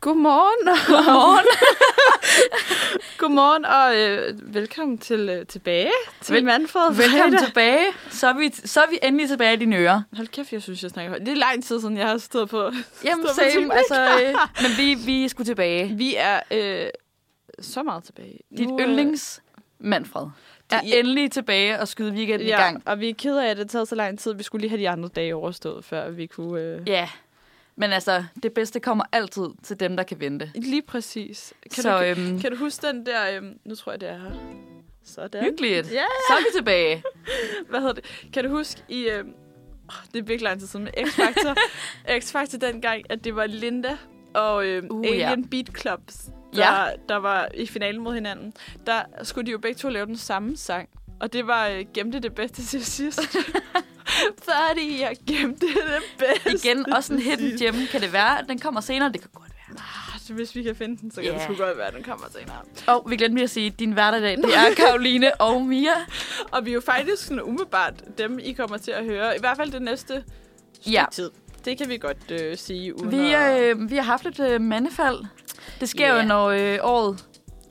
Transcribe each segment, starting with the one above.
Godmorgen. Godmorgen. Godmorgen og øh, velkommen til øh, tilbage til Vel- Vel- Manfred. Velkommen Fredag. tilbage. Så er, vi, så er vi endelig tilbage i dine ører. Hold kæft, jeg synes, jeg snakker højt. Det er lang tid siden, jeg har stået på. Jamen, Stop same. teknik. Altså, øh, men vi, vi skulle tilbage. Vi er øh, så meget tilbage. Dit Nu, øh, yndlings Manfred er ja. endelig tilbage og skyde weekenden i Ja, gang. og vi er ked af, at det har taget så lang tid. Vi skulle lige have de andre dage overstået, før vi kunne... Øh... Ja. Men altså, det bedste kommer altid til dem, der kan vente. Lige præcis. Kan, så du, øhm, kan du huske den der... Øh, nu tror jeg, det er her. Sådan. hyggeligt. Ja, Så er vi tilbage. hvad hedder det? Kan du huske i... Øh, åh, det er virkelig lang tid siden med X-Factor. X-Factor dengang, at det var Linda og øh, uh, Uh, Alien ja. Beat Clubs, der, Ja. der var i finalen mod hinanden. Der skulle de jo begge to lave den samme sang. Og det var øh, gemte det bedste til sidst. Fordi jeg gemte det bedste. Igen, også en til hidden sidst. gem. Kan det være, at den kommer senere? Det kan godt være. Ah, Hvis vi kan finde den, så kan yeah. det Ja. sgu godt være, at den kommer senere. Og vi glemte lige at sige, at din hverdag i dag, det er Karoline og Mia. Og vi er jo faktisk sådan umiddelbart dem, I kommer til at høre. I hvert fald det næste stykke Ja. tid. Det kan vi godt øh, sige. Uden Vi, at... øh, vi har haft lidt øh, mandefald. Det sker Ja. yeah. jo, når øh, året,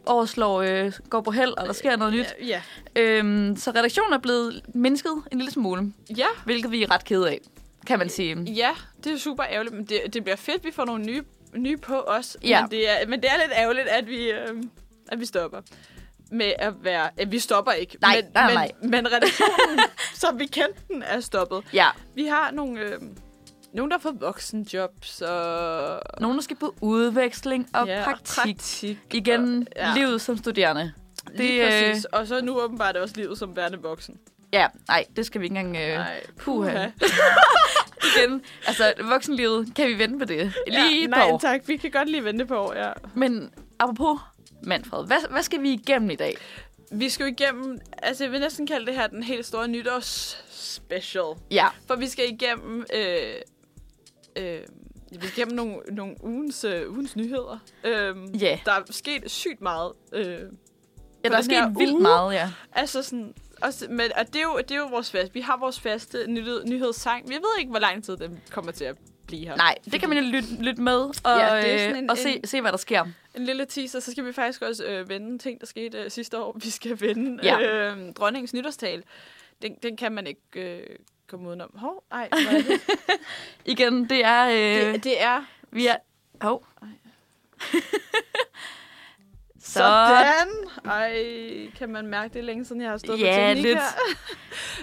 året slår, øh, går på held, og der sker noget nyt. Ja. Øhm, så redaktionen er blevet mindsket en lille smule, Ja, hvilket vi er ret kede af, kan man sige. ja, det er super ærgerligt, men det, det bliver fedt, vi får nogle nye, nye på os. Ja. Men, det er, men det er lidt ærgerligt, at vi, øh, at vi stopper med at være... At vi stopper ikke. Nej, men, nej, men, nej. Men redaktionen, som vi kendte den, er stoppet. Ja, Vi har nogle... Øh, nogen, der får voksenjobs og... nogen der skal på udveksling og ja, yeah, og praktik. praktik. Igen, Ja. ja. livet som studerende. Det, Det, Lige øh, præcis. Og så nu åbenbart også livet som værende voksen. Ja, nej, det skal vi ikke engang... Øh, Nej, puha. igen, altså voksenlivet, kan vi vente på det? Lige ja, et par nej, år. tak. Vi kan godt lige vente på år, ja. Men apropos Manfred, hvad, hvad skal vi igennem i dag? Vi skal jo igennem, altså jeg vil næsten kalde det her den helt store nytårsspecial. Ja, For vi skal igennem, øh, øh, vi skal igennem nogle, nogle ugens, øh, ugens nyheder. Øhm, Ja. Der er sket sygt meget. Øh, på ja der er den her sket vildt uge. meget, ja. altså sådan, også, men, og det er, jo, det er jo vores fast. Vi har vores faste nyhed, nyhedssang. Jeg ved ikke, hvor lang tid den kommer til at blive her. Nej, det kan man jo lytte, lytte med og, Ja, det er sådan øh, en- og se, en- se, hvad der sker. En lille teaser, så skal vi faktisk også øh, vende ting, der skete øh, sidste år. Vi skal vende Ja. øh, dronningens nytårstal. Den, den kan man ikke øh, komme udenom. Hov, ej, hvor er det? Igen, det er... Øh, det, det er vi er... Hov. Så... sådan. Ej, kan man mærke det er længe siden, jeg har stået på Ja, teknik lidt. her.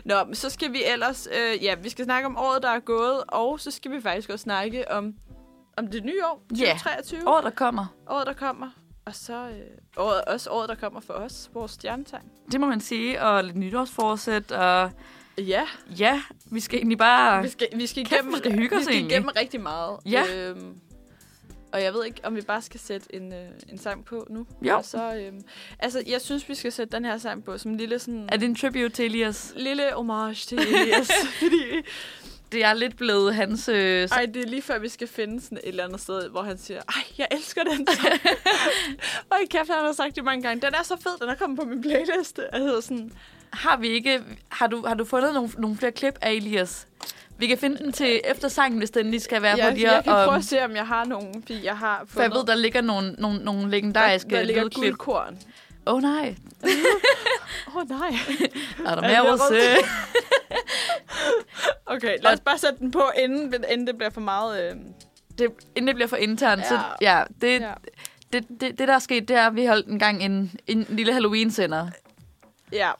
Nå, men så skal vi ellers... Øh, ja, vi skal snakke om året, der er gået, og så skal vi faktisk også snakke om, om det nye år, Ja. 2023. År, der kommer. Året, der kommer. Og så øh, året, også året, der kommer for os, vores stjernetegn. Det må man sige, og lidt nytårsforsæt, og Ja, ja, vi skal egentlig bare... vi skal, vi skal igennem, vi skal hygge os vi skal egentlig. igennem rigtig meget. Ja. Øhm, og jeg ved ikke, om vi bare skal sætte en, øh, en sang på nu. Jo. Og så, øhm, altså, jeg synes, vi skal sætte den her sang på som en lille sådan... Er det en tribute til Elias? lille homage til Elias. fordi, Det er lidt blevet hans... Øh, ej, det er lige før, vi skal finde sådan et eller andet sted, hvor han siger, ej, jeg elsker den sang. og i kæft, han har sagt det mange gange. Den er så fed, den er kommet på min playlist. Altså sådan, har vi ikke... Har du, har du fundet nogle, nogle flere klip af Elias? Vi kan finde den til efter sangen, hvis den lige skal være på jeg, de her. jeg kan prøve og- at se, om jeg har nogen, fordi jeg har For fundet... jeg ved, der ligger nogle, nogle, nogle der, legendariske der ligger lydklip. guldkorn. Åh oh, nej, Åh, oh, nej. er øh, der Er det mere rosé? Okay, lad os bare sætte den på, inden, inden det bliver for meget... Øh... det, inden det bliver for internt, ja. så ja, det, Ja. ja. Det, det, det, der er sket, det er, at vi holdt en gang en, en lille Halloween-sender. Ja.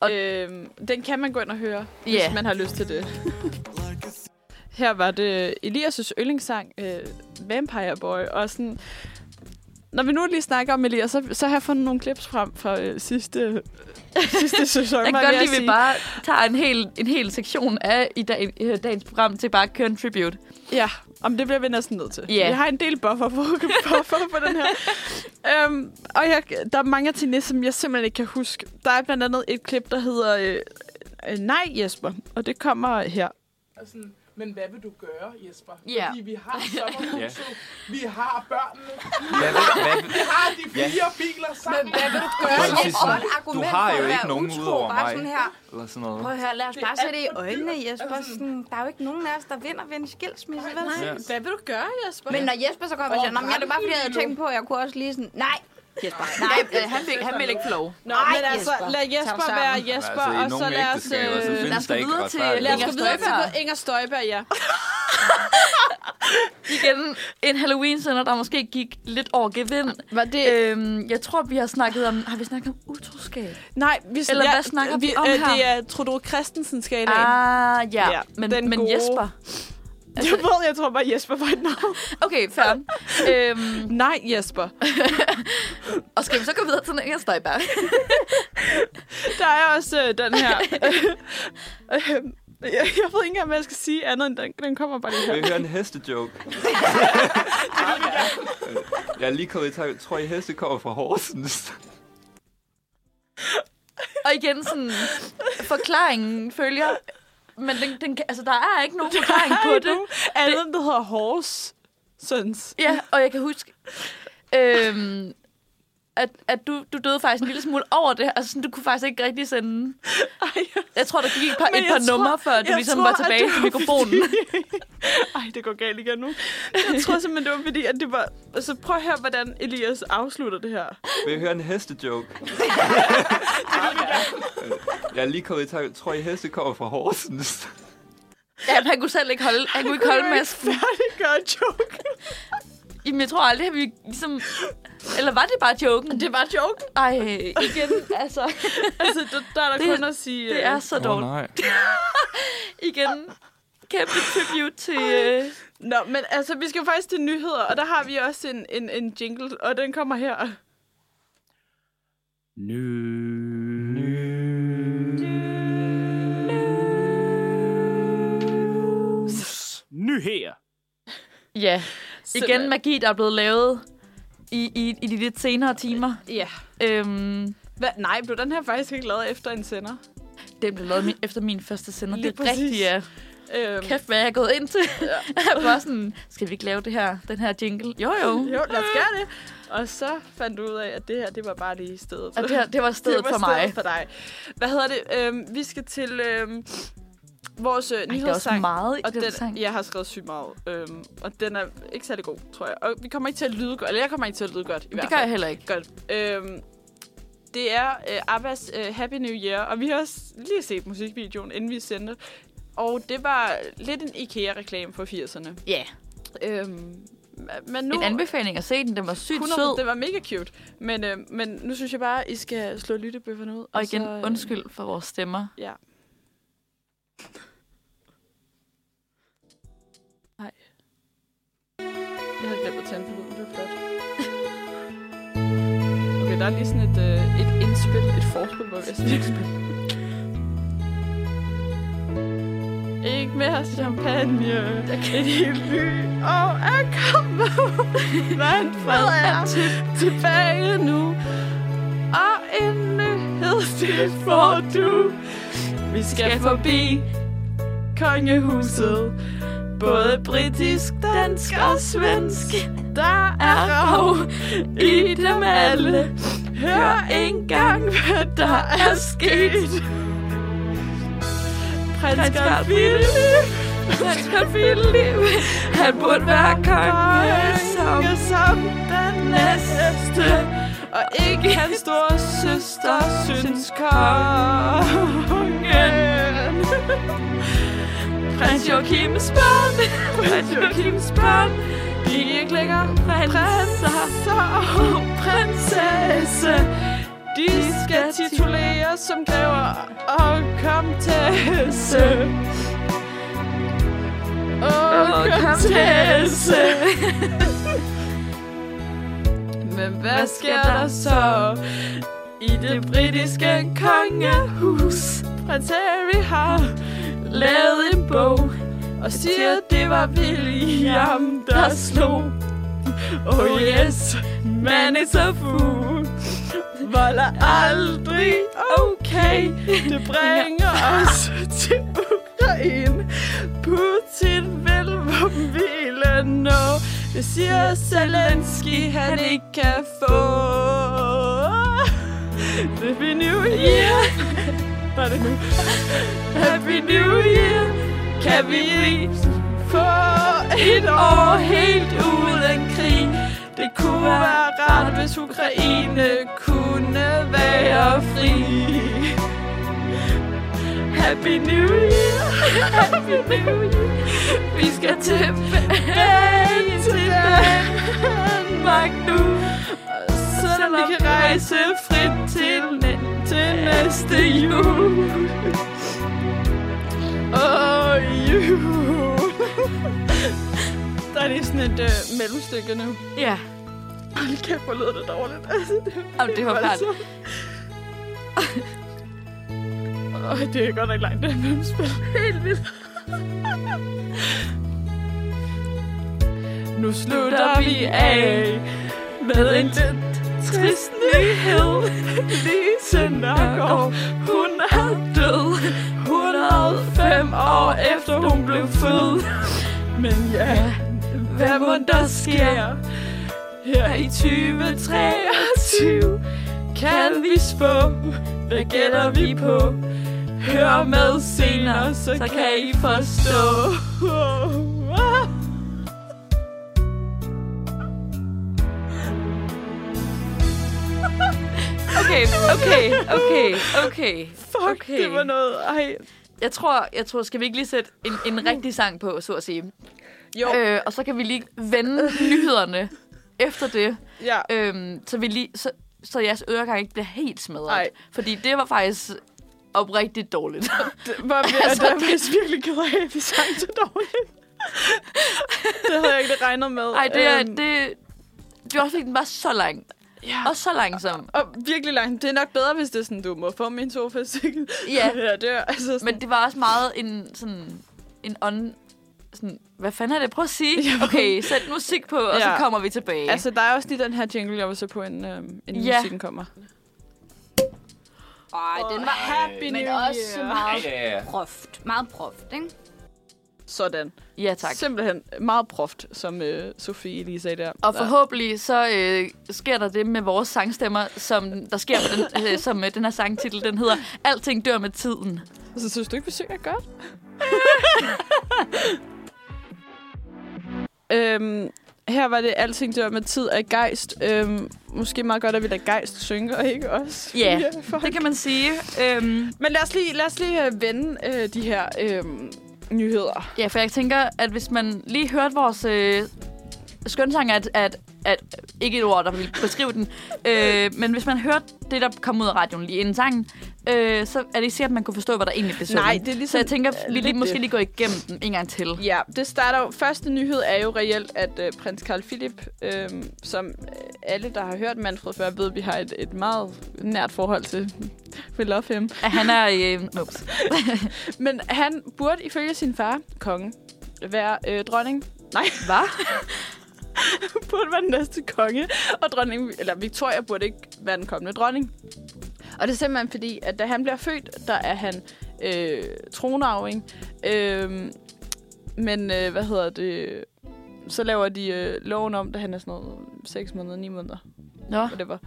Og Og- øhm, den kan man gå ind og høre, hvis Ja. man har lyst til det. Her var det Elias' yndlingssang, øh, Vampire Boy, og sådan... Når vi nu lige snakker om Elias, så, så har jeg fundet nogle clips frem fra øh, sidste, øh, sidste sæson. Jeg var kan godt ved at lide, at vi sige. bare tager en hel, en hel sektion af i dag, øh, dagens program til bare at køre en tribute. Ja, om det bliver vi næsten nødt til. Ja. Jeg har en del buffer på, buffer på den her. øhm, og jeg, der er mange af tingene, som jeg simpelthen ikke kan huske. Der er blandt andet et klip, der hedder øh, øh, Nej Jesper, og det kommer her. men hvad vil du gøre, Jesper? Ja. Fordi vi har sommerhuset, vi har børnene, Hvad, vil- hvad, vi vil- har de fire Ja. biler sammen. Hvad vil du gøre? Prøv at sige Det Altså, er sådan, et godt argument du har for jo at ikke være nogen utro, udover bare mig. Sådan her. eller sådan noget. Prøv at høre, lad os Det er bare sætte det i alt for dyrt. øjnene, Jesper. Altså sådan- Sådan, der er jo ikke nogen af os, der vinder ved en skilsmisse. vel? Ja. Hvad vil du gøre, Jesper? Men når Jesper så kommer og siger, Åh, "Nå, men jeg er det bare fordi, jeg havde nu." tænkt på, at jeg kunne også lige sådan, nej, Jesper, nej. Nej, øh, han, fik, han ville ikke få lov. Nå, Ej, men altså, Jesper. lad Tag dig Jesper sammen. være Jesper, altså, i og så nogle lad os... ægteskaber, så øh, findes gå der ikke videre til- retfærdighed. Lad os Inger gå videre Støjberg. til Inger Støjberg, ja. Igen, en Halloween-sender, der måske gik lidt over gevind. Var det... Øhm, jeg tror, vi har snakket om... Har vi snakket om utroskab? Nej, vi, øh, Eller hvad snakker vi om her? Det er Trudeau Christensen skala. Ah, Ah, ja. Ja, ja men, den men gode. Jesper. jeg ved, jeg tror bare, Jesper var et navn. Okay, fair. øhm, Nej, Jesper. og skal vi så gå videre til den Inger Støjberg? Der er også øh, den her... Øh, jeg, jeg ved ikke engang, hvad jeg skal sige andet, end den, den kommer bare lige her. Vil I høre en hestejoke? jeg er lige kommet i tanke. Tror I, heste kommer fra Horsens? og igen, sådan, forklaringen følger... Men den, den, kan- altså, der er ikke nogen forklaring på Ej, det. du. Andet, der hedder Horse. Sons. Ja, og jeg kan huske, øhm, at, at du, du døde faktisk en lille smule over det. Altså, sådan, du kunne faktisk ikke rigtig sende... Ej, Jeg tror, der gik et par, Men et jeg par tror- numre, før du jeg ligesom tror, var at tilbage det til var mikrofonen. Ej, det går galt igen nu. Jeg tror simpelthen, det var fordi, at det var... Altså, prøv at høre, hvordan Elias afslutter det her. Vil I høre en hestejoke? jeg er lige kommet i tanke. Tror I, heste kommer fra Horsens? Ja, han kunne selv ikke holde, han kunne ikke holde med. Færdiggør joke. Jamen, jeg tror aldrig, at vi ligesom... Eller var det bare joken? Det var joken. Ej, igen, altså. Altså, der, der er der Det- kun at sige... øh, Det er så dårligt. nej. Igen, kæmpe tribute til... Øh, Nå, men altså, vi skal faktisk til nyheder, og der har vi også en, en, en jingle, og den kommer her. Nyheder. ja, igen Simpelthen. magi, der er blevet lavet i, i, i de lidt senere timer. Ja. Øhm, Hva? Nej, blev den her faktisk ikke lavet efter en sender? den blev lavet min, efter min første sender. Lige det er rigtigt, præcis. ja. Øhm, Kæft, hvad jeg er gået ind til. Jeg er bare sådan, skal vi ikke lave det her, den her jingle? Jo, jo. Jo, lad os gøre det. Og så fandt du ud af, at det her, det var bare lige stedet. Og det, her, det var stedet var for mig. stedet for dig. Hvad hedder det? Øhm, vi skal til øhm, vores øh, Ej, det er også nyhedssang. meget i og den, den, sang. jeg har skrevet sygt meget, øhm, og den er ikke særlig god, tror jeg. Og vi kommer ikke til at lyde godt, eller jeg kommer ikke til at lyde godt, i hvert Det gør fald. jeg heller ikke. Godt. Øhm, det er øh, Abbas øh, Happy New Year, og vi har også lige set musikvideoen, inden vi sendte. Og det var lidt en IKEA-reklame for 80'erne. Ja. Øhm, men nu... En anbefaling at se den, den var sygt 100, sød. Det var mega cute. Men, øh, men nu synes jeg bare, I skal slå lyttebøfferne ud. Og igen, så, øh, undskyld for vores stemmer. Ja. Nej. Jeg havde glemt at tænde på lyden, det var flot. Okay, der er lige sådan et, øh, et indspil, et forspil, hvor jeg siger. Ikke mere champagne, et helt ny år er kommet. Men fred er tilbage nu, og en nyhed, det får du. Vi skal forbi kongehuset. Både britisk, dansk og svensk. Der er rov i dem alle. Hør engang, hvad der er sket. Prins Carl Philip. Prins Carl Philip. Han burde være konge som, som den næste. Og ikke hans store søster, synes kongen. Prins Joachims børn, prins Joachims børn, de ikke længere prinser og prinsesse. De skal tituleres som grever og komtesse. Og komtesse. Men hvad sker der så i det britiske kongehus? Prins Harry har lavet en bog og siger, at det var William, der slog. Oh yes, man er så fuld. Vold er aldrig okay. Det bringer os til Ukraine. Putin Putin vil våbenhvile nå. Det siger Zelensky, han ikke kan få. Happy New Year. Der er det nu. Happy New Year. Kan vi ikke få et år helt uden krig? Det kunne være rart, hvis Ukraine kunne være fri. Happy New Year, Happy New Year. Vi skal tilbage til Danmark nu. Så vi kan rejse frit til, næ- til næste jul. Åh, oh, jul. Der er lige sådan et øh, mellemstykke nu. Ja. Hold kæft, hvor lød det dårligt. Altså, det, Jamen, det var klart. Åh, det er godt nok langt, det her mellemspil. Helt vildt. nu slutter vi af med en lidt trist nyhed. Lise Nørgaard, hun er død. 105 år efter hun blev født. Men ja, hvad må der sker her i 2023? Kan vi spå? Hvad gælder vi på? Hør med senere, så, så kan I forstå. Okay, okay, okay, okay. Fuck, okay. det var noget. Ej. Jeg tror, jeg tror, skal vi ikke lige sætte en, en rigtig sang på, så at sige? Jo, øh. Øh, og så kan vi lige vende nyhederne efter det, ja. øhm, så, vi lige, så, så jeres øregang ikke bliver helt smadret. Ej. Fordi det var faktisk oprigtigt dårligt. Det var, altså, Altså, jeg er faktisk virkelig ked af, at vi sang så dårligt. det havde jeg ikke regnet med. Nej, det er... Øhm, Det, det var også fordi, den var så lang. Ja. Og så langsom. Og virkelig langt. Det er nok bedre, hvis det er sådan, du må få min sofa Ja. ja, det er altså sådan, Men det var også meget en sådan... En on... Sådan, hvad fanden er det? Prøv at sige. Okay, sæt musik på, og så Ja. kommer vi tilbage. Altså, der er også lige den her jingle, jeg var så på, inden, øhm, inden Ja. musikken kommer. Ej, den var Happy men også meget Ja, ja. proft. Meget proft, ikke? Sådan. ja, tak. Simpelthen meget proft, som øh, Sofie lige sagde der. Og forhåbentlig så øh, sker der det med vores sangstemmer, som der sker med den, øh, som, øh, den her sangtitel, den hedder Alting dør med tiden. Så synes du ikke, vi synger godt? øhm, her var det alting dør med tid af gejst. Øhm, måske meget godt, at vi lader gejst synge, og ikke os. Ja, fuck. Det kan man sige. Øhm, Men lad os lige, lad os lige øh, vende øh, de her øh, nyheder. ja, for jeg tænker, at hvis man lige hørte vores øh, skønsang, at, at, at, ikke et ord, der vil beskrive den, øh, men hvis man hørte det, der kom ud af radioen lige inden sangen, øh, så er det ikke sikkert, at man kunne forstå, hvad der egentlig blev sunget. Nej, det er ligesom, så jeg tænker, øh, at vi lidt lige, måske det. lige går igennem den en gang til. Ja, det starter jo... Første nyhed er jo reelt, at øh, prins Carl Philip, øh, som øh, alle, der har hørt Manfred før, ved, vi har et, et meget nært forhold til. We love him. At han er... Øh, ups. Men han burde ifølge sin far, kongen, være øh, dronning. Nej, hvad? burde være den næste konge, og dronning, eller Victoria burde ikke være den kommende dronning. Og det er simpelthen fordi, at da han bliver født, der er han øh, tronarving. Øh, men øh, hvad hedder det? Så laver de øh, loven om, da han er sådan noget 6 måneder, 9 måneder, Nå, whatever.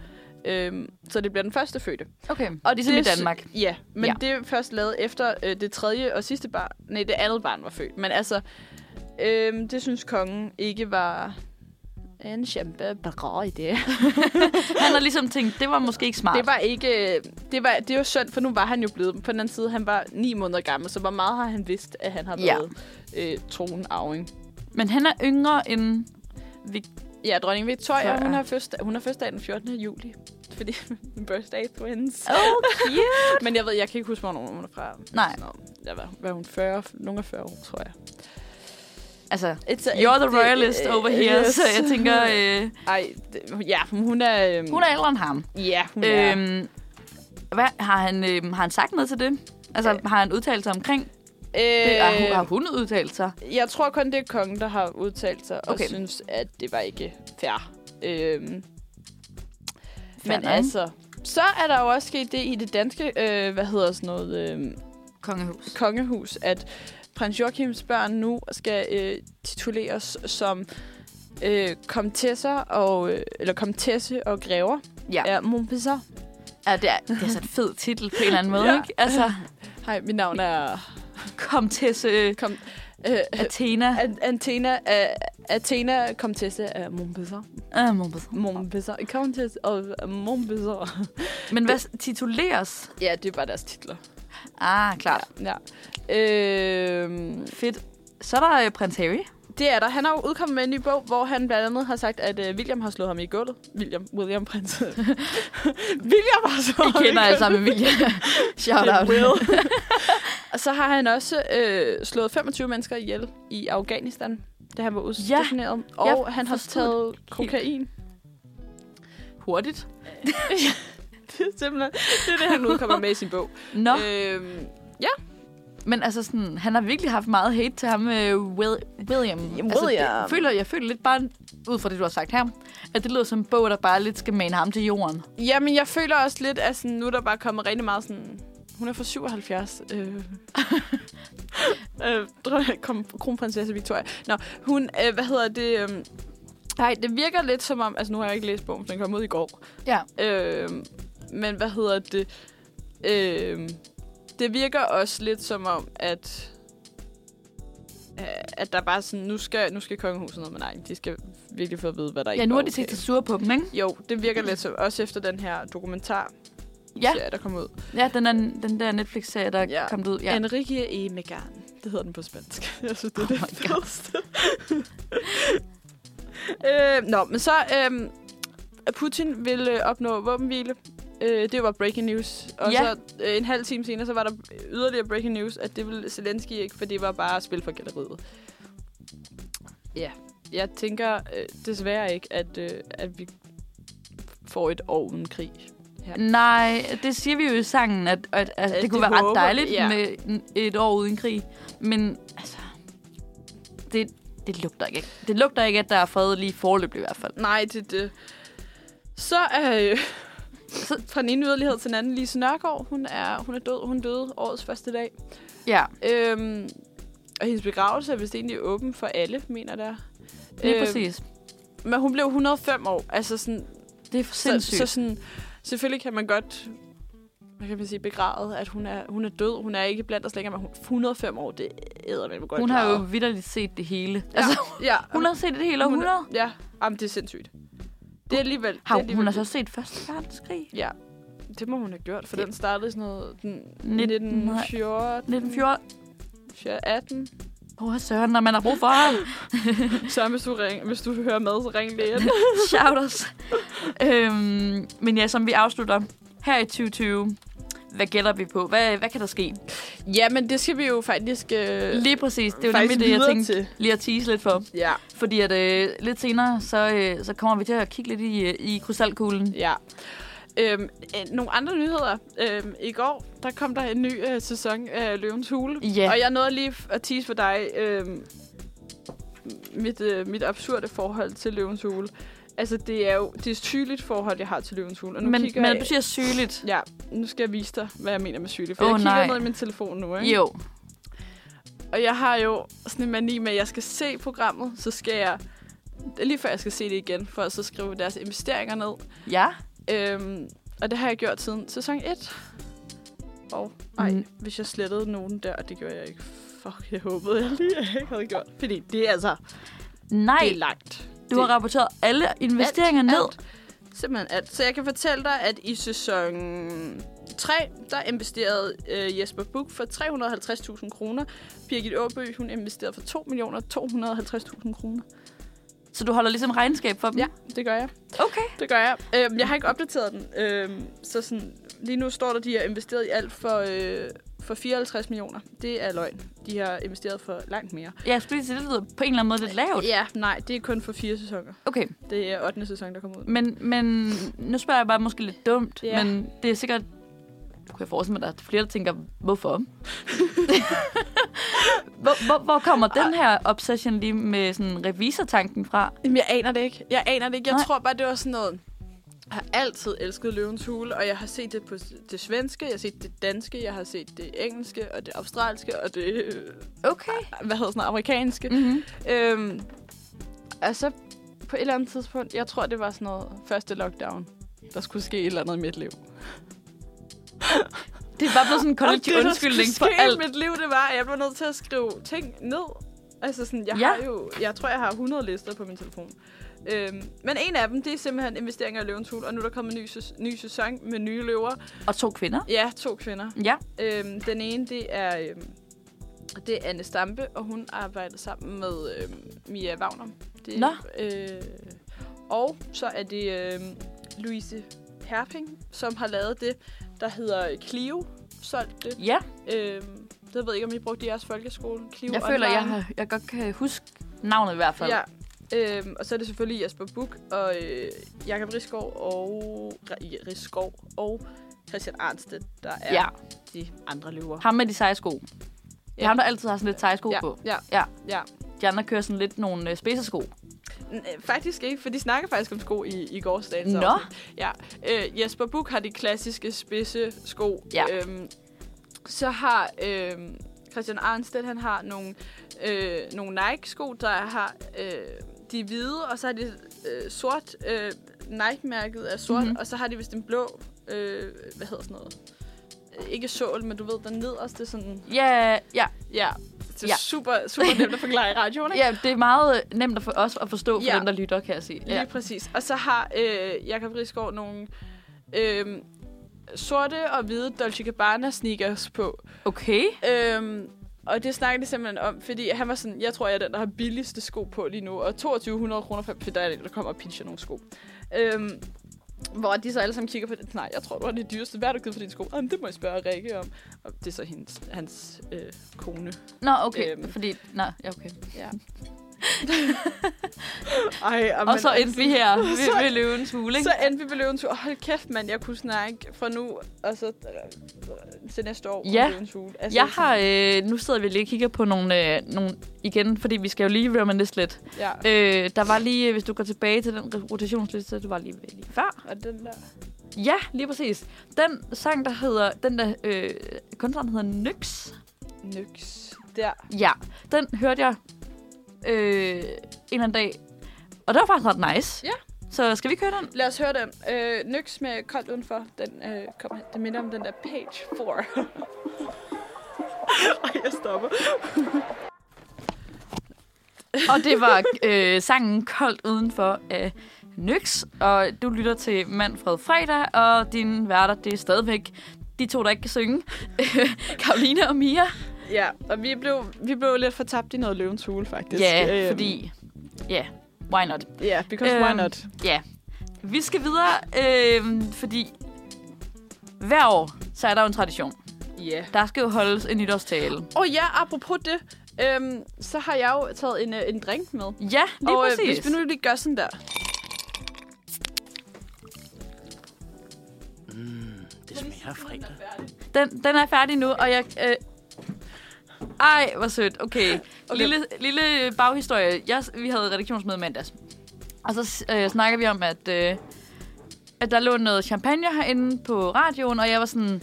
Øh, så det bliver den første fødte. okay. Og ligesom i Det er s- Danmark. Ja, men Ja. ja. det er først lavet efter øh, det tredje og sidste barn. Nej, det andet barn var født. Men altså, øh, det synes kongen ikke var en kæmpe bra i det. Han har ligesom tænkt, det var måske ikke smart. Det var ikke... øh, Det var, det var synd, for nu var han jo blevet... På den anden side, han var ni måneder gammel, så hvor meget har han vidst, at han har Ja. været øh, tronarving? Men han er yngre end... Vi... Ja, dronning Victoria, Victoria. hun har, først, hun har fødselsdag den 14. juli. Fordi birthday twins. Oh, Men jeg ved, jeg kan ikke huske, hvornår hun er fra. Nej, Nå, ja, hvad, hvad er hun? 40? Nogle af 40 år, tror jeg. altså... It's a, You're the royalist øh, over here, yes. så jeg tænker... Øh, Ej, det, ja, hun er... Øhm, hun er ældre end ham. Ja, hun er... Øhm, Øhm, hvad, har, han, øh, har han sagt noget til det? Altså, Øh. har han udtalt sig omkring det? Øh, har, hun, har øh, hun udtalt sig? jeg tror kun, det er kongen, der har udtalt sig okay. Okay. og synes, at det var ikke fair. Øhm, Fair men nok. altså... Så er der jo også sket det i det danske, øh, hvad hedder sådan noget, øh, Kongehus. kongehus, at prins prins Joachims børn nu skal øh, tituleres som øh, komtesser og, øh, eller komtesse og grever. Ja. Ja, Montpessar. ja det, er, det er så en fed titel på en eller anden måde, Ja. ja. ikke? Altså, Hej, mit navn er... kom til øh, Kom, øh, Athena. An- Antena, uh, Athena, komtesse Øh, af Montpessar. Ah, Montbazar. Montpessar. Komtesse af Montpessar. Men hvad tituleres? Ja, det er bare deres titler. Ah, klart. Ja. Øh, Fedt. Så er der øh, prins Harry. Det er der. Han har jo udkommet med en ny bog, hvor han blandt andet har sagt, at øh, William har slået ham i gulvet. William, William prins. William har slået Det ham kender i alle gulvet. sammen Emilie. Shout Det er out. Will. Og så har han også øh, slået 25 mennesker ihjel i Afghanistan, da han var udstationeret. Ja, jeg og han har forstod taget kokain. Hurtigt. Det er simpelthen det, er det han udkommer med i sin bog. Nå, øh. Øhm, men altså sådan, han har virkelig haft meget hate til ham, øh, Will, William. Altså, William. det, føler, jeg føler lidt bare, ud fra det, du har sagt her, at det lyder som en bog, der bare lidt skal mane ham til jorden. jamen, jeg føler også lidt, at sådan, nu er der bare kommet rigtig meget sådan... Hun er fra 77. Øh. øh, dron- kom, kronprinsesse Victoria. Nå, hun, øh, hvad hedder det... Øh, nej, det virker lidt som om... Altså, nu har jeg ikke læst bogen, for den kom ud i går. Ja. Øh, men hvad hedder det? Øh, det virker også lidt som om, at øh, at der bare er sådan, nu skal, nu skal kongehuset noget, men nej, de skal virkelig få at vide, hvad der ikke Ja, nu var har de okay. tænkt sig sure på dem, ikke? Jo, det virker lidt som, også efter den her dokumentar, Ja, serie, der kom ud. ja den, er, den der Netflix-serie, der Ja. ja. kom ud. Ja. Ja. Enrique e Megan. Det hedder den på spansk. Jeg synes, det er Oh oh det my God. fedeste. øh, nå, men så... Øh, Putin ville øh, opnå våbenhvile. Øh, det var breaking news. Og Ja. så øh, en halv time senere, så var der yderligere breaking news, at det ville Zelensky ikke, for det var bare spil for galleriet. Ja. Jeg tænker øh, desværre ikke, at, øh, at vi får et år uden krig. Nej, det siger vi jo i sangen, at, at, at, At det kunne det være håber ret vi, dejligt ja. ja. med en- et år uden krig. Men altså, det, det lugter ikke. Det lugter ikke, at der er fred lige forløb i hvert fald. Nej, det er det. Så er øh, Så- fra den ene yderlighed til den anden. Lise Nørgaard, hun er, hun er død. Hun døde årets første dag. Ja, Øhm, og hendes begravelse er vist egentlig åben for alle, mener der. lige øhm, øh, præcis. Men hun blev 105 år. Altså sådan, Det er for så, sindssygt. så sådan, selvfølgelig kan man godt hvad kan man sige, begræde, at hun er, hun er død. Hun er ikke blandt os længere, men hun 105 år, det æder man godt hun har jo klaret. vidderligt set det hele. Ja. Ja, Altså, ja, hun har set det hele, og Hun- hun har, ja, jamen, det er sindssygt. Det er alligevel... det er har, alligevel hun har så set Første Verdenskrig. Ja, det må hun have gjort, for Det- den startede i sådan noget den, 19 1914, 1914. 18. Åh, oh, søren, når man har brug for ham. Så hvis du, ring, hvis du hører med, så ring lige ind. Shouters. øhm, men ja, som vi afslutter her i 2020, hvad gætter vi på? Hvad, hvad kan der ske? ja, men det skal vi jo faktisk... Øh, Lige præcis. Det er jo faktisk nemlig det, jeg videre tænkte til. lige at tease lidt for. Ja, Fordi at øh, lidt senere, så, øh, så kommer vi til at kigge lidt i, øh, i krystalkuglen. ja. Øhm, øh, nogle andre nyheder. Øhm, I går, der kom der en ny øh, sæson af Løvens Hule. Ja. Og jeg nåede lige f- at tease for dig øhm, mit, øh, mit absurde forhold til Løvens Hule. Altså, det er jo det er et sygeligt forhold, jeg har til Løvens Hule. Og nu Men, kigger men jeg- du siger sygeligt. Ja, nu skal jeg vise dig, hvad jeg mener med sygeligt. For Åh, jeg kigger nej. ned i min telefon nu, ikke? Jo. Og jeg har jo sådan en mani med, at jeg skal se programmet, så skal jeg... det er Lige før jeg skal se det igen, for at så skrive deres investeringer ned. Ja. Øhm, og det har jeg gjort siden sæson 1. Og nej, mm. Mm. hvis jeg slettede nogen der, det gjorde jeg ikke. Fuck, jeg håbede, jeg lige ikke havde gjort. Fordi det er altså, Nej, det er langt. du har rapporteret alle investeringer alt, ned. Alt. Simpelthen alt. Så jeg kan fortælle dig, at i sæson 3, der investerede øh, Jesper Buch for 350.000 kroner. Birgit Åbø, hun investerede for 2.250.000 kroner. Mm. Så du holder ligesom regnskab for dem? Ja, det gør jeg. Okay. Det gør jeg. Øhm, jeg har ikke opdateret den. Øhm, så sådan, lige nu står der, at de har investeret i alt for, øh, for 54 millioner. Det er løgn. De har investeret for langt mere. Ja, jeg skulle lige sige, det lyder på en eller anden måde lidt lavt. Ja, nej, det er kun for fire sæsoner. Okay, Det er 8. sæson, der kommer ud. men, men nu spørger jeg bare måske lidt dumt, Ja. ja. men det er sikkert... Kunne jeg forestille mig, at der er flere, der tænker, hvorfor? hvor, hvor, hvor kommer den her obsession lige med sådan revisortanken fra? Jamen, jeg aner det ikke. Jeg aner det ikke. Jeg Nej. tror bare, det var sådan noget... har altid elsket Løvens Hule, og jeg har set det på s- det svenske, jeg har set det danske, jeg har set det engelske, og det australske, og det, øh, Okay. hvad hedder sådan noget, amerikanske. Mm-hmm. Øhm, og så på et eller andet tidspunkt, jeg tror, det var sådan noget første lockdown, der skulle ske et eller andet i mit liv. Det er bare blevet sådan Og det, en kollektiv der undskyldning skulle for ske i alt. mit liv, det var, at jeg blev nødt til at skrive ting ned. Altså sådan, jeg Ja. ja. har jo, jeg tror, jeg har 100 lister på min telefon. Øhm, men en af dem, det er simpelthen investeringer i løvens hul, og nu er der kommet en ny, sæs- ny sæson med nye løver. Og to kvinder. Ja, to kvinder. Ja. Øhm, den ene, det er, øhm, det er Anne Stampe, og hun arbejder sammen med øhm, Mia Wagner. Det, Nå. Øh, og så er det øhm, Louise Herping, som har lavet det, der hedder Clio. Solgt det. Ja. Øhm, det ved jeg ikke, om I brugte i jeres folkeskole. Clio Jeg føler, Online. jeg, har, jeg godt kan huske navnet i hvert fald. Ja. Øhm, og så er det selvfølgelig Jesper Buk og øh, Jakob Riskov og Ra- Riskov og Christian Arnstedt, der er ja. ja. de andre løver. Ham med de seje sko. Det er Ja. ham, der altid har sådan lidt seje sko ja, på. Ja, Ja. ja. De andre kører sådan lidt nogle øh, spidsersko. N- øh, Faktisk ikke, for de snakker faktisk om sko i, i gårsdagens Nå. afsnit. Ja. Øh, Jesper Buk har de klassiske spidse sko. Ja. Øhm, så har øhm, Christian Arnstedt, han har nogle, øh, nogle Nike-sko, der har øh, de er hvide, og så har de øh, sort, øh, Nike-mærket er sort, Mhm. mm-hmm. og så har de vist en blå, øh, hvad hedder sådan noget? Ikke sål, men du ved, den nederste sådan... Ja, ja, Ja, det er Ja. ja. super, super nemt at forklare i radioen, ikke? ja, det er meget øh, nemt at for os at forstå for Ja. dem, der lytter, kan jeg sige. Lige Ja. ja. præcis. Og så har øh, Jakob Risgaard nogle øh, sorte og hvide Dolce Gabbana sneakers på. Okay. Øh, og det snakker de simpelthen om, fordi han var sådan, jeg tror, jeg er den, der har billigste sko på lige nu, og 2200 kroner for, for der, er en, der kommer og pincher nogle sko. Øhm, hvor de så alle sammen kigger på det. Nej, jeg tror, du har det dyreste. Hvad har du givet for dine sko? Jamen, det må jeg spørge Rikke om. Og det er så hendes, hans øh, kone. Nå, okay. Øhm. Øhm. Fordi, nå, ja, okay. Ja. Ej, Og så altså- endte vi her så- ved, ved løvens hule, ikke? Så endte vi ved Løvens Hule. Hold kæft, mand, jeg kunne snakke fra nu og så øh, til næste år Ja. om Løvens Hule. Altså, Jeg har, øh, nu sidder vi lige og kigger på nogle, øh, nogle, igen, fordi vi skal jo lige reminisce lidt. Ja, Øh, der var lige, øh, hvis du går tilbage til den rotationsliste, du var lige, ved lige før. og den der... Ja, lige præcis. Den sang, der hedder, den der, øh, kunstneren hedder Nyx. Nyx. Der. Ja, den hørte jeg øh, en eller anden dag. Og det var faktisk ret nice. Ja. Så skal vi køre den? Lad os høre den. Øh, Nyx med Koldt Udenfor. Den, øh, kom, her. den minder om den der page 4. Ej, jeg stopper. Og det var øh, sangen Koldt Udenfor af Nyx. Og du lytter til Manfred Fredag, og din værter, det er stadigvæk de to, der ikke kan synge. Karoline og Mia. Ja, og vi blev, vi blev lidt fortabt i noget Løvens Hule, faktisk. Ja, Øhm, fordi... Ja, why not? Ja, because Øhm, why not? Ja. Vi skal videre, øh, fordi hver år, så er der jo en tradition. Ja. Yeah. Der skal jo holdes en nytårstale. Åh oh, ja, apropos det, øhm, så har jeg jo taget en, øh, en drink med. Ja, lige og præcis. Øh, hvis vi nu lige gør sådan der. Det smager af fredag. Den, den er færdig nu, og jeg... Øh... Ej, hvor sødt. Okay. okay. Lille, lille baghistorie. Jeg, vi havde redaktionsmøde i mandags. Og så øh, snakker vi om, at, øh, at der lå noget champagne herinde på radioen, og jeg var sådan...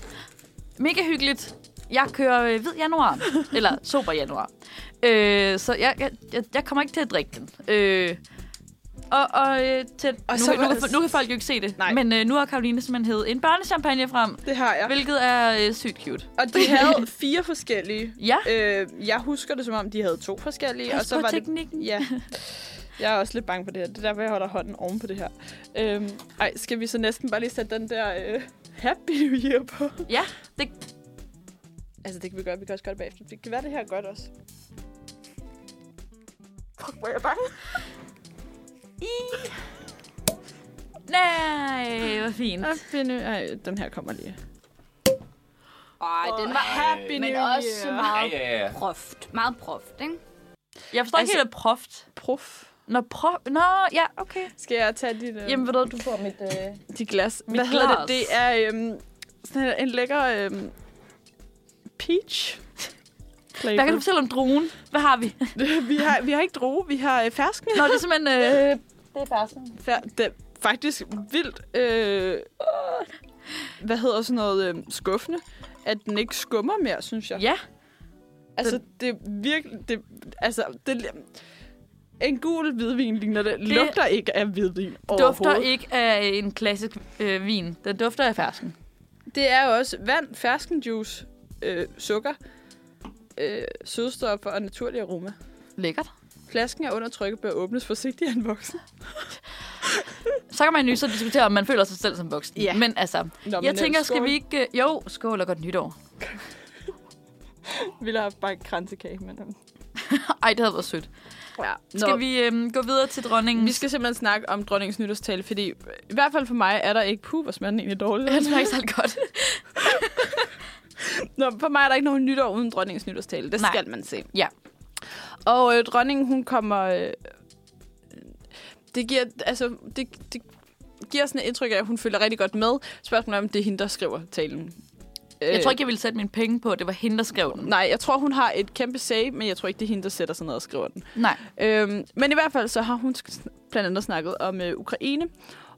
Mega hyggeligt. Jeg kører øh, hvid januar. Eller sober januar. Øh, så jeg, jeg, jeg, jeg kommer ikke til at drikke den. Øh, og, og, øh, til, og nu, så nu, var nu, det- nu kan folk jo ikke se det, Nej. men øh, nu har Karoline simpelthen hævet en børnechampagne frem, Det har jeg. Hvilket er øh, sygt cute. Og de havde fire forskellige. Ja, Øh, jeg husker det, som om de havde to forskellige. pas og så på var det, teknikken. ja. Jeg er også lidt bange på det her. Det er derfor, jeg holder hånden oven på det her. Øhm, ej, skal vi så næsten bare lige sætte den der øh, Happy New Year på? Ja, det, Altså, det kan vi gøre. Vi kan også gøre det bagefter. Det kan være, det her er godt også. Fuck, hvor er jeg bange. nej, hvor fint. Happy New Ej, den her kommer lige. Ej, den var Happy men New også Year. meget Ja, ja, ja. proft. Meget proft, ikke? Jeg forstår altså, Altså- ikke helt, at proft. Prof. Nå, prof... Nå, ja, okay. Skal jeg tage dit... Øh... Jamen, ved du, du får mit... Øh... De glas. Mit Hvad hedder det? glas. Det er øhm, sådan en lækker øhm, peach. Hvad kan du fortælle om druen? Hvad har vi? vi, har, vi har ikke droge, vi har øh, fersken. Nå, det er simpelthen... Øh... Fer- det, faktisk vildt, øh, hvad hedder sådan noget, øh, skuffende, at den ikke skummer mere, synes jeg. Ja, Altså, det er virkelig... Det, altså, det, en gul hvidvin ligner det. Lugter ikke af hvidvin dufter overhovedet. ikke af en klassisk øh, vin. Den dufter af fersken. Det er jo også vand, ferskenjuice, øh, sukker, øh, sødstoffer og naturlig aroma. Lækkert. Flasken er under trykket bør åbnes forsigtigt af en voksen. Så kan man jo så diskutere, om man føler sig selv som voksen. Ja. Men altså, Nå, jeg tænker, skal vi ikke... øh, Jo, skål og godt nytår. Vi har haft bare en kransekage med dem. Ej, det havde været sødt. Ja. Skal vi øhm, gå videre til dronningen? Vi skal simpelthen snakke om dronningens nytårstale, fordi i hvert fald for mig er der ikke... Puh, hvor smager den egentlig dårligt. Den smager ikke særlig godt. Nå, for mig er der ikke nogen nytår uden dronningens nytårstale. Det Nej. Nej. skal man se. Ja. Og øh, dronningen, hun kommer... Øh, det giver, altså, det, det giver sådan et indtryk af, at hun følger rigtig godt med. Spørgsmålet er, om det er hende, der skriver talen. Øh, Jeg tror ikke, jeg ville sætte mine penge på, at det var hende, der skrev den. Nej, jeg tror, hun har et kæmpe sag, men jeg tror ikke, det er hende, der sætter sig ned og skriver den. Nej. Øhm, men i hvert fald så har hun sk- blandt andet snakket om øh, Ukraine,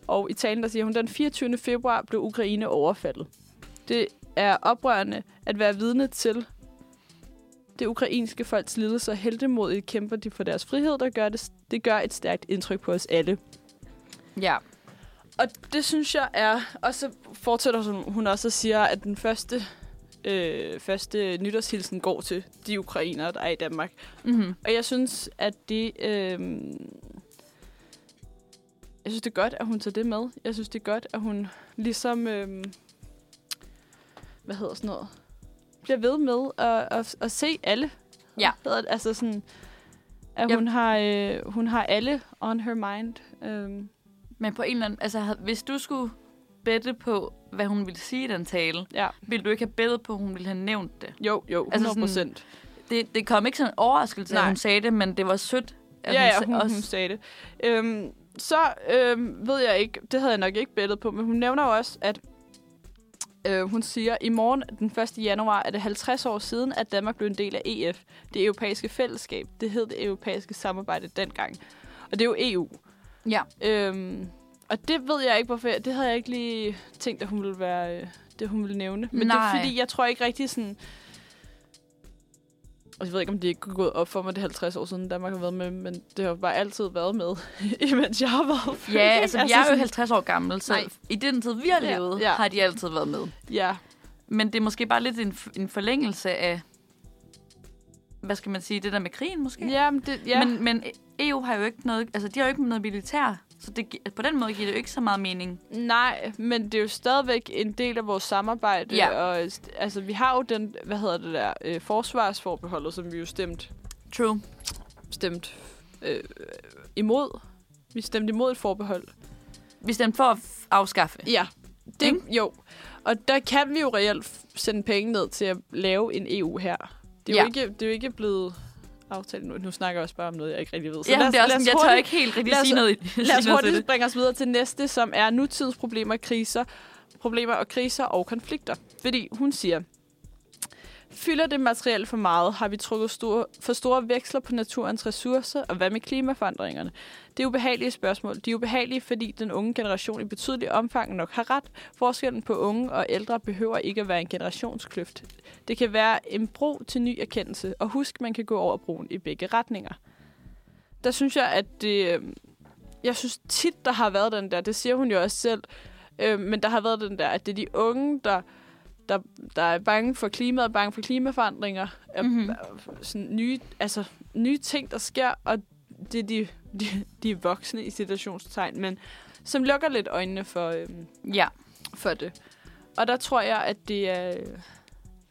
og i talen der siger hun, den 24. februar blev Ukraine overfaldet. Det er oprørende at være vidne til det ukrainske folks lidelse, og heldemodigt kæmper de for deres frihed, der gør det, det gør et stærkt indtryk på os alle. Ja. Og det synes jeg er... Og så fortsætter hun- hun også og siger, at den første, øh, første nytårshilsen går til de ukrainere, der er i Danmark. Mm-hmm. Og jeg synes, at det... Øh, jeg synes, det er godt, at hun tager det med. Jeg synes, det er godt, at hun ligesom... Øh, hvad hedder sådan noget? Bliver ved med at, at, at se alle. Ja. Hedder det? Altså sådan... At Jeg- hun har, øh, hun har alle on her mind. Øh, Men på en eller anden... Altså, havde- hvis du skulle bette på, hvad hun ville sige i den tale, ja. ville du ikke have bettet på, at hun ville have nævnt det. Jo, jo, 100 Altså sådan- procent. Det, det kom ikke som en overraskelse, at Nej. hun sagde det, men det var sødt, at ja, hun, ja, hun, hun sagde det. Øhm, så øhm, ved jeg ikke, det havde jeg nok ikke bettet på, men hun nævner jo også, at øh, hun siger, i morgen den 1. januar er det 50 år siden, at Danmark blev en del af EF, det europæiske fællesskab. Det hed det europæiske samarbejde dengang. Og det er jo E EU. Ja. Øhm, og det ved jeg ikke, hvorfor. Jeg, det havde jeg ikke lige tænkt, at hun ville være... øh, Det, hun ville nævne. Men det Nej. er fordi, jeg tror ikke rigtig sådan... Og jeg ved ikke, om det ikke er gået op for mig, det er 50 år siden Danmark har været med, men det har bare altid været med, imens jeg har været født, Ja, ikke? altså, jeg er jo sådan- 50 år gammel, så Nej. i den tid, vi har Ja, levet, ja. har de altid været med. Ja, Men det er måske bare lidt en, f- en forlængelse af, hvad skal man sige, det der med krigen måske? ja, men det, ja. Men, Men, men EU har jo ikke noget, altså de har jo ikke noget militær, så det, gi- på den måde giver det jo ikke så meget mening. nej, men det er jo stadigvæk en del af vores samarbejde. Ja. Og, st- altså, vi har jo den, hvad hedder det der, øh, forsvarsforbeholdet, som vi jo stemte True. stemt øh, imod. Vi stemte imod et forbehold. Vi stemte for at f- afskaffe. Ja, det, Ikke? jo. Og der kan vi jo reelt f- sende penge ned til at lave en EU her. Det er, Ja. jo, ikke, det er jo ikke blevet aftalt nu. Nu snakker jeg også bare om noget, jeg ikke rigtig ved. Så ja, det er også sådan, jeg tør hurtigt, ikke helt rigtig lad os- sige noget, lad os sige noget til hurtigt det. springe os videre til næste, som er nutidens problemer, kriser, problemer og kriser og konflikter. Fordi hun siger, Fylder det materielle for meget, har vi trukket store, for store veksler på naturens ressourcer, og hvad med klimaforandringerne? Det er ubehagelige spørgsmål. De er ubehagelige, fordi den unge generation i betydelig omfang nok har ret. Forskellen på unge og ældre behøver ikke at være en generationskløft. Det kan være en bro til ny erkendelse, og husk, man kan gå over broen i begge retninger. Der synes jeg, at det... øh, Jeg synes tit, der har været den der, det siger hun jo også selv, øh, men der har været den der, at det er de unge, der der, der er bange for klimaet, bange for klimaforandringer, Mhm. mm-hmm. sådan nye, altså, nye ting, der sker, og det er de, de, de er voksne i situationstegn, men som lukker lidt øjnene for, øhm, Ja, for det. Og der tror jeg, at det er,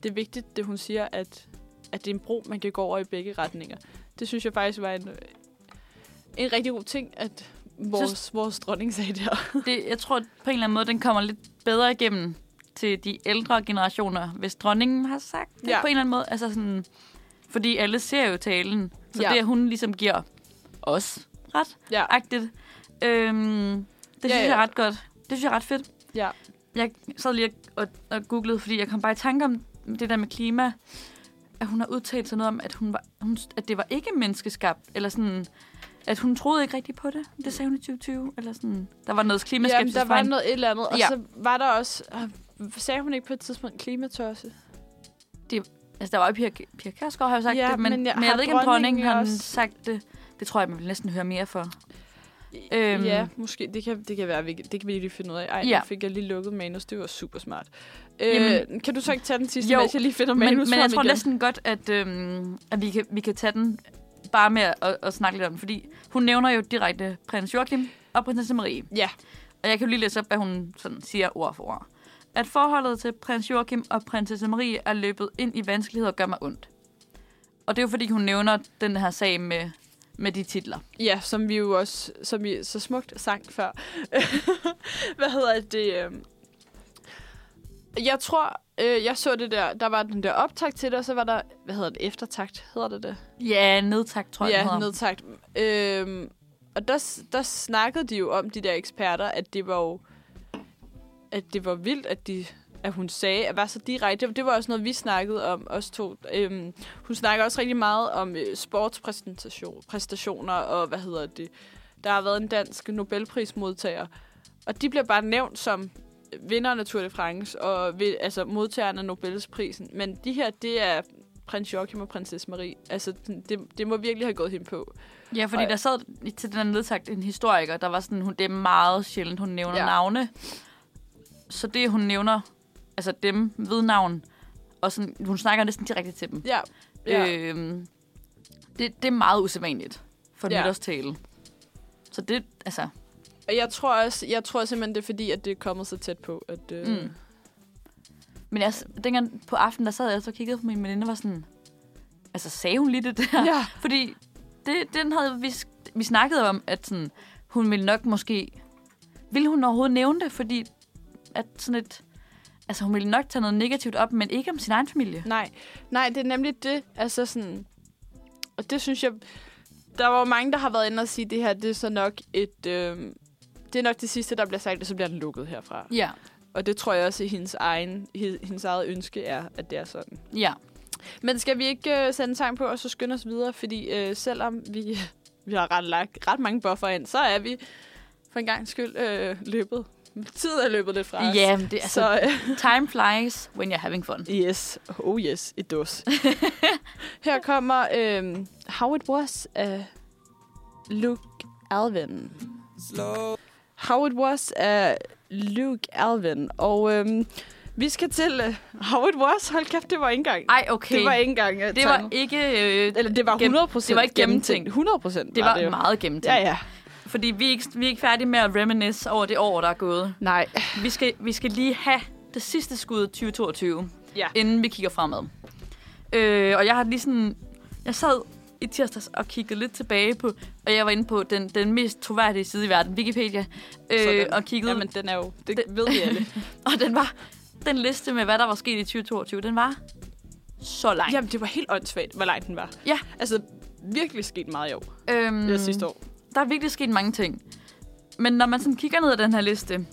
det er vigtigt, det hun siger, at, at det er en bro, man kan gå over i begge retninger. Det synes jeg faktisk var en, en rigtig god ting, at vores, vores dronning sagde der. det, jeg tror på en eller anden måde, den kommer lidt bedre igennem til de ældre generationer, hvis dronningen har sagt det ja. Ja. på en eller anden måde. Altså sådan, fordi alle ser jo talen, så ja. Ja. det, at hun ligesom giver os ret, Ja, agtigt. Øhm, det synes ja, ja. ja. jeg er ret godt. Det synes jeg er ret fedt. ja. Jeg sad lige og, og googlede, fordi jeg kom bare i tanke om det der med klima, at hun har udtalt sig noget om, at, hun var, hun, at det var ikke menneskeskabt, eller sådan, at hun troede ikke rigtigt på det. Det sagde hun i 2020, eller sådan. Der var noget Jamen, klimaskepsis der fra var hende. noget et eller andet. Og Ja. så var der også... øh, Sagde hun ikke på et tidspunkt klimatosse? Altså, der var jo Pia, Pia Kærsgaard, har jo sagt Ja, det, men, men men jeg- jeg, har ved ikke, om dronningen dronningen har også- sagt det. Det tror jeg, man vil næsten høre mere for. Øhm. Øhm. Ja, måske. Det kan, det kan være, vi, det kan vi lige finde ud af. Ej, ja. Ja. nu fik jeg lige lukket manus. Det var super smart. Jamen- Øh, kan du så ikke tage den sidste, Jo, mens jeg lige finder Men, manus men jeg frem tror igen? næsten godt, at, øhm, at vi, kan, vi kan tage den bare med at, at, at snakke lidt om den, fordi hun nævner jo direkte prins Joachim og prinsesse Marie. Ja. Og jeg kan jo lige læse op, hvad hun sådan siger ord for ord. At forholdet til prins Joachim og prinsesse Marie er løbet ind i vanskeligheder og gør mig ondt. Og det er jo fordi, hun nævner den her sag med, med de titler. Ja, som vi jo også som vi så smukt sang før. Hvad hedder det? øhm? Jeg tror, øh, jeg så det der, der var den der optakt til det, og så var der, hvad hedder det, eftertakt, hedder det det? Ja, nedtak, tror jeg, den ja, hedder. nedtakt. Øhm, og der, s- der snakkede de jo om, de der eksperter, at det var jo, at det var vildt, at de at hun sagde, at var så direkte. Det var også noget, vi snakkede om, os to. Øhm, hun snakker også rigtig meget om øh, sportspræstationer, og hvad hedder det? Der har været en dansk Nobelprismodtager, og de bliver bare nævnt som vinderen af Tour de France, og ved, altså modtageren af Nobelsprisen. Men de her, det er prins Joachim og prinsesse Marie. Altså, den- det, det må virkelig have gået hende på. Ja, fordi Og- der sad i- til den her nedtagt en historiker, der var sådan, hun, det er meget sjældent, hun nævner Ja. ja. navne. Så det, hun nævner, altså dem ved navn, og sådan, hun snakker næsten direkte til dem. Ja. ja. Øh, Øhm, det, det er meget usædvanligt for en Ja. ja. nytårstale. Så det, altså... og jeg tror også, jeg tror simpelthen, det er fordi, at det er kommet så tæt på. At, øh, mm. Mm. Men jeg, s- dengang på aftenen, der sad jeg også og kiggede på min veninde og var sådan... Altså, sagde hun lige det der? Ja. Fordi det, den havde vi, s- vi snakkede om, at sådan, hun ville nok måske... Ville hun overhovedet nævne det? Fordi at sådan et... Altså, hun ville nok tage noget negativt op, men ikke om sin egen familie. Nej. Nej, det er nemlig det. Altså sådan... Og det synes jeg... Der var jo mange, der har været inde og sige, at det her det er så nok et... Øh, det er nok det sidste, der bliver sagt, og så bliver den lukket herfra. Ja. Og det tror jeg også, at hendes, egen, he- hendes eget ønske er, at det er sådan. Ja. Men skal vi ikke øh, sende sang på, og så skynde os videre? Fordi øh, selvom vi, vi har ret, lagt ret mange buffer ind, så er vi for en gang skyld øh, løbet. Tiden er løbet lidt fra os. Ja, men det er altså... Så øh, Time flies when you're having fun. yes, oh yes, it does. Her kommer øh, How It Was af Luke Alvin. How It Was af Luke Alvin. Og øh, vi skal til øh, How It Was. Hold kæft, det var ikke engang. Ej, okay. Det var ikke engang. øh, det timet. var ikke... Øh, Eller det var 100%. Gennem- det var ikke gennemtænkt. 100 procent. det var meget gennemtænkt. Ja, ja. Fordi vi er, ikke, vi er ikke færdige med at reminisce over det år, der er gået. Nej. Vi skal, vi skal lige have det sidste skud 2022, Ja. inden vi kigger fremad. Øh, og jeg har lige sådan... Jeg sad i tirsdags og kiggede lidt tilbage på... Og jeg var inde på den, den mest troværdige side i verden, Wikipedia. Øh, Sådan. og kiggede... Jamen, den er jo... Det, det ved vi alle. Og den var... Den liste med, hvad der var sket i 2022, den var så lang. Jamen, det var helt åndssvagt, hvor lang den var. Ja. Altså, virkelig sket meget i år. øhm, Mm. sidste år. der er virkelig sket mange ting. Men når man sådan kigger ned ad den her liste,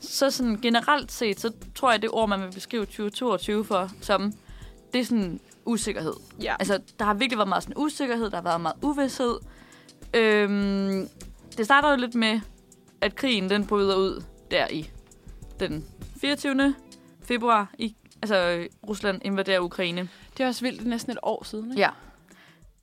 så sådan generelt set, så tror jeg, det ord, man vil beskrive 2022 for, som, det er sådan usikkerhed. Ja. Altså, Altså, der har virkelig været meget sådan usikkerhed, der har været meget uvidshed. Øhm, det starter jo lidt med, at krigen, den bryder ud der i den 24. februar. I, altså, øh, Rusland invaderer Ukraine. det er også vildt. Det er næsten et år siden, ikke? Ja.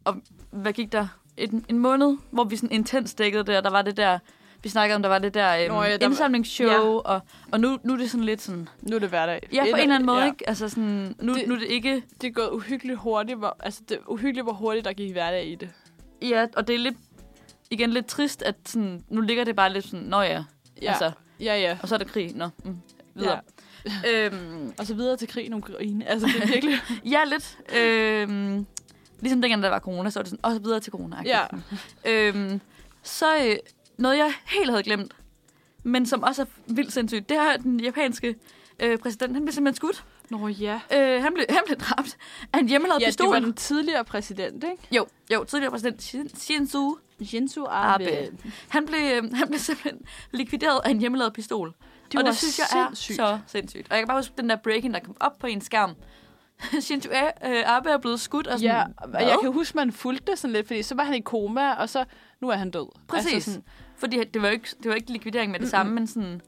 Og hvad gik der? En, en måned, hvor vi sådan intens dækkede det, og der var det der... Vi snakkede om, der var det der, øhm, Nå ja, der var- indsamlingsshow, Ja. og, og nu, nu er det sådan lidt sådan... Nu er det hverdag. Ja, på en eller anden måde, ja. ja. ikke? Altså sådan, nu, Det- det, nu er det ikke... Det er gået uhyggeligt hurtigt. Hvor, altså, det er uhyggeligt, hvor hurtigt der gik hverdag i det. Ja, og det er lidt... Igen lidt trist, at sådan, nu ligger det bare lidt sådan, nå ja, Ja. altså, Ja, ja. og så er der krig, nå, mm, videre. Ja, øhm, Og så videre til krigen om Ukraine. Altså, det er virkelig... ja lidt. Øhm, ligesom dengang, der var corona, så var det sådan, også videre til corona. ja. Øhm, så øh, noget, jeg helt havde glemt, men som også er vildt sindssygt, det er at den japanske øh, præsident. Han blev simpelthen skudt. Nå, ja. Øh, han, blev, han blev dræbt af en hjemmelavet Ja, pistol. det var den tidligere præsident, ikke? Jo, jo, tidligere præsident Shin- Shinzo Shinzo Abe. Abe. Han blev, øh, han blev simpelthen likvideret af en hjemmelavet pistol. Det og var det synes jeg er sindssygt. så sindssygt. Og jeg kan bare huske den der breaking, der kom op på en skærm. Shinzo A- øh, Abe er blevet skudt. Og sådan, Ja, hvad? og jeg kan huske, man fulgte det sådan lidt, fordi så var han i koma, og så nu er han død. Præcis. Altså sådan, Fordi det var jo ikke, det var ikke likvidering med det samme, men sådan...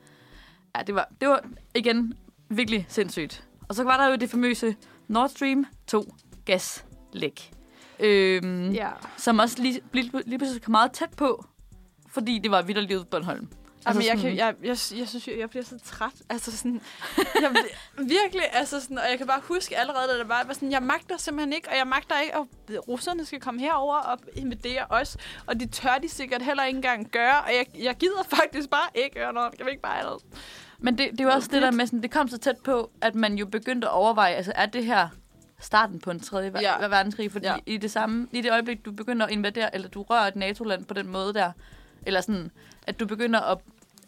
Ja, det var, det var igen virkelig sindssygt. Og så var der jo det famøse Nord Stream 2 gaslæk. Øhm, ja. Som også lige, lige, lige pludselig kom meget tæt på, fordi det var vildt livet Bornholm. Altså, jeg, sådan- kan, jeg, jeg, jeg synes, jeg, jeg bliver så træt. Altså sådan, jeg, bliver- virkelig, altså sådan, og jeg kan bare huske allerede, da det var, var sådan, jeg magter simpelthen ikke, og jeg magter ikke, og russerne skal komme herover og invadere os, og det tør de sikkert heller ikke engang gøre, og jeg, jeg gider faktisk bare ikke høre noget om, det. jeg vil ikke bare have noget. Men det, det er jo også det der med, sådan, det kom så tæt på, at man jo begyndte at overveje, altså er det her starten på en tredje ver- Ja. ja. verdenskrig? Fordi Ja. ja. i, det samme, i det øjeblik, du begynder at invadere, eller du rører et NATO-land på den måde der, eller sådan, at du begynder at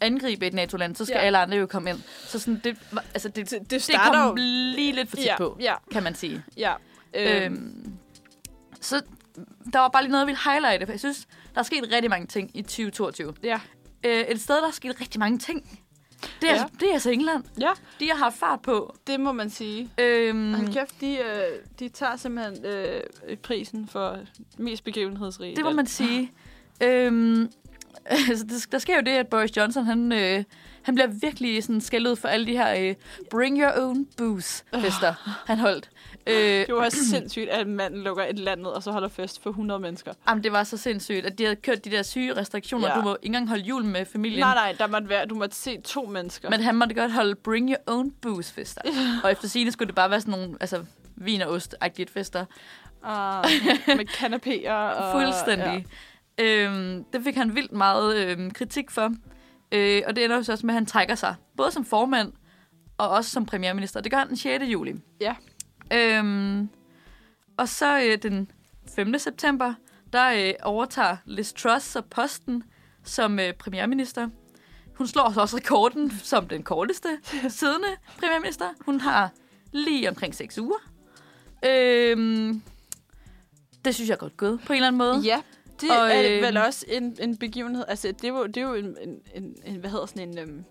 angribe et NATO-land, så skal Ja. ja. alle andre jo komme ind. Så sådan, det, var- altså, det, Det- det det, starter kom jo- lige lidt for tæt ja, på, ja, kan man sige. ja. Øhm, Øhm. Så der var bare lige noget, jeg ville highlighte, for jeg synes, der er sket rigtig mange ting i 2022. ja. Øh, et sted, der er sket rigtig mange ting, det er, Ja. ja. det er altså England. Ja, De har haft fart på. det må man sige. Øhm, Hold kæft, de, øh, de tager simpelthen øh, prisen for mest begivenhedsrige. det må man sige. Øhm, altså, det, der sker jo det, at Boris Johnson, han, øh, han bliver virkelig sådan skældt ud for alle de her øh, bring your own booze-fester, Ah. han holdt. Øh, Det var sindssygt, at en mand lukker et land ned, og så holder fest for 100 mennesker. jamen, det var så sindssygt, at de havde kørt de der syge restriktioner. Ja. Ja. Du må ikke engang holde jul med familien. Nej, nej, der måtte være, du måtte se to mennesker. Men han måtte godt holde bring your own booze fester. og efter sigende skulle det bare være sådan nogle altså, vin og ost-agtigt fester. og, Ah, med kanapéer og... Fuldstændig. Ja. Øhm, det fik han vildt meget øhm, kritik for. Øh, og det ender jo så også med, at han trækker sig. Både som formand og også som premierminister. Det gør han den 6. juli. Ja. Øhm, og så øh, den 5. september, der øh, overtager Liz Truss så posten som øh, premierminister. Hun slår så også rekorden som den korteste siddende premierminister. Hun har lige omkring 6 uger. Øhm, det synes jeg er godt gået på en eller anden måde. Ja. ja. Det og, Og, er øhm, vel også en, en begivenhed. Altså, det er jo, det er jo en, en, en, en, hvad hedder sådan en... Øhm,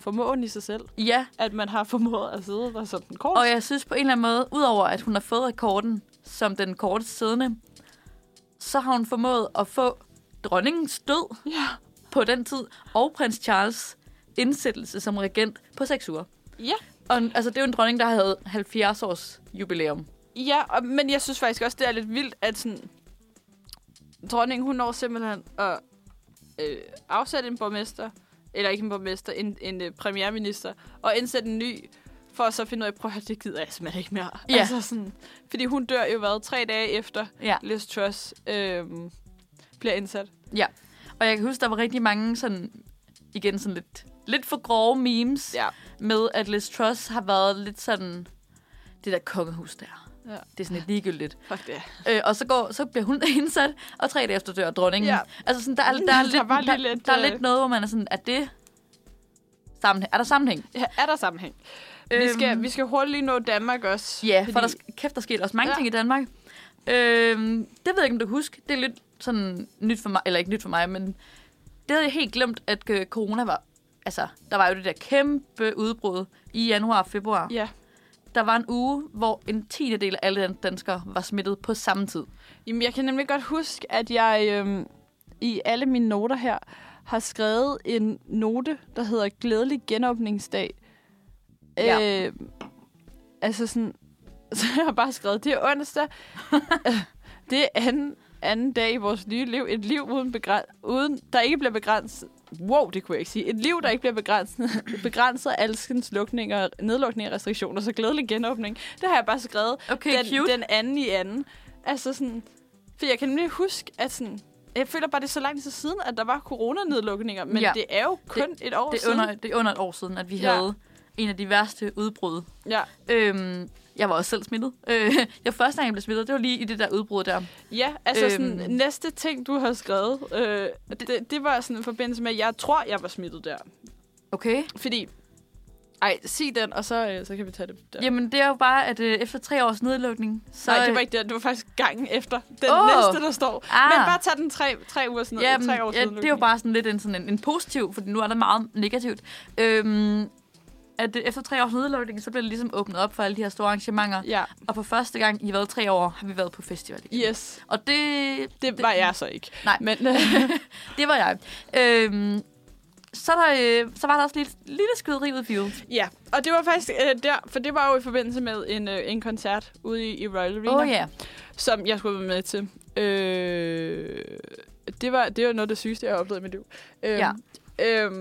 formåen i sig selv, Ja, at man har formået at sidde der som den kort. og jeg synes på en eller anden måde, udover at hun har fået rekorden som den korteste siddende, så har hun formået at få dronningens død ja. på den tid, og prins Charles indsættelse som regent på seks uger. Ja. Og en- altså, det er jo en dronning, der havde 70 års jubilæum. Ja, og, men jeg synes faktisk også, det er lidt vildt, at sådan, dronningen, hun når simpelthen at øh, afsætte en borgmester, eller ikke en borgmester, en, en øh, premierminister, og indsætte en ny, for at så finde ud af, prøv at høre, det gider jeg simpelthen ikke mere. Ja. Altså sådan, fordi hun dør jo, hvad, tre dage efter Ja. Liz Truss øh, bliver indsat. Og jeg kan huske, der var rigtig mange sådan, igen sådan lidt, lidt for grove memes, Ja. med at Liz Truss har været lidt sådan, det der kongehus der. Ja. Det er sådan lidt ligegyldigt. Fuck det. Øh, og så, går, så bliver hun indsat, og tre dage efter dør dronningen. Ja. Ja. Altså sådan, der, er, der, Der er lidt, var der, lige der, lidt, lidt, der er øh, lidt noget, hvor man er sådan, er det sammenhæng? Er der sammenhæng? Ja, er der sammenhæng? Øhm, vi, skal, vi skal hurtigt lige nå Danmark også. Ja, fordi... for der sk- kæft, der skete også mange Ja. ja. ting i Danmark. Øhm, det ved jeg ikke, om du kan huske. Det er lidt sådan nyt for mig, eller ikke nyt for mig, men det havde jeg helt glemt, at øh, corona var... Altså, der var jo det der kæmpe udbrud i januar og februar. Ja. Der var en uge, hvor en tiende del af alle danskere var smittet på samme tid. Jamen, jeg kan nemlig godt huske, at jeg øhm, i alle mine noter her har skrevet en note, der hedder Glædelig genåbningsdag. Ja. Øh, altså sådan, så jeg har bare skrevet, det er onsdag. Øh, det er anden, anden dag i vores nye liv. Et liv, uden begræn- uden, der ikke bliver begrænset. Wow, det kunne jeg ikke sige. Et liv, der ikke bliver begrænset, begrænset af alskens lukninger, nedlukninger og restriktioner. Så glædelig genåbning. Det har jeg bare skrevet Okay, den, cute. den anden i anden. Altså sådan, for jeg kan nemlig huske, at sådan, jeg føler bare, det er så lang tid siden, at der var coronanedlukninger, men ja. Ja. det er jo kun det, et år Det er, siden. under, det er under et år siden, at vi Ja. ja. havde en af de værste udbrud. Ja. Øhm, jeg var også selv smittet. Øh, jeg første gang, jeg blev smittet, det var lige i det der udbrud der. ja, altså øhm. sådan, Øhm. næste ting, du har skrevet, øh, det, det var sådan en forbindelse med, at jeg tror, jeg var smittet der. Okay. Fordi, ej, sig den, og så, øh, så kan vi tage det der. Jamen, det er jo bare, at øh, efter tre års nedlukning, så... øh, Nej, det var ikke det. Det var faktisk gangen efter. Den Åh. næste, der står. Ah. Men bare tag den tre, tre uger siden. Jamen, tre år ja, siden det er jo bare sådan lidt en, sådan en, en positiv, fordi nu er der meget negativt. Øhm, at øh, efter tre års nedlukning, så bliver det ligesom åbnet op for alle de her store arrangementer. Ja, Og for første gang i hvad tre år har vi været på festival igen. yes. Og det, Det var jeg så ikke. Nej. Men øh, det var jeg. Øhm, så, der, øh, så var der også lige et lille skyderi ud i Fields. ja, og det var faktisk øh, der, for det var jo i forbindelse med en, øh, en koncert ude i, i Royal Arena, Åh oh, ja. som jeg skulle være med til. Øh, det, var, det var noget af det sygeste, jeg har oplevet i mit liv. Øh, Ja. øh,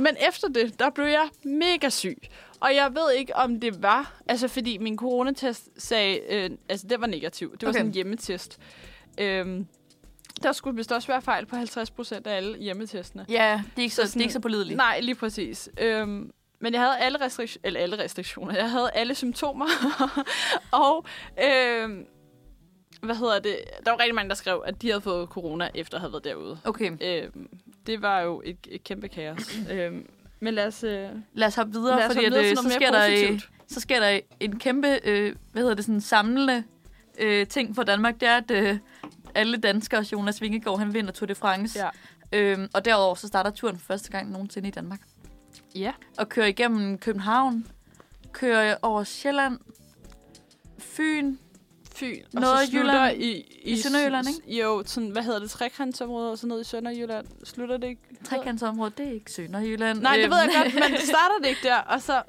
men efter det, der blev jeg mega syg. Og jeg ved ikke, om det var... Altså, fordi min coronatest sagde... Øh, altså, det var negativ. Det var Okay. sådan en hjemmetest. Øh, der skulle vist også være fejl på 50 procent af alle hjemmetestene. Ja, det er ikke så, Så så, sådan- det er ikke så pålideligt. Nej, lige præcis. Øhm, men jeg havde alle, restriktioner, eller alle restriktioner. Jeg havde alle symptomer. og øhm, hvad hedder det? Der var rigtig mange, der skrev, at de havde fået corona, efter at have været derude. Okay, Øhm, det var jo et, et kæmpe kaos. øhm, men lad os... Øh, lad os lad os hoppe videre, hoppe fordi videre at, til øh, noget så, mere sker der, øh, positivt. så sker der en kæmpe, øh, hvad hedder det, sådan samlende øh, ting for Danmark. Det er, at øh, alle danskere, Jonas Vingegaard, han vinder Tour de France. Ja. Øhm, og derudover så starter turen for første gang nogensinde i Danmark. Ja. Og kører igennem København, kører over Sjælland, Fyn, Fyn. Og Noget Noget af så slutter Jylland. i, i, I Sønderjylland, ikke? Jo, sådan, hvad hedder det? Trekantsområdet og sådan noget i Sønderjylland. Slutter det ikke? trekantsområde, det er ikke Sønderjylland. Nej, det Øhm, ved jeg godt, men starter det ikke der? Og så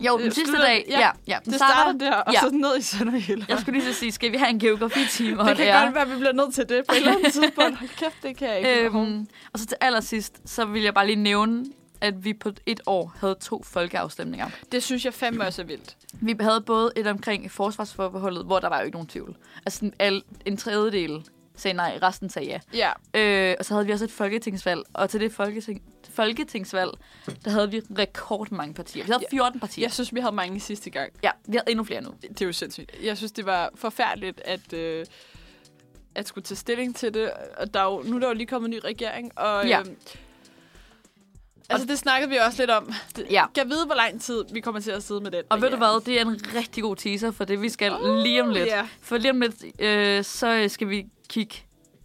Jo, den Øh, sidste slutter- dag, ja. ja. ja. Den det starter der, og ja. så ned i Sønderjylland. Jeg skulle lige så sige, skal vi have en geografitime? og Det kan er- godt være, at vi bliver nødt til det på et eller andet tidspunkt. Hold kæft, det kan jeg ikke. Øhm, Øhm, og så til allersidst, så vil jeg bare lige nævne, at vi på et år havde to folkeafstemninger. det synes jeg fandme også er vildt. Vi havde både et omkring forsvarsforbeholdet, hvor der var jo ikke nogen tvivl. Altså sådan al, en tredjedel sagde nej, resten sagde ja. Ja, Øh, og så havde vi også et folketingsvalg, og til det folketing, folketingsvalg, der havde vi rekordmange partier. Vi havde 14 partier. jeg synes, vi havde mange sidste gang. Ja, vi havde endnu flere nu. Det er jo sindssygt. Jeg synes, det var forfærdeligt, at... Øh, at skulle tage stilling til det, og der er jo, nu er der jo lige kommet en ny regering, og Ja. øhm, altså det snakkede vi også lidt om. Det, Ja. Kan vide, hvor lang tid vi kommer til at sidde med den. Og ved du regering. hvad, det er en rigtig god teaser for det, vi skal uh, lige om lidt. ja. For lige om lidt, øh, så skal vi kigge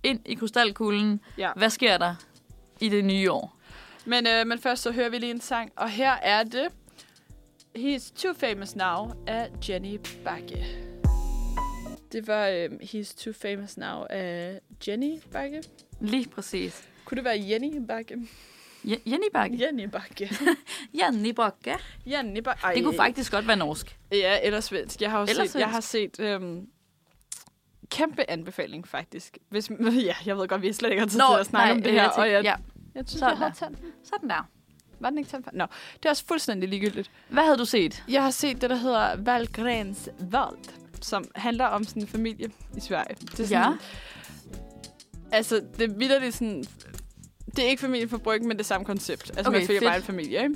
ind i krystalkuglen. Ja. Hvad sker der i det nye år? Men, øh, men først så hører vi lige en sang, og her er det He's Too Famous Now af Jenny Bakke. Det var øh, He's Too Famous Now af Jenny Bakke. Lige præcis. Kunne det være Jenny Bakke? Je- Jenny Bakke. Jenny Bakke. Jenny Bakke. Jenny Bakke. Ej, Det kunne faktisk godt være norsk. Ja, eller svensk. Jeg har også Eller set, jeg har set øhm, kæmpe anbefaling, faktisk. Hvis, ja, jeg ved godt, vi slet ikke har tid til at snakke om det øh, her. jeg tænkte- og jeg, ja, jeg synes, sådan jeg havde der. tændt. den. sådan der. Var den ikke tændt? Nå, det er også fuldstændig ligegyldigt. Hvad havde du set? Jeg har set det, der hedder Valgrens Vold, som handler om sådan en familie i Sverige. Det er sådan, Ja. Altså, det er vildt sådan... Det er ikke familien på bryggen, men det er samme koncept. Altså, Okay, man følger fedt. bare en familie, ikke?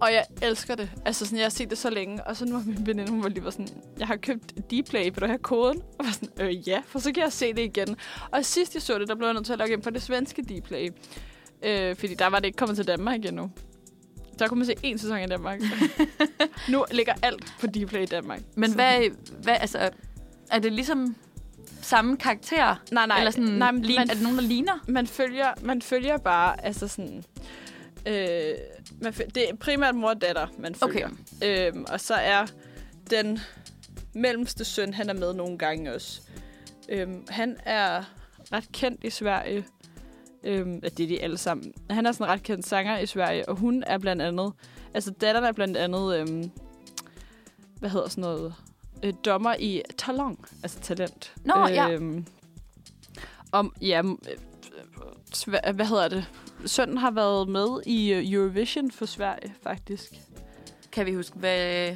Og jeg elsker det. Altså, sådan, jeg har set det så længe, og så nu har min veninde, hun var lige var sådan, jeg har købt D-Play, vil du have koden? Og jeg var sådan, øh ja, for så kan jeg se det igen. Og sidst jeg så det, der blev jeg nødt til at logge ind på det svenske D-Play. Øh, fordi der var det ikke kommet til Danmark endnu. Der kunne man se én sæson i Danmark. nu ligger alt på D-Play i Danmark. Men Så- hvad, hvad, altså, er det ligesom samme karakter? Nej, nej. Eller sådan, nej, men lign, man- er det nogen, der ligner? man følger, man følger bare, altså sådan... Øh, man føl- det er primært mor og datter, man følger. Okay. Øhm, og så er den mellemste søn, han er med nogle gange også. Øhm, han er ret kendt i Sverige. Øhm, ja, det er de alle sammen. Han er sådan en ret kendt sanger i Sverige, og hun er blandt andet... Altså datteren er blandt andet... Øhm, hvad hedder sådan noget? Øh, dommer i Talon, altså talent. Nå, ja. øhm, Om, ja, m- øh, Sver- hvad hedder det? Sønnen har været med i øh, Eurovision for Sverige, faktisk. Kan vi huske, hvad,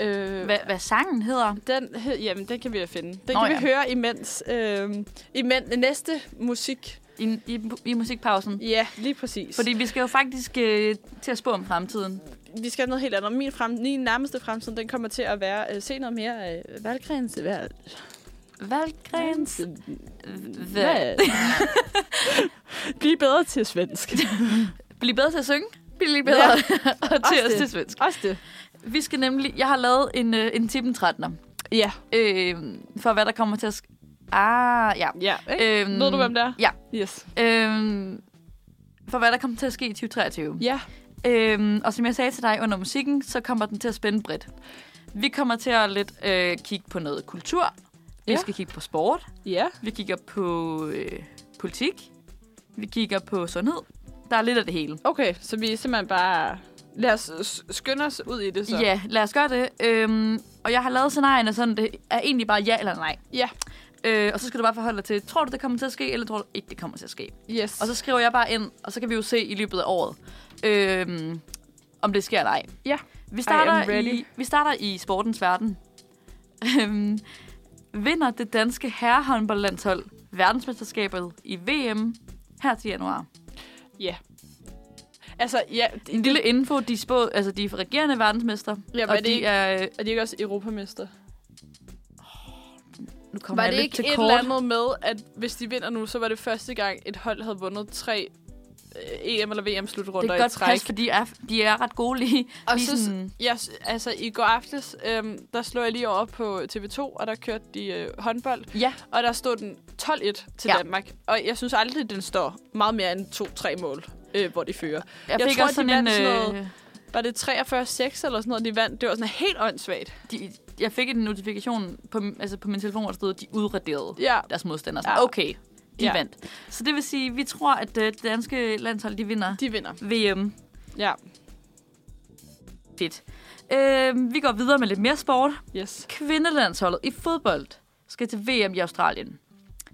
Øh, hvad, hvad sangen hedder? Den, hed- jamen, den kan vi da finde. Den Nå, kan ja. vi høre imens, øh, imens næste musik. I, i, i musikpausen. Ja, lige præcis. Fordi vi skal jo faktisk øh, til at spå om fremtiden. vi skal have noget helt andet. Min, frem, min nærmeste fremtid, den kommer til at være... Øh, se noget mere øh, valgkreds. Valg, Valgrens. valg. Bliv bedre til svensk. Bliv bedre til at synge. Bliv bedre og Også til os det. til svensk. Også det. Vi skal nemlig... Jeg har lavet en, øh, en tippen 13'er. Ja. Øh, for hvad der kommer til at... Sk- ah, ja. ja ikke? Øhm, Ved du, hvem det er? Ja. Yes. Øh, for hvad der kommer til at ske i 2023. Ja. Øhm, og som jeg sagde til dig under musikken, så kommer den til at spænde bredt. Vi kommer til at lidt øh, kigge på noget kultur. Vi Ja. skal kigge på sport. Ja. Vi kigger på øh, politik. Vi kigger på sundhed. Der er lidt af det hele. Okay, så vi er simpelthen bare... Lad os s- skynde os ud i det så. Så. Ja, lad os gøre det. Øhm, og jeg har lavet scenarierne sådan, det er egentlig bare ja eller nej. Ja. Øh, og så skal du bare forholde dig til, tror du, det kommer til at ske, eller tror du ikke, det kommer til at ske? Yes. Og så skriver jeg bare ind, og så kan vi jo se i løbet af året, øhm, om det sker eller ej. Ja. Vi am starter, ready. i, vi starter i sportens verden. Øhm, Vinder det danske herrehåndboldlandshold verdensmesterskabet i VM her til januar? Ja. Altså, ja, de, En lille info, de, er spå, altså, de er regerende verdensmester, Ja, var og det de ikke- er... øh, er de ikke også europamester? Nu kommer Var jeg det lidt ikke til et kort. eller andet med, at hvis de vinder nu, så var det første gang, et hold havde vundet tre øh, EM- eller Det VM-slutrunder kan i godt træk. træk. fordi de er, de er ret gode lige. Og lige så, sådan- jeg, s- altså, i går aftes, øhm, der slog jeg lige over på TV2, og der kørte de øh, håndbold. Ja. Og der stod den 12-1 til Ja. ja. Danmark. Og jeg synes aldrig, den står meget mere end 2-3 mål, øh, hvor de fører. Jeg, Jeg fik tror, også de sådan en... vandt sådan øh, Var det 43-6 eller sådan noget, de vandt? Det var sådan helt åndssvagt. de, jeg fik en notifikation på, altså på min telefon, hvor der stod, at de udraderede Ja. deres modstandere. Ja. Ja. Okay, de Ja. ja. vandt. Så det vil sige, vi tror, at øh, det danske landshold, de vinder De vinder. VM. Ja. Fedt. Øh, vi går videre med lidt mere sport. Yes. Kvindelandsholdet i fodbold skal til VM i Australien.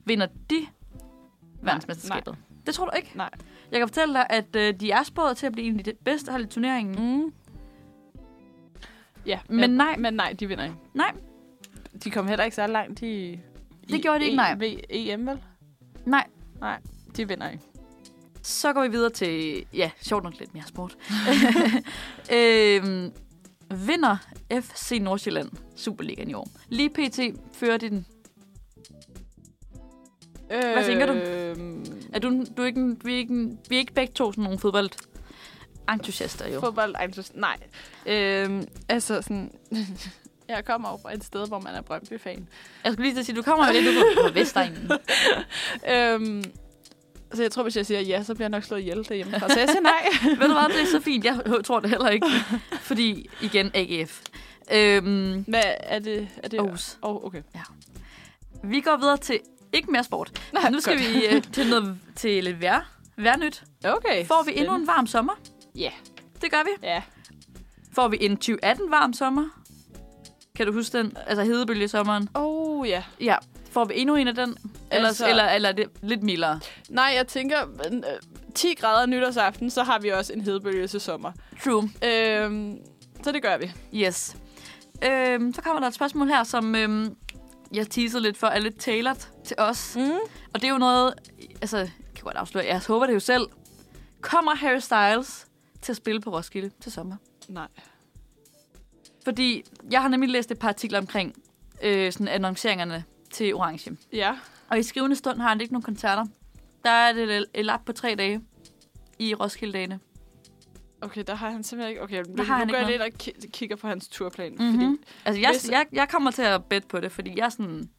Vinder de verdensmesterskabet? Det tror du ikke? Nej. Jeg kan fortælle dig, at øh, de er spået til at blive en af de bedste hold i turneringen. Mm. Ja, Men nej. Men nej, de vinder ikke. Nej. De kom heller ikke så langt i... Det gjorde de ikke, nej. V, EM, vel? Nej. De vinder ikke. Så går vi videre til, ja, sjovt nok lidt mere sport. øhm, vinder FC Nordsjælland Superligaen i år. Lige pt. fører de den. Hvad Øh, tænker du? Øhm, Er du, du er ikke, en- vi, er ikke, en- vi er ikke begge to sådan nogle fodboldentusiaster, jo. Fodbold, ej, så- nej. Øhm, altså sådan... jeg kommer over fra et sted, hvor man er Brøndby-fan. Jeg skulle lige til at sige, du kommer jo lidt ud på- på Vestegnen. Øhm, så jeg tror, hvis jeg siger ja, så bliver jeg nok slået ihjel derhjemmefra. Så jeg siger nej. Ved du hvad, det er så fint. Jeg tror det heller ikke. Fordi, igen, AGF. Øhm, Hvad er det? Er det Aarhus. Oh, okay. Vi går videre til ikke mere sport. Nej, nu skal godt. vi øh, til, noget, til lidt vejr. Værnyt. Okay. Får vi endnu en varm sommer? Ja. Det gør vi. Ja. Får vi en 2018 varm sommer? Kan du huske den? Altså hedebølgesommeren? Oh, ja. Ja. Får vi endnu en af den? Ellers, Altså- altså... Eller, eller er det lidt mildere? Nej, jeg tænker, men, øh, 10 grader nytårsaften, så har vi også en hedebølge til sommer. True. Øhm, så det gør vi. Yes. Øhm, så kommer der et spørgsmål her, som øhm, jeg teasede lidt for, er lidt tailored til os. Mm. Og det er jo noget, altså, jeg kan godt afsløre, jeg håber det jo selv. Kommer Harry Styles til at spille på Roskilde til sommer? Nej. Fordi jeg har nemlig læst et par artikler omkring øh, sådan annonceringerne til Orange. Ja. Og i skrivende stund har han ikke nogen koncerter. Der er det et, et lap på tre dage i Roskilde-dagene. Okay, der har han simpelthen ikke... Okay, nu, Der har han nu går jeg ikke lidt og ki- kigger på hans turplan, mm-hmm. fordi... Mm-hmm. Altså, jeg, hvis- jeg, jeg kommer til at bet på det, fordi jeg er sådan...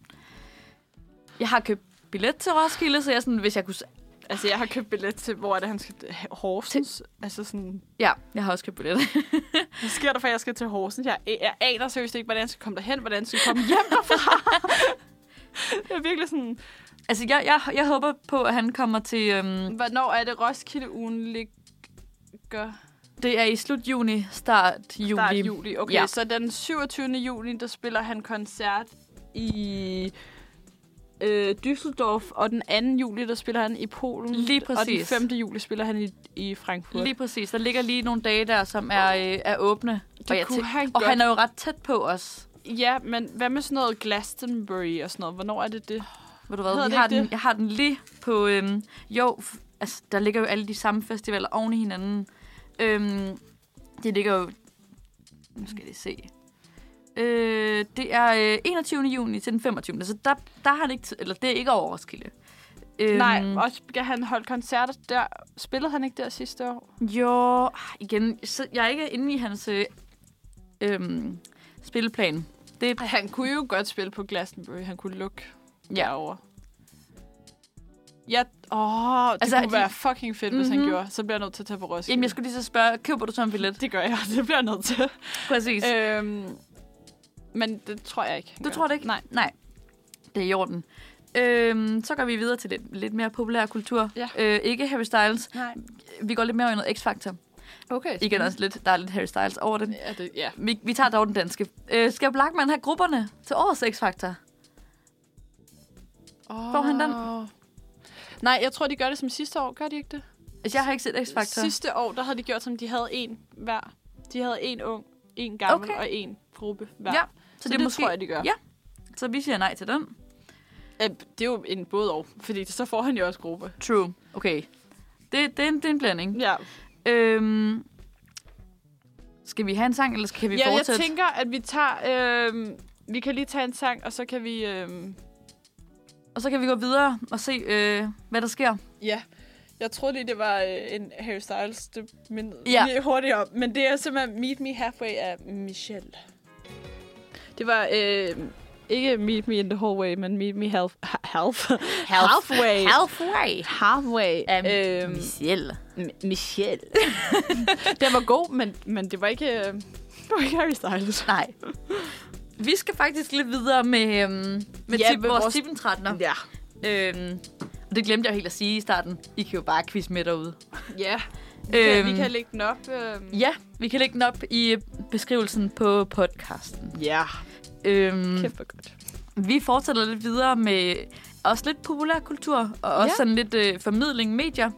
Jeg har købt billet til Roskilde, så jeg er sådan, hvis jeg kunne... s- Altså, jeg har købt billet til, hvor er det, han skal... Horsens? Altså sådan... Ja, jeg har også købt billet. Hvad sker der for, at jeg skal til Horsens? Jeg, jeg aner seriøst ikke, hvordan jeg skal komme derhen, hvordan jeg skal komme hjem derfra. det er virkelig sådan... altså, jeg, jeg, jeg håber på, at han kommer til... Øhm, Hvornår er det Roskilde-ugen ligger? det er i slut juni, start juli. Start juli. Okay, ja. Ja. så den 27. juli, der spiller han koncert i øh, Düsseldorf, og den 2. juli, der spiller han i Polen. Lige Og den præcis. 5. juli spiller han i, i Frankfurt. Lige præcis. Der ligger lige nogle dage der, som er, øh, er åbne. det og jeg kunne tæ- han og godt. han er jo ret tæt på os. Ja, men hvad med sådan noget Glastonbury og sådan noget? Hvornår er det det? Ved du hvad? Hedder Vi det har ikke den, det? jeg har den lige på... Øhm, jo, f- altså, der ligger jo alle de samme festivaler oven i hinanden. Øhm, det ligger jo... Nu skal jeg lige se. Øh, det er øh, 21. juni til den 25. Så der, der har det ikke... t- Eller det er ikke over Roskilde. Øhm, Nej, og skal han holde koncerter der? Spillede han ikke der sidste år? Jo, ah, igen. Så jeg er ikke inde i hans øh, øhm, spilleplan. Det er... Han kunne jo godt spille på Glastonbury. Han kunne lukke Ja. derovre. Ja, åh, det Altså, altså, kunne de- være fucking fedt, hvis mm-hmm. Mhm. han gjorde. Så bliver jeg nødt til at tage på Roskilde. Jamen, jeg skulle lige så spørge, køber du så en billet? Det gør jeg, det bliver jeg nødt til. Præcis. Øh, øhm, men det tror jeg ikke. han du gør. tror det ikke? Nej. Nej. Det er i orden. Øhm, så går vi videre til lidt, lidt mere populær kultur. Ja. Øh, ikke Harry Styles. Nej. Vi går lidt mere over i noget X-Factor. Okay. Igen også lidt, der er lidt Harry Styles over det. Ja, det, ja. Vi, vi tager dog den danske. Øh, skal Blackman have grupperne til årets X-Factor? Oh. Får han den? Nej, jeg tror, de gør det som sidste år. Gør de ikke det? Altså, jeg har ikke set X-Factor. Sidste år, der havde de gjort, som de havde en hver. De havde en ung, en gammel Okay. okay. og en gruppe hver. Ja, Ja. Så, så det, det måske... tror jeg, de gør. Ja. Så vi siger nej til den. Øh, Det er jo en både og, fordi så får han jo også gruppe. True. Okay. Det, det, er, en, det er en blanding. Ja, Øhm, skal vi have en sang, eller skal vi ja jeg fortsætte? tænker, at vi tager... Øh, vi kan lige tage en sang, og så kan vi... Øh, Og så kan vi gå videre og se, øh, hvad der sker. ja, jeg troede lige, det var øh, en Harry Styles, det mindede Ja. ja. lige hurtigt om. Men det er simpelthen Meet Me Halfway af Michelle. Det var øh, ikke Meet Me in the Hallway, men Meet Me half, half, Halfway. Halfway. Halfway. Af Øhm, Michelle. M- Michelle. den var god, men, men det var ikke, øh, det var ikke Harry Styles. Nej. Vi skal faktisk lidt videre med, øhm, med Ja, tip, med vores vores- tippen 13'er. Ja. Øhm, og det glemte jeg helt at sige i starten. I kan jo bare quiz med derude. Ja. Vi kan, Øhm. vi kan lægge den op. Øh. Ja, vi kan lægge den op i øh, beskrivelsen på podcasten. Ja. Øhm, Kæft hvor godt. Vi fortsætter lidt videre med også lidt populærkultur, og også ja. Ja. sådan lidt øh, formidling medier.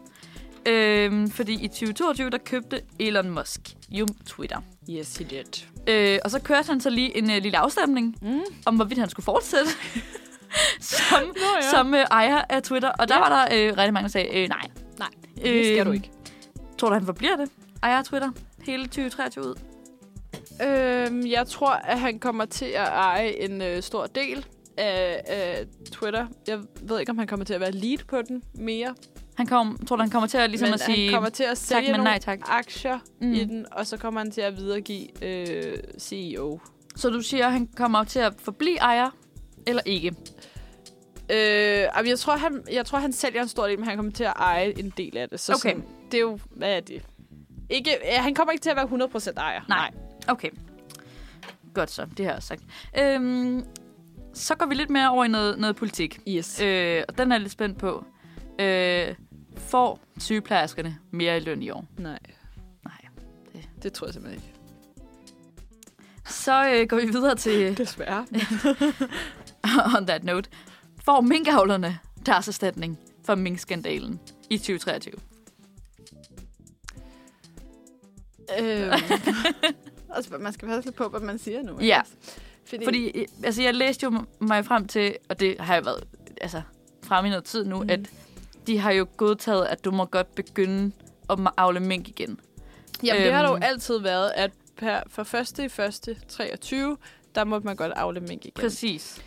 Øhm, fordi i 2022, der købte Elon Musk jo Twitter. Yes, he did. Øh, og så kørte han så lige en øh, lille afstemning mm. om, hvorvidt han skulle fortsætte som, ja. ja. som øh, ejer af Twitter. Og der ja. var der øh, rigtig mange, der sagde, øh, nej. Nej, det skal Øhm, du ikke. Tror du, han forbliver det? Ejer af Twitter hele 2023 ud? Øhm, jeg tror, at han kommer til at eje en øh, stor del af, af Twitter. Jeg ved ikke, om han kommer til at være lead på den mere. Han kom, tror du, han kommer til at, ligesom men at sige... han kommer til at sælge men nogle nej tak. aktier Mm. mm. i den, og så kommer han til at videregive øh, CEO. Så du siger, han kommer til at forblive ejer, eller ikke? Øh, jamen, jeg, tror, han, jeg tror, han sælger en stor del, men han kommer til at eje en del af det. Så Okay. sådan, det er jo... Hvad er det? Ikke, ja, han kommer ikke til at være 100% ejer. Nej. Okay. Godt så, det har jeg også sagt. Øhm, så går vi lidt mere over i noget, noget politik. Yes. Øh, og den er jeg lidt spændt på. Øh, får sygeplejerskerne mere i løn i år? Nej, Øh, Nej. det tror jeg simpelthen ikke. Så øh, går vi videre til Desværre. on that note. Får minkavlerne deres erstatning for minkskandalen i 2023? øhm. altså, man skal passe lidt på, hvad man siger nu. ikke? Ja. Fordi, Fordi Fordi øh, altså, jeg læste jo mig frem til, og det har jeg været altså, frem i noget tid nu, mm. at de har jo godtaget, at du må godt begynde at ma- avle mink igen. jamen, det har der jo øhm. altid været, at per, for første i første 23, der måtte man godt afle mink igen. Præcis.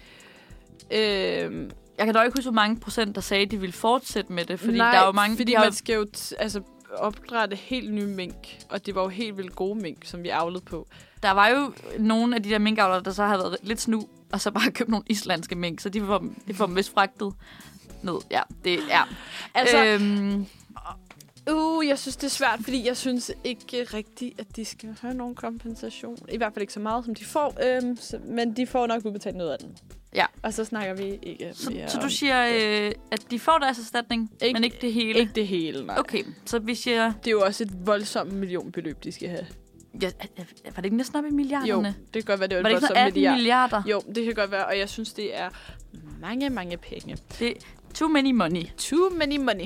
Øhm, Jeg kan dog ikke huske, hvor mange procent, der sagde, at de ville fortsætte med det, fordi der er jo mange... fordi de har, man skal jo t- altså, opdrætte helt nye mink, og det var jo helt vildt gode mink, som vi avlede på. Der var jo nogle af de der minkavlere, der så har været lidt snu, og så bare købt nogle islandske mink, så de får, de får dem vist fragtet ned. Ja, det er... Altså- øhm, Uh, jeg synes, det er svært, fordi jeg synes ikke rigtigt, at de skal have nogen kompensation. I hvert fald ikke så meget, som de får, øhm, så, men de får nok udbetalt noget af den. Ja. Og så snakker vi ikke så, mere så om- du siger, øh, at de får deres erstatning, ikke, Ikke- men ikke det hele? Ikke det hele, nej. Okay, så vi siger... Det er jo også et voldsomt millionbeløb, de skal have. Ja, var det ikke næsten op i Jo, milliarderne? det kan godt være, det er Var det et ikke sådan voldsomt 18 milliarder? milliard. milliarder? Jo, det kan godt være, og jeg synes, det er mange, mange penge. Det, too many money. Too many money.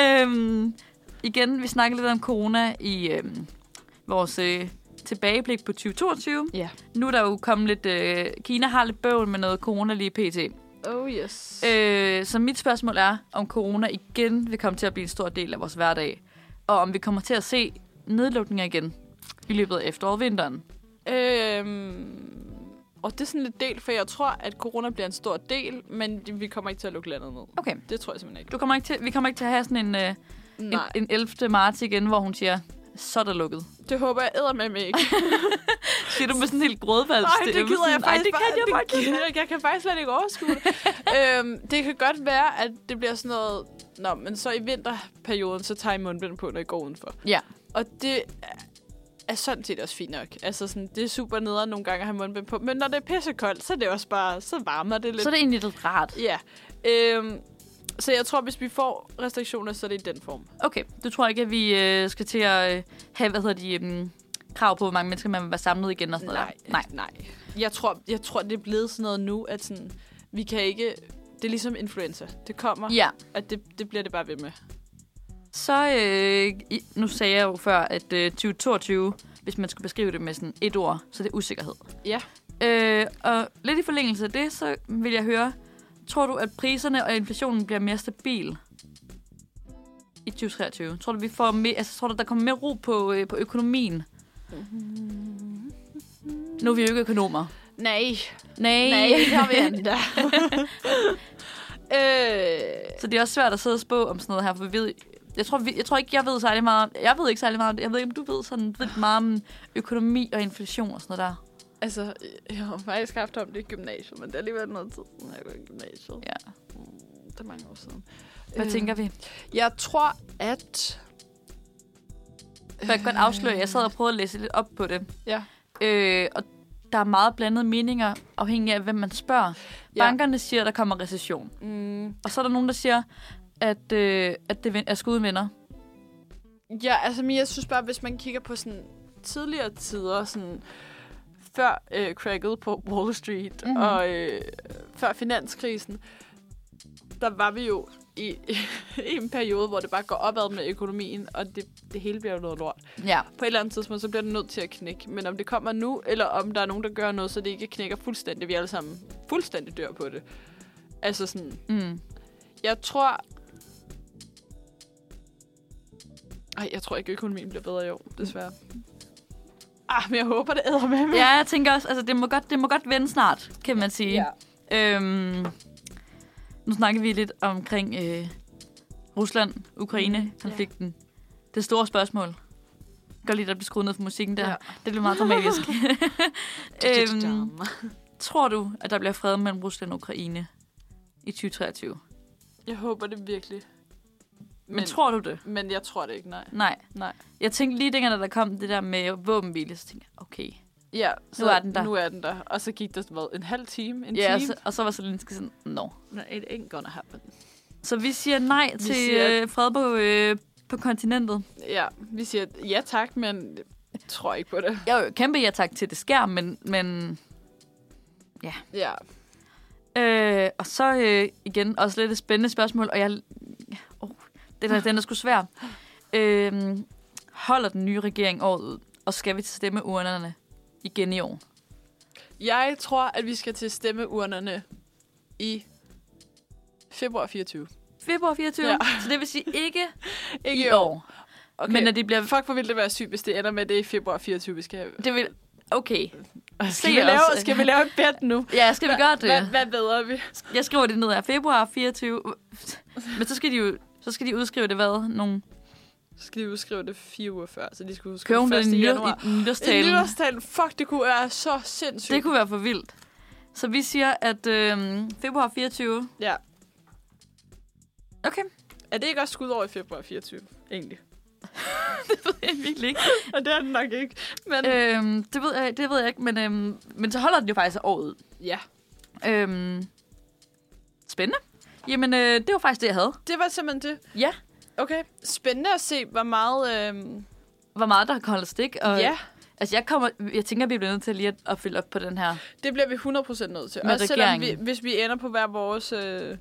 Øhm, igen, vi snakkede lidt om corona i øhm, vores øh, tilbageblik på 2022. Ja. Nu er der jo kommet lidt... Øh, Kina har lidt bøvl med noget corona lige pt. Oh yes. Øh, så mit spørgsmål er, om corona igen vil komme til at blive en stor del af vores hverdag. Og om vi kommer til at se nedlukninger igen i løbet af efteråret og vinteren. Øhm, og det er sådan lidt del, for jeg tror, at corona bliver en stor del, men vi kommer ikke til at lukke landet ned. Okay. Det tror jeg simpelthen ikke. Du kommer ikke til, vi kommer ikke til at have sådan en... Øh, Nej. en, en 11. marts igen, hvor hun siger, så er der lukket. Det håber jeg æder med mig ikke. Siger du med sådan en helt grødvalg Nej, det gider jeg faktisk Altså, det kan bare- jeg bare det gider jeg ikke. Jeg kan faktisk slet ikke overskue det. øhm, det kan godt være, at det bliver sådan noget... Nå, men så i vinterperioden, så tager I mundbind på, når I går udenfor. Ja. Og det er- er sådan set også fint nok. Altså sådan, det er super nederen nogle gange at have mundbind på. Men når det er pissekoldt, så er det også bare... Så varmer det lidt. Så er det egentlig lidt rart. Ja. Øhm, så jeg tror, hvis vi får restriktioner, så er det i den form. Okay, du tror ikke, at vi øh, skal til at øh, have, hvad hedder de, øhm, krav på, hvor mange mennesker man vil være samlet igen og sådan noget? der? nej. nej. Jeg tror, jeg tror, det er blevet sådan noget nu, at sådan, vi kan ikke... Det er ligesom influenza. Det kommer, Ja, at det, det bliver det bare ved med. så øh, i- nu sagde jeg jo før, at øh, 2022, hvis man skulle beskrive det med sådan et ord, så det er usikkerhed. Ja. Øh, og lidt i forlængelse af det, så vil jeg høre, tror du, at priserne og inflationen bliver mere stabil i 2023? Tror du, vi får mere, altså, tror du, der kommer mere ro på, øh, på økonomien? Nu er vi jo ikke økonomer. Nej. Nej. kom igen da. øh, Så det er også svært at sidde og spå om sådan noget her, for vi ved, jeg tror, vi, jeg tror ikke, jeg ved særlig meget om, jeg ved ikke særlig meget om det. Jeg ved ikke, om du ved sådan ved meget om økonomi og inflation og sådan noget der. altså, jeg har faktisk haft om det i gymnasiet, men det er alligevel noget tid, siden jeg var i gymnasiet. Ja. Det er mange år siden. Hvad øh. tænker vi? Jeg tror, at... For jeg kan godt afsløre, jeg sad og prøvede at læse lidt op på det. Ja. Øh, og der er meget blandede meninger, afhængig af, hvem man spørger. Ja. Ja. Bankerne siger, at der kommer recession. Mm, Og så er der nogen, der siger, at, øh, at, det, vend- at skuden vender. Ja, altså, men jeg synes bare, hvis man kigger på sådan tidligere tider, sådan før øh, cracket på Wall Street mm-hmm. Mhm. og øh, før finanskrisen, der var vi jo i, i en periode, hvor det bare går opad med økonomien, og det, det hele bliver jo noget lort. Ja. På et eller andet tidspunkt, så bliver det nødt til at knække. Men om det kommer nu, eller om der er nogen, der gør noget, så det ikke knækker fuldstændig, vi alle sammen fuldstændig dør på det. Altså sådan, Mm. jeg tror... Ej, jeg tror ikke, økonomien bliver bedre i år, desværre. Ah, men jeg håber, det æder med mig. Ja, jeg tænker også, altså det må godt, det må godt vende snart, kan man sige. Ja. Øhm, nu snakker vi lidt omkring øh, Rusland-Ukraine-konflikten. Mm, Ja. Det store spørgsmål. Jeg kan godt lide, at der bliver skruet ned for musikken der. Ja. Ja. Det blev meget dramatisk. øhm, tror du, at der bliver fred mellem Rusland og Ukraine i 2023? Jeg håber det virkelig. Men, Men tror du det? men jeg tror det ikke, nej. Nej. Nej. Jeg tænkte lige dengang, da der kom det der med våbenhvile, så tænkte jeg, okay. Ja, så Nu er den der. Nu er den der. Og så gik der sådan, hvad, en halv time, en Ja, og time. så, og så var Zelensky sådan, no. No, it ain't gonna happen. Så vi siger nej vi til siger- siger... Øh, fred på, øh, på kontinentet. Ja, vi siger ja tak, men jeg tror ikke på det. Jeg er jo kæmpe ja tak til, det sker, men... men Ja. øh, og så øh, igen også lidt et spændende spørgsmål, og jeg... Oh, den, er, den er sgu svær. Øh, holder den nye regering året ud, og skal vi til stemmeurnerne igen i år? Jeg tror, at vi skal til stemmeurnerne i februar 24. Februar 24, Ja. ja. så det vil sige ikke Ikke i år. Okay. Okay. Men at det bliver... Fuck, hvor ville det være sygt, hvis det ender med, at det er i februar 24, vi skal have. Det vil, okay. Skal Se vi, os. lave, skal vi lave et bet nu? Ja, skal vi gøre det? Hvad, hvad bedre vi? Jeg skriver det ned af februar 24. Men så skal de jo så skal de udskrive det hvad? Nogle Så skal de udskrive det fire uger før, så de skulle udskrive køven det 1. i januar. nytår- i I nytårstalen. nytårstalen. Fuck, det kunne være så sindssygt. Det kunne være for vildt. Så vi siger, at øh, februar 24... Ja. Okay, Er det ikke også skudt over i februar 24, egentlig? det ved jeg virkelig ikke. Og det er den nok ikke. Men øh. øhm, det, ved jeg, det ved jeg ikke, men, øhm, men så holder den jo faktisk året ud. ja, Øhm, spændende. Jamen, øh, det var faktisk det, jeg havde. det var simpelthen det. Ja. Okay, spændende at se, hvor meget... Øh... Hvor meget der kan holde stik. Og, Ja, Altså, jeg, kommer, jeg tænker, vi bliver nødt til lige at, at følge op på den her. det bliver vi 100% nødt til. Med Også selvom vi, regeringen. hvis vi ender på hver vores, øh,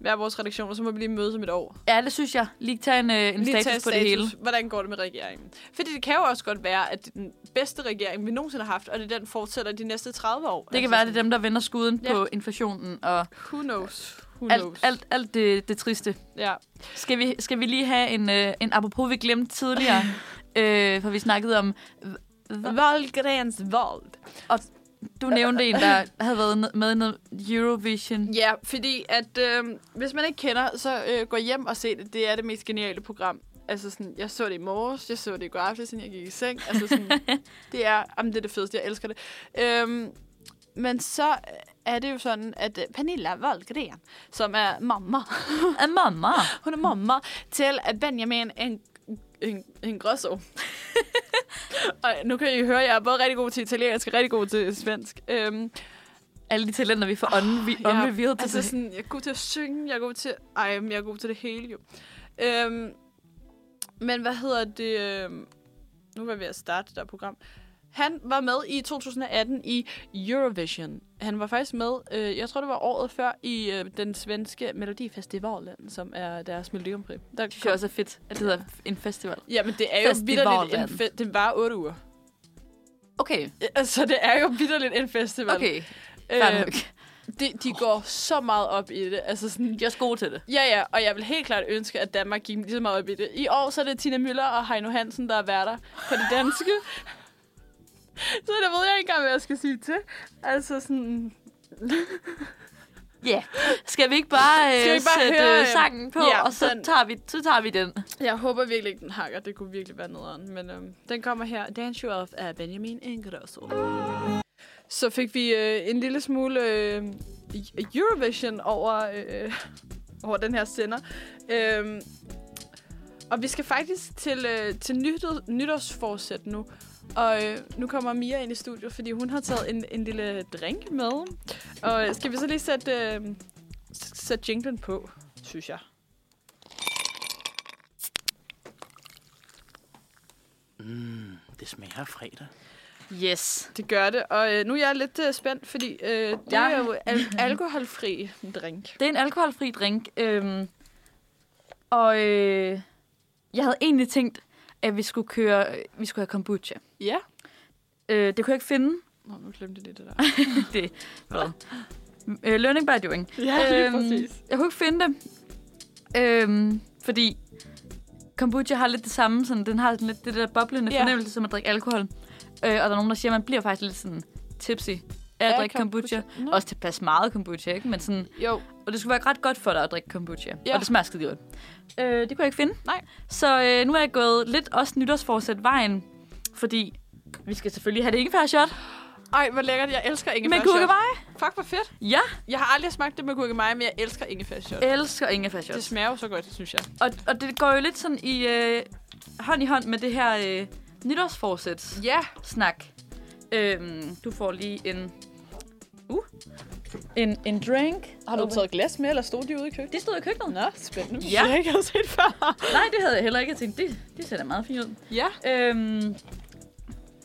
hver vores redaktioner, så må vi lige mødes om et år. Ja, det synes jeg. Lige tage en, øh, en status tage på det hele. Hvordan går det med regeringen? Fordi det kan jo også godt være, at det er den bedste regering, vi nogensinde har haft, og det er den, fortsætter de næste 30 år. Det kan være, det er dem, der vender skuden Ja. ja. på inflationen og Who knows? Who knows? alt, alt, alt det, det triste. Ja. Skal vi, skal vi lige have en, øh, en apropos, vi glemte tidligere? øh, for vi snakkede om... Valgrens vold. Du nævnte en, der havde været ned- med i noget Eurovision. Ja, øhm, fordi at øh, hvis man ikke kender, så øh, gå hjem og se det. Det er det mest geniale program Altså sådan, jeg så det i morges, jeg så det i går aftes, inden jeg gik i seng. Altså sådan, det er, jamen, det er det fedeste, jeg elsker det. Øhm, men så øh, er det jo sådan, at øh, Pernilla Valgren, som er mamma, Af mamma. hun er mamma til at Benjamin en, en, en grosso. og nu kan I høre, at jeg er både rigtig god til italiensk og rigtig god til svensk. Øhm, Alle de talenter, vi får unre- Ja, unrevealed til altså det. sådan, jeg er god til at synge, jeg er god til... Ej, men jeg er god til det hele jo. Øhm, men hvad hedder det... Øhm, nu var vi ved at starte det der program. Han var med i 2018 i Eurovision. Han var faktisk med, øh, jeg tror det var året før, i øh, den svenske Melodifestivalen, som er deres melodikompri. Der Det synes jeg også er fedt, at det hedder en festival. Jamen, det er jo Festivalen. vidderligt en fe- Den var 8 uger. Okay, Altså, det er jo vidderligt en festival. okay. Øh, Fair nok. de, de går så meget op i det. Altså sådan, De er også gode til det. Ja, ja, og jeg vil helt klart ønske, at Danmark gik lige så meget op i det. I år så er det Tina Müller og Heino Hansen, der er værter på det danske. så der ved jeg ikke engang, hvad jeg skal sige til. Altså sådan... Ja. Yeah. Skal vi ikke bare, øh, Skal vi ikke bare sætte høre, øh, øh, sangen på, ja, og så den- tager, vi, så tager vi den? Jeg håber virkelig ikke, den hakker. Det kunne virkelig være nederen. Men øhm, den kommer her. Dance You Off af Benjamin Ingrosso. Så fik vi øh, en lille smule øh, Eurovision over, øh, over den her sender. Øhm, og vi skal faktisk til, øh, til nytår, nytårsforsæt nu. Og øh, nu kommer Mia ind i studiet, fordi hun har taget en, en lille drink med. Og øh, skal vi så lige sætte, øh, s- sætte jinglen på, synes jeg. Det smager af fredag. Yes. Det gør det, og øh, nu er jeg lidt øh, spændt, fordi øh, det Jeg- er jo al- alkoholfri drink. Det er en alkoholfri drink. Øhm, og øh, jeg havde egentlig tænkt, at vi skulle køre, vi skulle have kombucha. Ja. Øh, det kunne jeg ikke finde. Nå, nu glemte jeg lige det der. det. Hvad? Øh, learning by doing. Øhm, Jeg kunne ikke finde det. Øhm, fordi kombucha har lidt det samme. Sådan, den har sådan lidt det der boblende Ja. yeah. fornemmelse, som at drikke alkohol. Øh, og der er nogen, der siger, at man bliver faktisk lidt sådan tipsy af at Af drikke kombucha. kombucha. Nå. Også tilpas meget kombucha, ikke? Men sådan, Jo, og det skulle være ret godt for dig at drikke kombucha. Ja. Og det smager skide godt. Øh, det kunne jeg ikke finde. Nej. Så øh, nu er jeg gået lidt også nytårsforsæt vejen. Fordi vi skal selvfølgelig have det ingefær shot ej, hvor lækkert. Jeg elsker ingefær med gurkemeje. Fuck, hvor fedt. Ja, Jeg har aldrig smagt det med gurkemeje, men jeg elsker ingefær shot. elsker ingefær shot. Det smager jo så godt, synes jeg. Og, og det går jo lidt sådan i øh, hånd i hånd med det her øh, nytårsforsæt Ja. snak. Øhm, du får lige en uh, en, en drink. Har du taget glas med, eller stod de ude i køkkenet? Det stod i køkkenet. Nå, spændende. Ja. Ja. Jeg ikke havde set før. Nej, det havde jeg heller ikke. Jeg tænkte, det, det ser da meget fint ud. Ja. Øhm,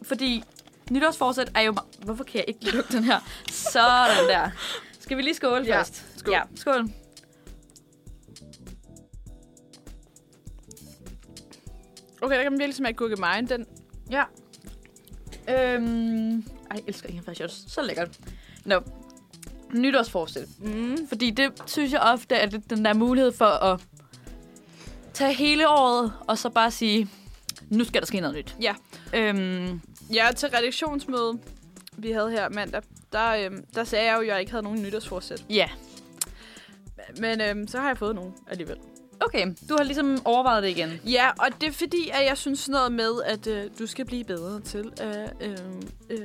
fordi nytårsforsæt er jo... ma- Hvorfor kan jeg ikke lukke den her? Sådan der. Skal vi lige skåle Ja, først? skål. Ja, skål. Okay, der kan man virkelig smage gurkemejen. Den, Ja. Øhm, ej, jeg elsker ingefær shots. Så lækkert. Nå. Nytårsforsæt. Mm. Fordi det synes jeg ofte er lidt den der mulighed for at tage hele året, og så bare sige, nu skal der ske noget nyt. Ja. Øhm, Ja, til redaktionsmøde, vi havde her mandag, der, øhm, der sagde jeg jo, at jeg ikke havde nogen nytårsforsæt. ja. Men øhm, så har jeg fået nogen alligevel. Okay, du har ligesom overvejet det igen. Ja, og det er fordi, at jeg synes sådan noget med, at øh, du skal blive bedre til at øh, øh,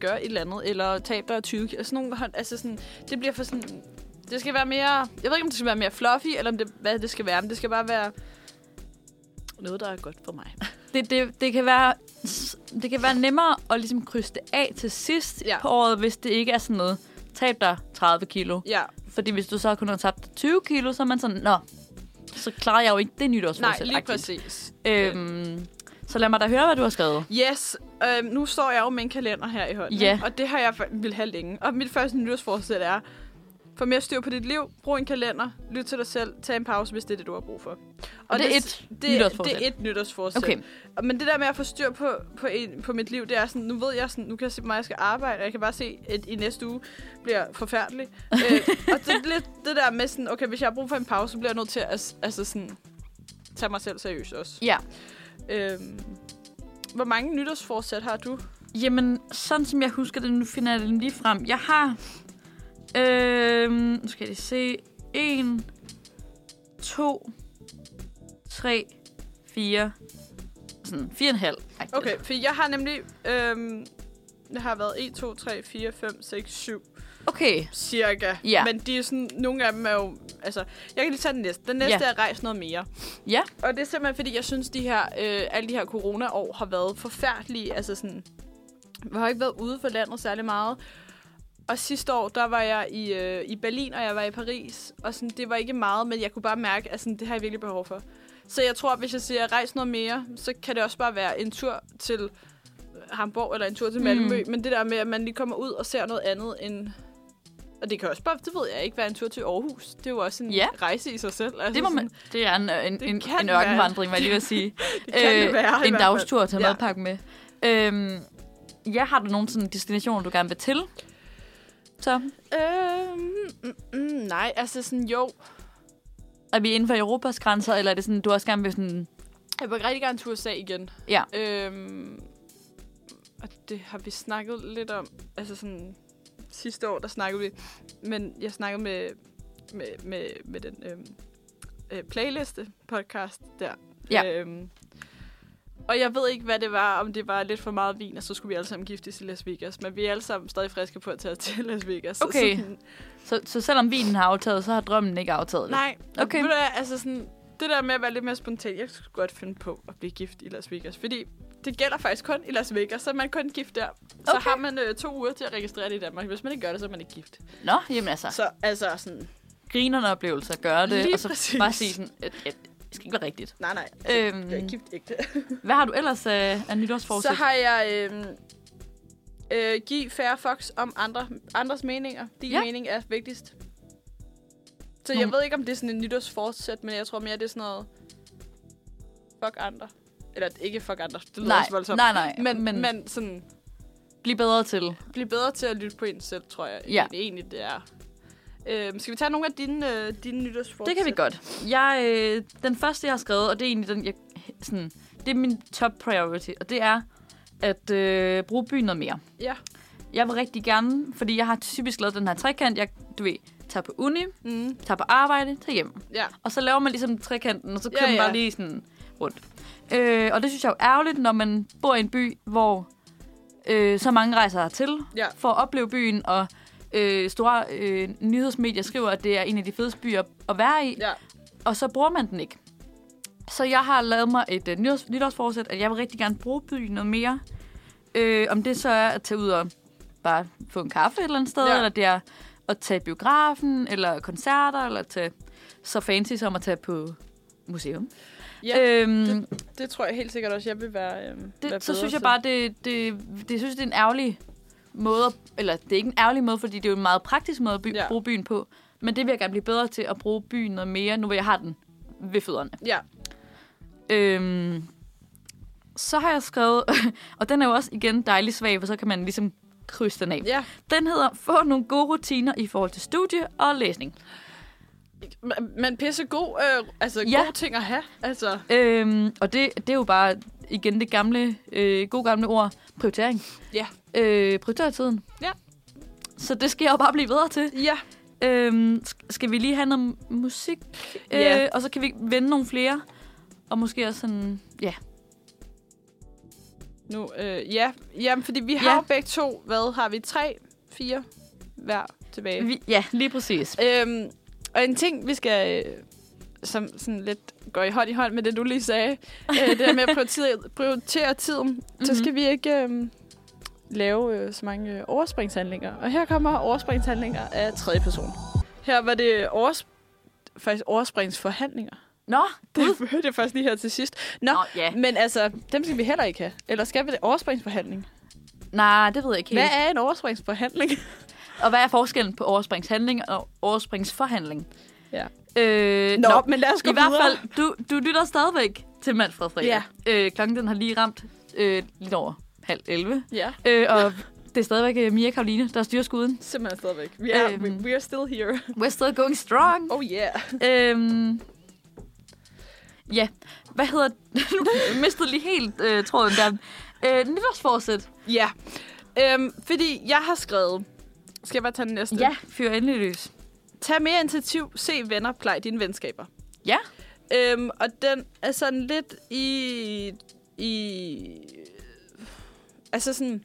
gøre et eller andet, eller tabe dig 20 kilo. Sådan nogle, hånd- altså sådan, det bliver for sådan... Det skal være mere... Jeg ved ikke, om det skal være mere fluffy, eller om det, hvad det skal være, men det skal bare være noget, der er godt for mig. Det, det, det, kan være, det kan være nemmere at ligesom krydse det af til sidst ja. Ja. på året, hvis det ikke er sådan noget, tab dig 30 kilo. Ja, Fordi hvis du så kun har tabt 20 kilo, så er man sådan, nå, så klarer jeg jo ikke det nej, nytårsforsæt. lige præcis. Øhm, så lad mig da høre, hvad du har skrevet. Yes, øhm, nu står jeg jo med en kalender her i hånden, Ja. ikke? og det har jeg fa- vil have længe. Og mit første nytårsforsæt er, få mere styr på dit liv, brug en kalender, lyt til dig selv, tag en pause, hvis det er det, du har brug for. Og, Og det er s- et det, nytårsforsæt? Det er et nytårsforsæt. Okay. Og- Men det der med at få styr på, på, en, på mit liv, det er sådan, nu ved jeg sådan, nu kan jeg se på mig, at jeg skal arbejde, og jeg kan bare se, at i næste uge bliver forfærdelig. øh, og det er lidt det der med sådan, okay, hvis jeg har brug for en pause, så bliver jeg nødt til at altså sådan, tage mig selv seriøst også. Ja. Øhm, hvor mange nytårsforsæt har du? Jamen, sådan som jeg husker det, nu finder jeg den lige frem. Jeg har... Øhm, nu skal jeg lige se. 1, 2, 3, 4, sådan 4,5. Okay, for Altså, jeg har nemlig... Øhm, det har været 1, 2, 3, 4, 5, 6, 7 Okay. cirka. Ja. Men de er sådan, nogle af dem er jo... Altså, jeg kan lige tage den næste. Den næste Ja. ja. er rejs noget mere. Ja. Og det er simpelthen, fordi jeg synes, de her, øh, alle de her corona-år har været forfærdelige. Altså sådan, vi har ikke været ude for landet særlig meget. Og sidste år, der var jeg i, øh, i Berlin, og jeg var i Paris. Og sådan, det var ikke meget, men jeg kunne bare mærke, at sådan, det har jeg virkelig behov for. Så jeg tror, at hvis jeg siger, rejs noget mere, så kan det også bare være en tur til Hamburg eller en tur til Malmø. Mm. Men det der med, at man lige kommer ud og ser noget andet end... Og det kan også bare, det ved jeg ikke, være en tur til Aarhus. Det er jo også en Ja. ja. rejse i sig selv. Altså Det, må sådan- man, det er en, en, Det en, kan en være. ørkenvandring, var jeg lige ved at sige. Øh, Det kan det være, i en hvert fald. dagstur at tage Ja. madpakke med. Øhm, ja, har du nogen sådan destinationer, du gerne vil til? Så Øhm, mm, mm, nej, altså sådan, jo. er vi inden for Europas grænser, eller er det sådan, du også gerne vil sådan... Jeg vil rigtig gerne til USA igen. Ja. Øhm, og det har vi snakket lidt om. Altså sådan, sidste år, der snakkede vi. Men jeg snakkede med, med, med, med den øhm, øh, playliste podcast der. Ja. Øhm, og jeg ved ikke, hvad det var, om det var lidt for meget vin, og så skulle vi alle sammen giftes i Las Vegas. Men vi er alle sammen stadig friske på at tage til Las Vegas. Så Okay. sådan, Så, så selvom vinen har aftaget, så har drømmen ikke aftaget det. Nej, Okay. okay. Ved du, hvad, altså sådan, det der med at være lidt mere spontan, jeg skulle godt finde på at blive gift i Las Vegas, fordi det gælder faktisk kun i Las Vegas, så er man kun gift der. Så Okay. har man øh, to uger til at registrere det i Danmark. Hvis man ikke gør det, så er man ikke gift. Nå, jamen altså, så. Så altså sådan, grinerne oplevelser gør det, Lige og så præcis. bare sige sådan, at, at det skal ikke være rigtigt. nej nej, Øhm. altså, øhm, gift ægte. Hvad har du ellers øh, af nytårsforsæt? Så har jeg øh, øh, give færre fox om andre, andres meninger. Din Ja. ja. mening er vigtigst. Så Nogle- jeg ved ikke, om det er sådan en nytårsforsæt, men jeg tror mere, det er sådan noget... Fuck andre. Eller ikke fuck andre. Det lyder nej, også voldsomt. nej, nej, Men, men, men men sådan, bliv bedre til. blive bedre til at lytte på en selv, tror jeg. Ja. Ja. Egentlig, det er. Øhm, skal vi tage nogle af dine, øh, dine nytårsforsæt? Det kan vi godt. Jeg, øh, den første, jeg har skrevet, og det er egentlig den, jeg, sådan, det er min top priority, og det er at øh, bruge byen noget mere. Ja. Jeg vil rigtig gerne, fordi jeg har typisk lavet den her trekant, jeg, du ved, tager på uni, Mm, tager på arbejde, tager hjem. ja. Og så laver man ligesom trekanten, og så Ja, kører ja, man ja. bare lige sådan rundt. Øh, og det synes jeg jo er ærgerligt, når man bor i en by, hvor øh, så mange rejser til Ja. for at opleve byen, og øh, store øh, nyhedsmedier skriver, at det er en af de fedeste byer at være i, ja. og så bruger man den ikke. Så jeg har lavet mig et øh, nytårs, nytårsforsæt, at jeg vil rigtig gerne bruge byen noget mere. Øh, om det så er at tage ud og bare få en kaffe et eller andet sted, ja. Ja. eller det er at tage i biografen, eller koncerter, eller tage så fancy som at tage på museum. Ja, øhm, det, Det tror jeg helt sikkert også, jeg vil være, øhm, være det, så bedre synes jeg til. bare, det, det, det, synes, det er en ærgerlig måde, at- eller det er ikke en ærgerlig måde, fordi det er jo en meget praktisk måde at by, ja. Ja. bruge byen på, men det vil jeg gerne blive bedre til at bruge byen noget mere, nu hvor jeg har den ved fødderne. Ja. Øhm, så har jeg skrevet, og den er jo også igen dejlig svag, for så kan man ligesom krydse den af. ja. Den hedder, få nogle gode rutiner i forhold til studie og læsning. Men- Men pisse god, øh, altså Ja. ja. gode ting at have. Altså, Øhm, og det, det er jo bare igen det gamle, øh, gode gamle ord, prioritering. Ja. Øh, prioritere tiden. Ja. Så det skal jeg jo bare blive bedre til. ja. Øhm, sk- skal vi lige have noget musik? Ja. Øh, og så kan vi vende nogle flere. Og måske også sådan, ja. Nu, øh, ja. Jamen, fordi vi ja. Ja. har jo begge to, hvad har vi? Tre, fire hver tilbage. Vi, ja, lige præcis. Øhm, og en ting, vi skal, øh, som sådan lidt går i hånd i hånd med det, du lige sagde, øh, det der med at prioritere, prioritere tiden, mm-hmm. Mhm. så skal vi ikke øh, lave øh, så mange øh, overspringshandlinger. Og her kommer overspringshandlinger af tredje person. Her var det overs faktisk overspringsforhandlinger. Nå, Det hørte jeg først lige her til sidst. Nå, Nå, ja. men altså, dem skal vi heller ikke have. Eller skal vi det overspringsforhandling? nej, det ved jeg ikke helt. Hvad er en overspringsforhandling? Og hvad er forskellen på overspringshandling og overspringsforhandling? Ja. Øh, Nå, men lad os gå I hvert videre. fald, du, du lytter stadigvæk til Manfred Fredag. Ja. Øh, klokken den har lige ramt øh, lidt over halv 11. Ja, Øh, og det er stadigvæk øh, Mia Karoline, der styrer skuden. simpelthen stadigvæk. Vi er, Øhm. we, we are still here. We're still going strong. Oh yeah. Øhm, ja, hvad hedder... nu mistede lige helt øh, tråden der. Øh, nytårsforsæt. Ja, øhm, fordi jeg har skrevet... Skal jeg bare tage den næste? Ja, fyr endelig løs. Tag mere initiativ, se venner, plej dine venskaber. Ja. Øhm, og den er sådan lidt i... i altså sådan...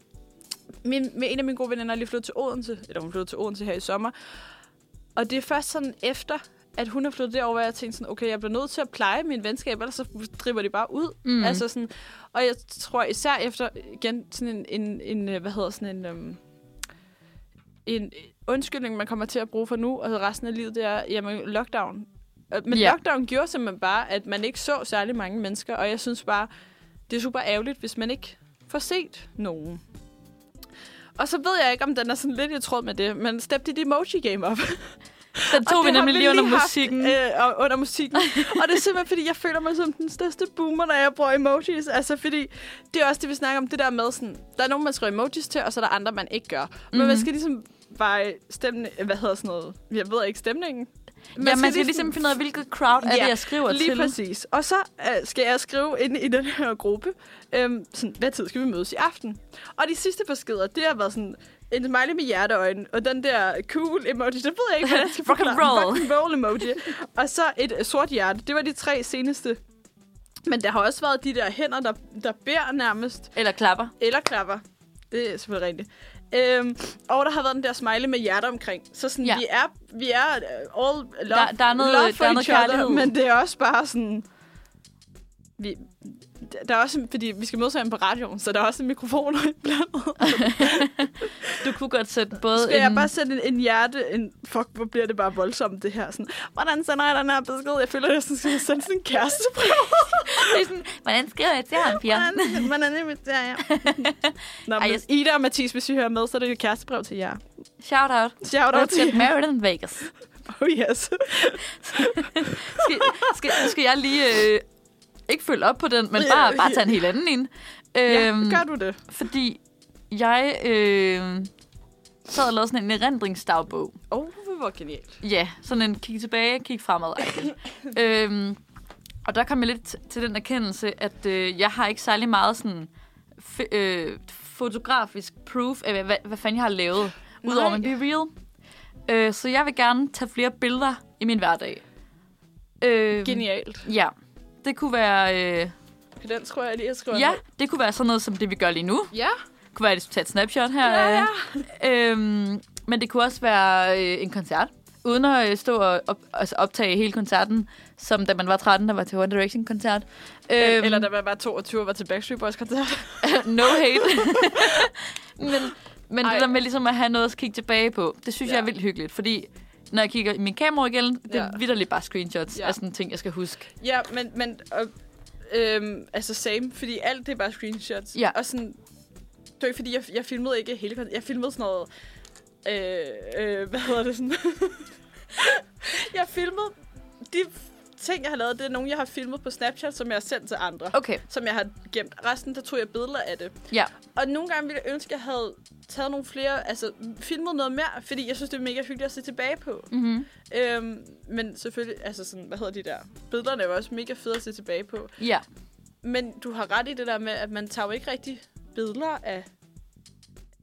Min, min, en af mine gode veninder er lige flyttet til Odense, eller hun flyttede til Odense her i sommer. Og det er først sådan efter, at hun er flyttet derover, hvor jeg tænkte sådan, okay, jeg bliver nødt til at pleje min venskab, ellers så driver de bare ud. Mm. Altså sådan, og jeg tror især efter, igen, sådan en, en, en øh, hvad hedder sådan en, øhm, en undskyldning, man kommer til at bruge for nu, og resten af livet, det er, jamen, lockdown. Øh, Men Ja. ja. lockdown gjorde simpelthen bare, at man ikke så særlig mange mennesker, og jeg synes bare, det er super ærgerligt, hvis man ikke får set nogen. Og så ved jeg ikke, om den er sådan lidt i tråd med det, men step dit emoji game op. Den tog Og vi det har nemlig lige under haft, musikken. Øh, og- under musikken. og det er simpelthen, fordi jeg føler mig som den største boomer, når jeg bruger emojis. Altså, fordi det er også det, vi snakker om, det der med sådan, der er nogen, man skriver emojis til, og så er der andre, man ikke gør. Men Mhm. mm-hmm. man skal ligesom veje stemning, hvad hedder sådan noget, jeg ved ikke, stemningen. Man ja, man skal ligesom finde ud af, hvilket crowd er Ja, det, jeg skriver Lige til. præcis. Og så øh, skal jeg skrive ind i den her gruppe, øhm, sådan, hvad tid skal vi mødes i aften? Og de sidste beskeder, det har været sådan en smiley med hjerteøjne, og den der cool emoji, det ved jeg ikke, hvordan jeg skal Rock and forklare. roll. Rock and roll emoji. og så et øh, sort hjerte. Det var de tre seneste. Men der har også været de der hænder, der, der bærer nærmest. Eller klapper. Eller klapper. Det er selvfølgelig rigtigt. Øhm, og der har været den der smiley med hjerter omkring. Så sådan, Ja. ja. vi er, vi er øh, all love, Der- der er noget- love der for er noget each other, kærlighed. men det er også bare sådan... Vi, der er også, fordi vi skal mødes herinde på radioen, så der er også en mikrofon iblandet. Du kunne godt sætte både Skal jeg en... bare sætte en, en hjerte... En, fuck, hvor bliver det bare voldsomt, det her. Sådan, hvordan sender jeg den her besked? Jeg føler, at jeg sådan skal sende sådan en kærestebrev. Det er sådan, hvordan skriver jeg til ham, Pia? Hvordan, hvordan inviterer jeg? Nå, Ej, men jeg- Ida og Mathis, hvis I hører med, så er det jo et kærestebrev til jer. Shout out. Shout out Let's til get married in Vegas. Oh yes. Skal, skal, skal jeg lige... Øh, ikke følge op på den, men bare, bare tage en helt anden ind. Øhm, ja, gør du det? Fordi jeg øh, sad og lavede sådan en erindringsdagbog. Åh, oh, hvor genialt. Ja, sådan en kig tilbage, kig fremad. øhm, og der kom jeg lidt t- til den erkendelse, at øh, jeg har ikke særlig meget sådan f- øh, fotografisk proof af, hvad, hvad fanden jeg har lavet, udover Nej. min Be Real. Øh, så jeg vil gerne tage flere billeder i min hverdag. Øh, Genialt. Ja, det kunne være... Øh, Den tror jeg lige, jeg skriver ja, ned. det kunne være sådan noget som det, vi gør lige nu. Ja. Det kunne være, at jeg skulle tage et snapshot her. Ja, ja. Øhm, men det kunne også være øh, en koncert. Uden at øh, stå og op, altså optage hele koncerten, som da man var 13, der var til One Direction-koncert. Øhm, Eller da man var 22 og var til Backstreet Boys koncert. no hate. men men Ej. det der med ligesom at have noget at kigge tilbage på, det synes ja. Ja. jeg er vildt hyggeligt. Fordi når jeg kigger i min kamera igen, det er Ja. vidderligt bare screenshots ja. Ja. af sådan ting, jeg skal huske. Ja, men, men og, øhm, altså same, fordi alt det er bare screenshots. Ja. Og sådan, det var ikke fordi, jeg, jeg filmede ikke hele koncerten. Jeg filmede sådan noget, øh, øh, hvad hedder det sådan? jeg filmede de ting, jeg har lavet, det er nogle, jeg har filmet på Snapchat, som jeg har sendt til andre. Okay, som jeg har gemt. Resten, der tog jeg billeder af det. Ja. Og nogle gange ville jeg ønske, at jeg havde taget nogle flere, altså filmet noget mere, fordi jeg synes, det er mega hyggeligt at se tilbage på. Mhm. Øhm, men selvfølgelig, altså sådan, hvad hedder de der? Billederne er jo også mega fede at se tilbage på. ja. Men du har ret i det der med, at man tager jo ikke rigtig billeder af,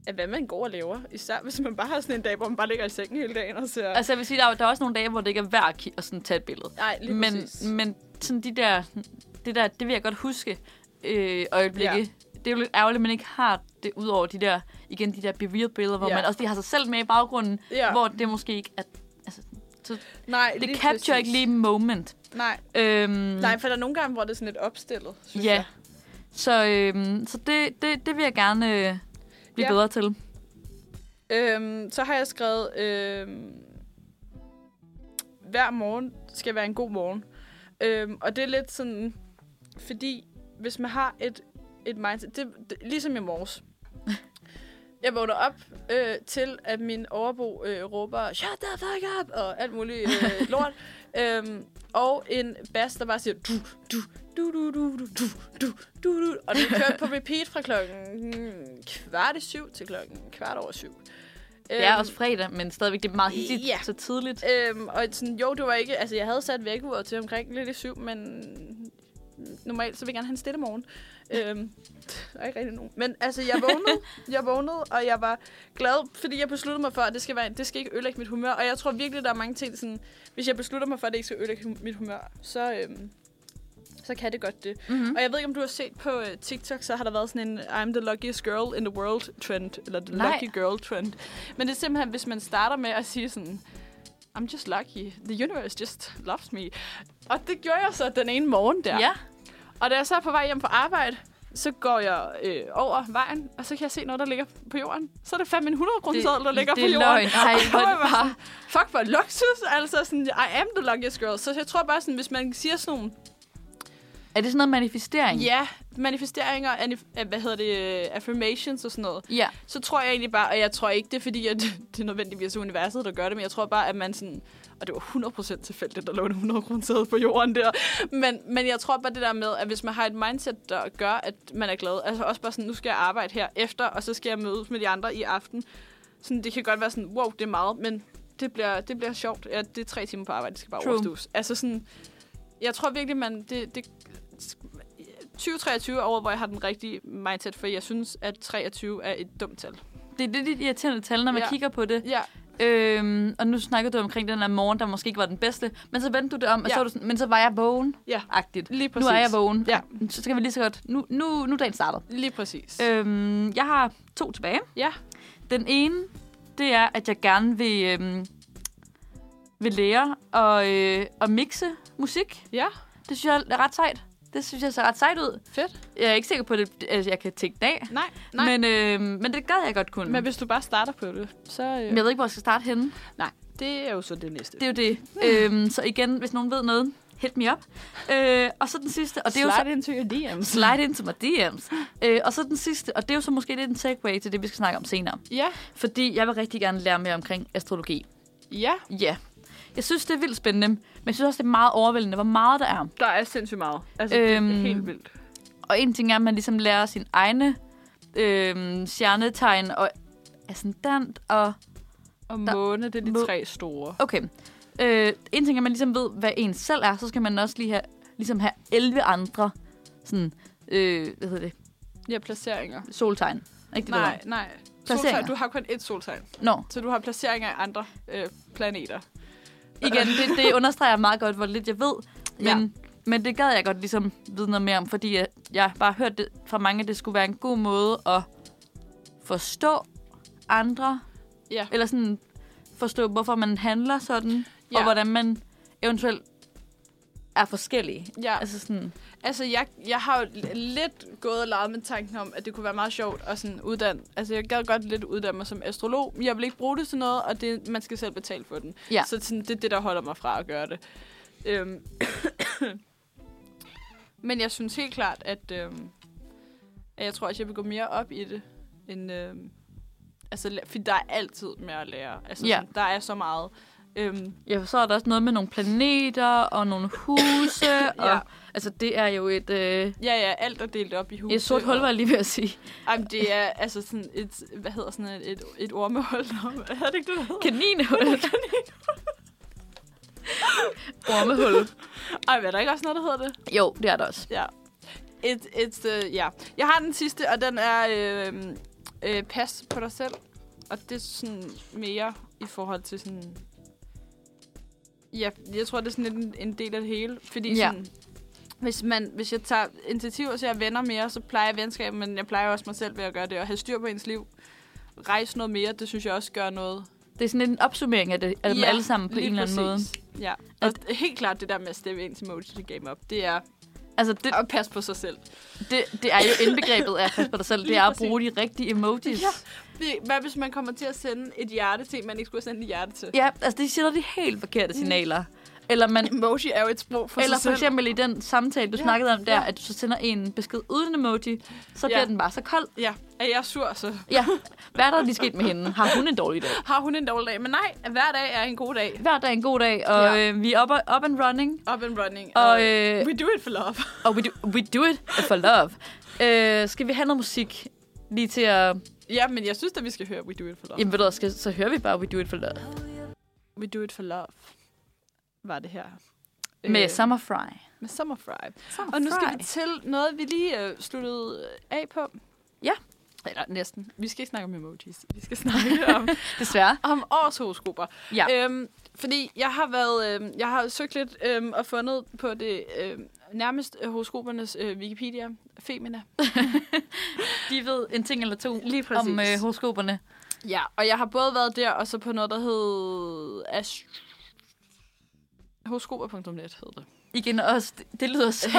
af hvad man går og laver. Især hvis man bare har sådan en dag, hvor man bare ligger i sengen hele dagen og ser... Altså jeg vil sige, der er, der er også nogle dage, hvor det ikke er værd at ki- at sådan tage et billede. Nej, lige men, præcis. men sådan de der, det der, det vil jeg godt huske øh, øjeblikke. Ja. Ja. Det er jo lidt ærgerligt, at man ikke har det ud over de der, igen de der be real billeder, hvor ja. Ja. man også lige har sig selv med i baggrunden, ja. Ja. hvor det måske ikke er, altså, så Nej, det capture ikke lige moment. Nej. Øhm, Nej, for der er nogle gange, hvor det er sådan lidt opstillet, synes ja. jeg. Så, øhm, så det, det, det vil jeg gerne øh, blive Ja. ja. bedre til. Øhm, så har jeg skrevet, øhm, hver morgen skal være en god morgen. Øhm, og det er lidt sådan, fordi hvis man har et, et mindset, det, det, ligesom i morges. Jeg vågner op øh, til, at min overbo øh, råber, shut the fuck up, og alt muligt øh, lort. øhm, og en bas, der bare siger, du, du, du, du, du, du, du, du, du, du. Og det kørte på repeat fra klokken kvart i syv til klokken kvart over syv. Det er også fredag, men stadigvæk det er meget hissigt ja. Øhm. ja. så tidligt. Øhm, og sådan, jo, det var ikke... Altså, jeg havde sat vækkeuret til omkring lidt i syv, men normalt så vil jeg gerne have en stille morgen. øhm, der er ikke rigtig nogen. Men altså, jeg vågnede, jeg vågnede, og jeg var glad, fordi jeg besluttede mig for, at det skal, være, en- det skal ikke ødelægge mit humør. Og jeg tror virkelig, der er mange ting, sådan, hvis jeg beslutter mig for, at det ikke skal ødelægge hum- mit humør, så, øhm, så kan det godt det. Mm-hmm. Og jeg ved ikke, om du har set på øh, TikTok, så har der været sådan en I'm the luckiest girl in the world trend, eller the Nej. lucky girl trend. Men det er simpelthen, hvis man starter med at sige sådan, I'm just lucky, the universe just loves me. Og det gjorde jeg så den ene morgen der. Ja. Og da jeg så er på vej hjem fra arbejde, så går jeg øh, over vejen, og så kan jeg se noget, der ligger på jorden. Så er det fandme en 100 kroner seddel, der ligger det på er jorden. løgn. Ej, Og hvor jeg er det var bare... sådan, fuck, hvor luksus. Altså sådan, I am the luckiest girl. Så jeg tror bare sådan, hvis man siger sådan nogle Er det sådan noget manifestering? Ja, manifesteringer, anif- hvad hedder det, øh, affirmations og sådan noget. Ja. Så tror jeg egentlig bare, og jeg tror ikke, det er fordi, at det er nødvendigvis universet, der gør det, men jeg tror bare, at man sådan, og det var 100% tilfældigt, der lå en 100 kroner sæde på jorden der. Men, men jeg tror bare det der med, at hvis man har et mindset, der gør, at man er glad, altså også bare sådan, nu skal jeg arbejde her efter, og så skal jeg mødes med de andre i aften. Sådan, det kan godt være sådan, wow, det er meget, men det bliver, det bliver sjovt. Ja, det er tre timer på arbejde, det skal bare True. overstås. Altså sådan, jeg tror virkelig, man, det, det 2023 er over, hvor jeg har den rigtige mindset, for jeg synes, at 23 er et dumt tal. Det er det lidt irriterende tal, når man Ja. ja. kigger på det. Ja, Øhm, og nu snakkede du omkring den der morgen, der måske ikke var den bedste. Men så vendte du det om, og Ja. så var du sådan, men så var jeg vågen. Ja. Agtigt. lige præcis. Nu er jeg vågen. Ja. Så skal vi lige så godt. Nu, nu, nu er dagen startet. Lige præcis. Øh. Øhm, jeg har to tilbage. Ja. Den ene, det er, at jeg gerne vil, øhm, vil lære at, øh, at mixe musik. Ja, Det synes jeg er ret sejt. Det synes jeg ser ret sejt ud. fedt. Jeg er ikke sikker på, at det, altså, jeg kan tænke dag. Nej, nej. Men, Men, øh, men det gad jeg godt kunne. men hvis du bare starter på det, så... Men Øh, jeg ved ikke, hvor jeg skal starte henne. nej, det er jo så det næste. Det er jo det. øhm, så igen, hvis nogen ved noget, hit me op. Øh, og så den sidste, og det er jo så, Slide into your DM's. slide into my DM's. Øh, og så den sidste, og det er jo så måske lidt en segue til det, vi skal snakke om senere. Ja, Fordi jeg vil rigtig gerne lære mere omkring astrologi. ja. Ja. Jeg synes, det er vildt spændende, men jeg synes også, det er meget overvældende, hvor meget der er. Der er sindssygt meget. Altså, det er Øhm, helt vildt. Og en ting er, at man ligesom lærer sin egne øh, stjernetegn og ascendant og... Og der- måne, det er de må- tre store. Okay. Øh, en ting er, at man ligesom ved, hvad en selv er, så skal man også lige have, ligesom have 11 andre sådan, øh, hvad hedder det, Ja, placeringer. soltegn. Ikke det, Nej, nej. Soltegn, Placeringer. du har kun ét soltegn, Det Nå, så du har placeringer af andre øh, planeter. igen, det, det understreger meget godt, hvor lidt jeg ved. Ja. Men, ja. men det gad jeg godt ligesom vide noget mere om, fordi jeg, jeg har bare hørt det fra mange, at det skulle være en god måde at forstå andre. Ja. Eller sådan forstå, hvorfor man handler sådan, ja. Ja. og hvordan man eventuelt er forskellige. Ja. Altså sådan, Altså, jeg, jeg har jo l- lidt gået og leget med tanken om, at det kunne være meget sjovt at sådan uddanne. Altså, jeg gad godt lidt uddanne mig som astrolog, men jeg vil ikke bruge det til noget, og det, man skal selv betale for den. Ja. Så sådan, det er det, der holder mig fra at gøre det. Øhm. men jeg synes helt klart, at, øhm, at jeg tror, at jeg vil gå mere op i det, end... Øhm, altså, la- fordi der er altid mere at lære. Altså, Ja. sådan, der er så meget. Øhm, ja, så er der også noget med nogle planeter og nogle huse. ja. Ja. og, altså, det er jo et, øh, ja, ja, alt er delt op i huset. et sort hul, og- var jeg lige ved at sige. Jamen, det er altså sådan et, hvad hedder sådan et, et, et ormehul? Er det ikke det, der hedder? Kaninhul. Ormehul. Ej, men er der ikke også noget, der hedder det? Jo, det er der også. Ja. Et, et, øh, ja. Jeg har den sidste, og den er øh, øh, pas på dig selv. Og det er sådan mere i forhold til sådan... Ja, jeg tror, det er sådan lidt en, en del af det hele. Fordi Ja. sådan, hvis, man, hvis jeg tager initiativer til at venner mere, så plejer jeg venskab, men jeg plejer også mig selv ved at gøre det. Og have styr på ens liv. Rejse noget mere, det synes jeg også gør noget. Det er sådan lidt en opsummering af, det, af dem alle sammen på en lige eller anden måde. præcis. Ja, og at, helt klart det der med at steppe ind til Mojo Game Up, det er Altså, det, at passe på sig selv. det, det er jo indbegrebet af at passe på dig selv. Det Lige er at præcis. bruge de rigtige emojis. Ja. Fordi Hvad hvis man kommer til at sende et hjerte til, en, man ikke skulle sende et hjerte til? ja altså, det sender de helt forkerte signaler. Eller man... Emoji er jo et sprog for eller sig Mm. for selv. eksempel i den samtale, du Ja, snakkede om der, ja. at du så sender en besked uden emoji, Ja. så bliver den bare så kold. Ja, er jeg sur, så Ja, hvad er der lige sket med hende? Har hun en dårlig dag? har hun en dårlig dag. Men nej, hver dag er en god dag. Hver dag er en god dag, og Ja. ja. øh, vi er up, up and running. Up and running. Og, øh, øh, we do it for love. Og we do, we do it for love. Øh, skal vi have noget musik lige til at... ja, men jeg synes at vi skal høre We do it for love. Jamen ved du, hvad, skal, så hører vi bare We do it for love. We do it for love. Var det her. Med Øh, Summer Fry. med Summer Fry. Og nu skal vi til noget, vi lige øh, sluttede af på. Ja. Eller næsten. Vi skal ikke snakke om emojis. Vi skal snakke om, Desværre. øh, om års horoskoper. Ja. Øhm, fordi jeg har været, øhm, jeg har søgt lidt øhm, og fundet på det øhm, nærmest øh, horoskopernes øh, Wikipedia, Femina. De ved en ting eller to Lige om øh, horoskoperne. Ja, og jeg har både været der, og så på noget, der hed... Ast- horoskoper.net hed det. Igen også, det, det lyder så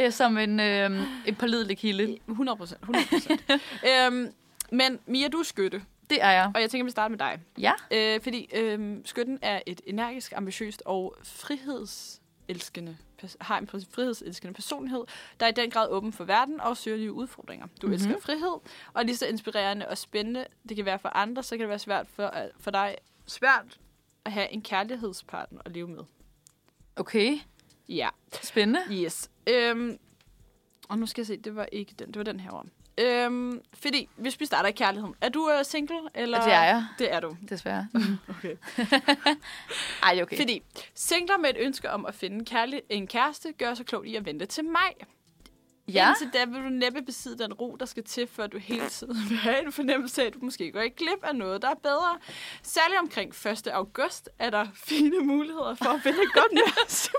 øh, som en, øh, en pålidelig kilde. 100 procent, 100 procent. øhm, men Mia, du er skytte, Det er jeg. og jeg tænker, vi starter med dig. Ja. Øh, fordi øhm, skytten er et energisk, ambitiøst og frihedselskende pers- har en pers- frihedselskende personlighed, der er i den grad åben for verden og søger nye udfordringer. Du mm-hmm. Mhm. elsker frihed, og lige så inspirerende og spændende det kan være for andre, så kan det være svært for, øh, for dig svært at have en kærlighedspartner at leve med. Okay. Ja. Spændende. Yes. Øhm, og nu skal jeg se, det var ikke den, det var den her om. Øhm, fordi, hvis vi starter i kærligheden, er du øh, single? Eller? Det er jeg. Det er du. Desværre. Okay. Ej, det er okay. Fordi singler med et ønske om at finde kærlig- en kæreste gør sig klogt i at vente til maj. Ja. ja. Indtil da vil du næppe besidde den ro, der skal til, før du hele tiden vil have en fornemmelse af, at du måske går i glip af noget, der er bedre. Særligt omkring 1. august er der fine muligheder for at finde et godt nærs,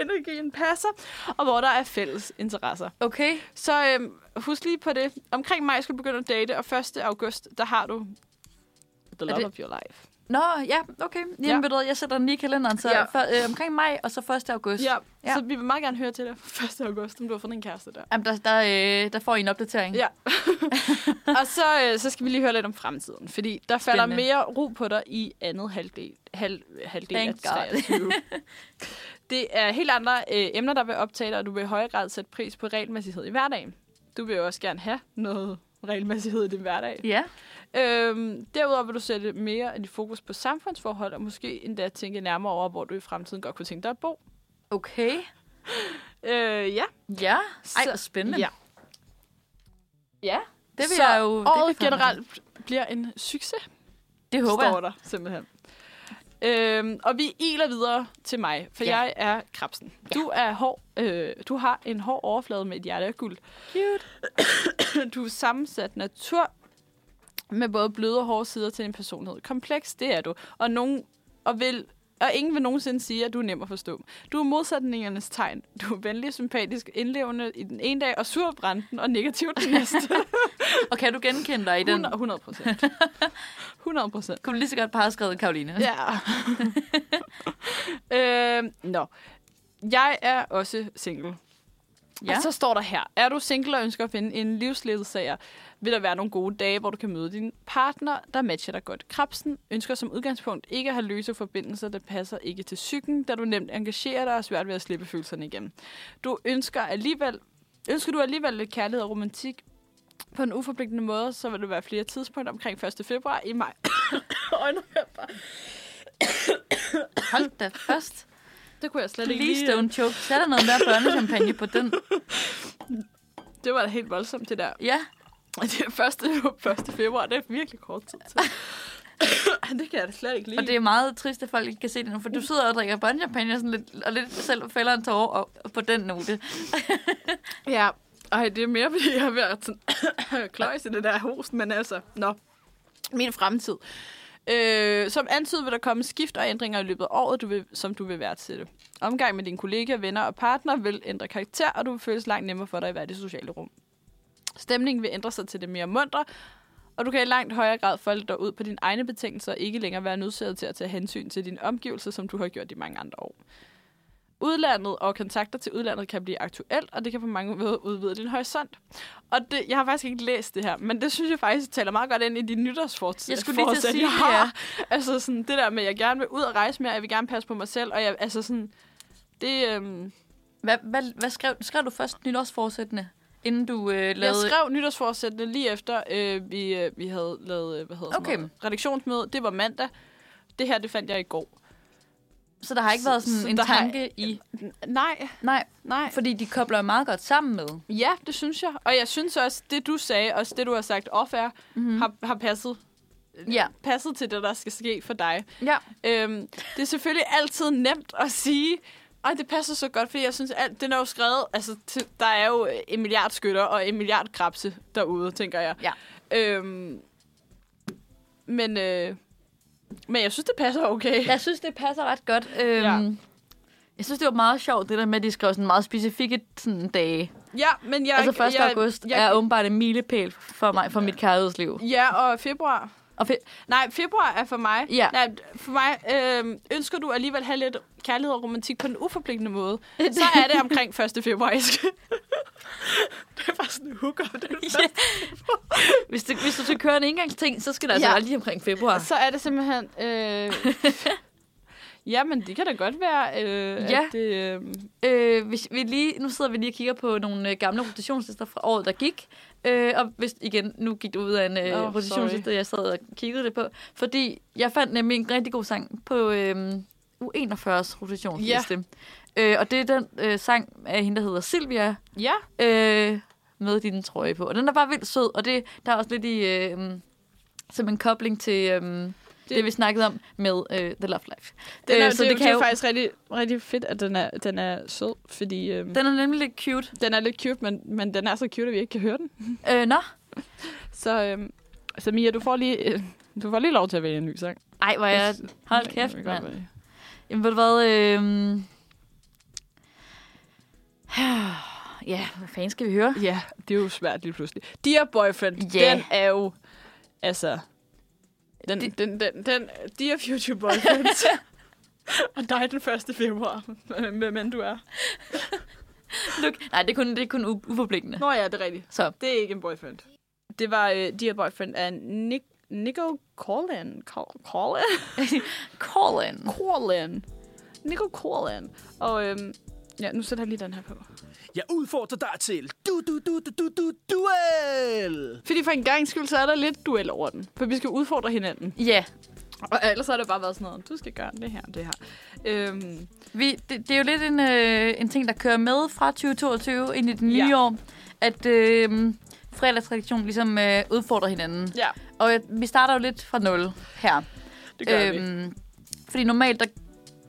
energien passer, og hvor der er fælles interesser. Okay. Så øhm, husk lige på det. Omkring maj skal du begynde at date, og 1. august, der har du the love det- of your life. Nå, ja, okay. Jamen, Ja. ja. ved du, hvad, jeg sætter den lige i kalenderen, så Ja. ja. for, øh, omkring maj, og så 1. august. Ja, ja, Ja. så vi vil meget gerne høre til dig 1. august, om du har fundet en kæreste der. Jamen, der, der, øh, der får I en opdatering. Ja. og så, øh, så skal vi lige høre lidt om fremtiden, fordi der falder Spændende. mere ro på dig i andet halvdel, halv, halvdel af Thank God. 23. det er helt andre øh, emner, der vil optage dig, og du vil i højere grad sætte pris på regelmæssighed i hverdagen. Du vil jo også gerne have noget regelmæssighed i din hverdag. Ja. Øhm, derudover vil du sætte mere af dit fokus på samfundsforhold, og måske endda tænke nærmere over, hvor du i fremtiden godt kunne tænke dig at bo. Okay. Øh, ja. Ja. Ej, Så- hvor spændende. Ja. Ja. Det vil så jeg jo... det året kan jeg generelt bliver en succes, Det håber står jeg. der simpelthen. Øhm, og vi iler videre til mig, for ja. Ja. jeg er krabsen. Ja. Du er hård, øh, du har en hård overflade med et hjerte af guld. Cute. du er sammensat natur med både bløde og hårde sider til din personlighed. Kompleks, det er du. Og nogen og vil og ingen vil nogensinde sige, at du er nem at forstå. Du er modsætningernes tegn. Du er venlig, sympatisk, indlevende i den ene dag, og sur branden og negativ den næste. Og kan du genkende dig i den? 100 procent. 100 procent. Kunne du lige så godt bare have skrevet Karoline? Ja. øhm, nå. Jeg er også single. Ja. Ja. Og så står der her, er du single og ønsker at finde en livsledsager, vil der være nogle gode dage, hvor du kan møde din partner, der matcher dig godt. Krabsen ønsker som udgangspunkt ikke at have løse forbindelser, der passer ikke til psyken, da du nemt engagerer dig og er svært ved at slippe følelserne igen. Du ønsker alligevel, ønsker du alligevel lidt kærlighed og romantik på en uforpligtende måde, så vil der være flere tidspunkter omkring 1. februar i maj. og november. Hold da fast. Det kunne jeg slet ikke øh, Please don't choke. Sæt dig noget mere børnechampagne på den. Det var da helt voldsomt, det der. Ja. Det er første, 1. februar, det er virkelig kort tid til. det kan jeg da slet ikke lide. Og det er meget trist, at folk ikke kan se det nu, for du sidder og drikker børnechampagne og, sådan lidt, og lidt selv fælder en tårer og, og på den note. Ja, ej, det er mere, fordi jeg har været sådan kløjs i det der host, men altså, nå. Min fremtid. Øh, som antydet vil der komme skift og ændringer i løbet af året, du vil, som du vil værdsætte. Omgang med dine kollegaer, venner og partner vil ændre karakter, og du vil føles langt nemmere for dig i hvert det sociale rum. Stemningen vil ændre sig til det mere mundre, og du kan i langt højere grad folde dig ud på dine egne betingelser og ikke længere være nødsaget til at tage hensyn til dine omgivelser, som du har gjort i mange andre år. Udlandet og kontakter til udlandet kan blive aktuelt, og det kan på mange måder udvide din horisont. Og det, jeg har faktisk ikke læst det her, men det synes jeg faktisk taler meget godt ind i de nytårsfortsæt. Jeg skulle lige til at forsæt, sige, jeg har. ja. Altså sådan, det der med, at jeg gerne vil ud og rejse mere, jeg vil gerne passe på mig selv, og jeg, altså sådan, det, øhm, Hvad, hvad, hvad skrev, skrev du først nytårsforsættende, inden du øh, lavede... jeg skrev nytårsforsættene lige efter, øh, vi, øh, vi havde lavet, øh, hvad hedder Okay. sådan noget, redaktionsmøde. Det var mandag. Det her, det fandt jeg i går. Så der har ikke været sådan Så- så, så en der har- tanke har... i... Nej, Nej, nej. fordi de kobler jo meget godt sammen med. Ja, det synes jeg. Og jeg synes også, det du sagde, også det du har sagt off air, mm-hmm. har, har passet, Ja. passet til det, der skal ske for dig. Ja. Øhm, det er selvfølgelig altid nemt at sige, Ej, det passer så godt, fordi jeg synes, at den er jo skrevet... Altså, til, der er jo øh, en milliard skytter og en milliard krabse derude, tænker jeg. Ja. Øhm, men, øh, men jeg synes, det passer okay. Jeg synes, det passer ret godt. Øhm, Ja. ja. Jeg synes, det var meget sjovt, det der med, at de skrev sådan meget specifikke sådan dage. Ja, men jeg... altså 1. jeg, august jeg, er åbenbart en milepæl for mig, for mit kærlighedsliv. Ja, og februar. Og fe- Nej, februar er for mig. Ja. Nej, for mig øh, ønsker du alligevel have lidt kærlighed og romantik på en uforpligtende måde. Så er det omkring 1. februar, jeg skal. det er bare sådan en hooker. Det er Ja. hvis, det, hvis du skal køre en engangsting, så skal det altså Ja. være lige omkring februar. Så er det simpelthen... Øh... Jamen, det kan da godt være, øh, Ja. at det... Øh... Øh, hvis vi lige, nu sidder vi lige og kigger på nogle øh, gamle rotationslister fra året, der gik. Øh, og hvis, igen, nu gik det ud af en øh, Nå, oh, rotationsliste, jeg sad og kiggede det på. Fordi jeg fandt nemlig en rigtig god sang på øh, U41's rotationsliste. Øh, og det er den øh, sang af hende, der hedder Silvia, Ja, øh, med din trøje på. Og den er bare vildt sød, og det, der er også lidt i... Øh, mm, som en kobling til øhm, det, det, vi snakkede om med øh, The Love Life. den er, Øh, øh, så det, det, det er jo faktisk rigtig, rigtig fedt, at den er, den er sød, fordi øh, den. Den er nemlig lidt cute. den er lidt cute, men, men den er så cute, at vi ikke kan høre den. Øh, nå, Så, øh, så Mia, du får, lige, øh, du får lige lov til at vælge en ny sang. Ej, hvor jeg... Det- Hold det kæft, kan vi godt mand. vælge. Jamen, ved du hvad? Øhm... Ja, hvad fanden skal vi høre? Ja, det er jo svært lige pludselig. Dear Boyfriend, Ja. den er jo... Altså... Den, Det- den, den, den, Dear Future Boyfriend. Og dig den 1. februar, hvem end du er. Look. Nej, det er kun, det er kun u- uforpligtende. Nå ja, det er rigtigt. Så, Det er ikke en boyfriend. Det var uh, Dear Boyfriend af Nick, Nico Corlin. Cor- Corlin? call in. Corlin. Nico Corlin. Og øhm, ja, nu sætter jeg lige den her på. Jeg udfordrer dig til du du du du du du duel. Fordi for en gang skyld, så er der lidt duel over den. For vi skal udfordre hinanden. Ja, Og ellers har det bare været sådan noget, du skal gøre det her, det her. Øhm, vi, det, det er jo lidt en, øh, en ting, der kører med fra 2022 ind i det nye Ja. år, at øh, fredagstradition ligesom øh, udfordrer hinanden. ja, Og øh, vi starter jo lidt fra nul her. det gør øhm, Fordi normalt, der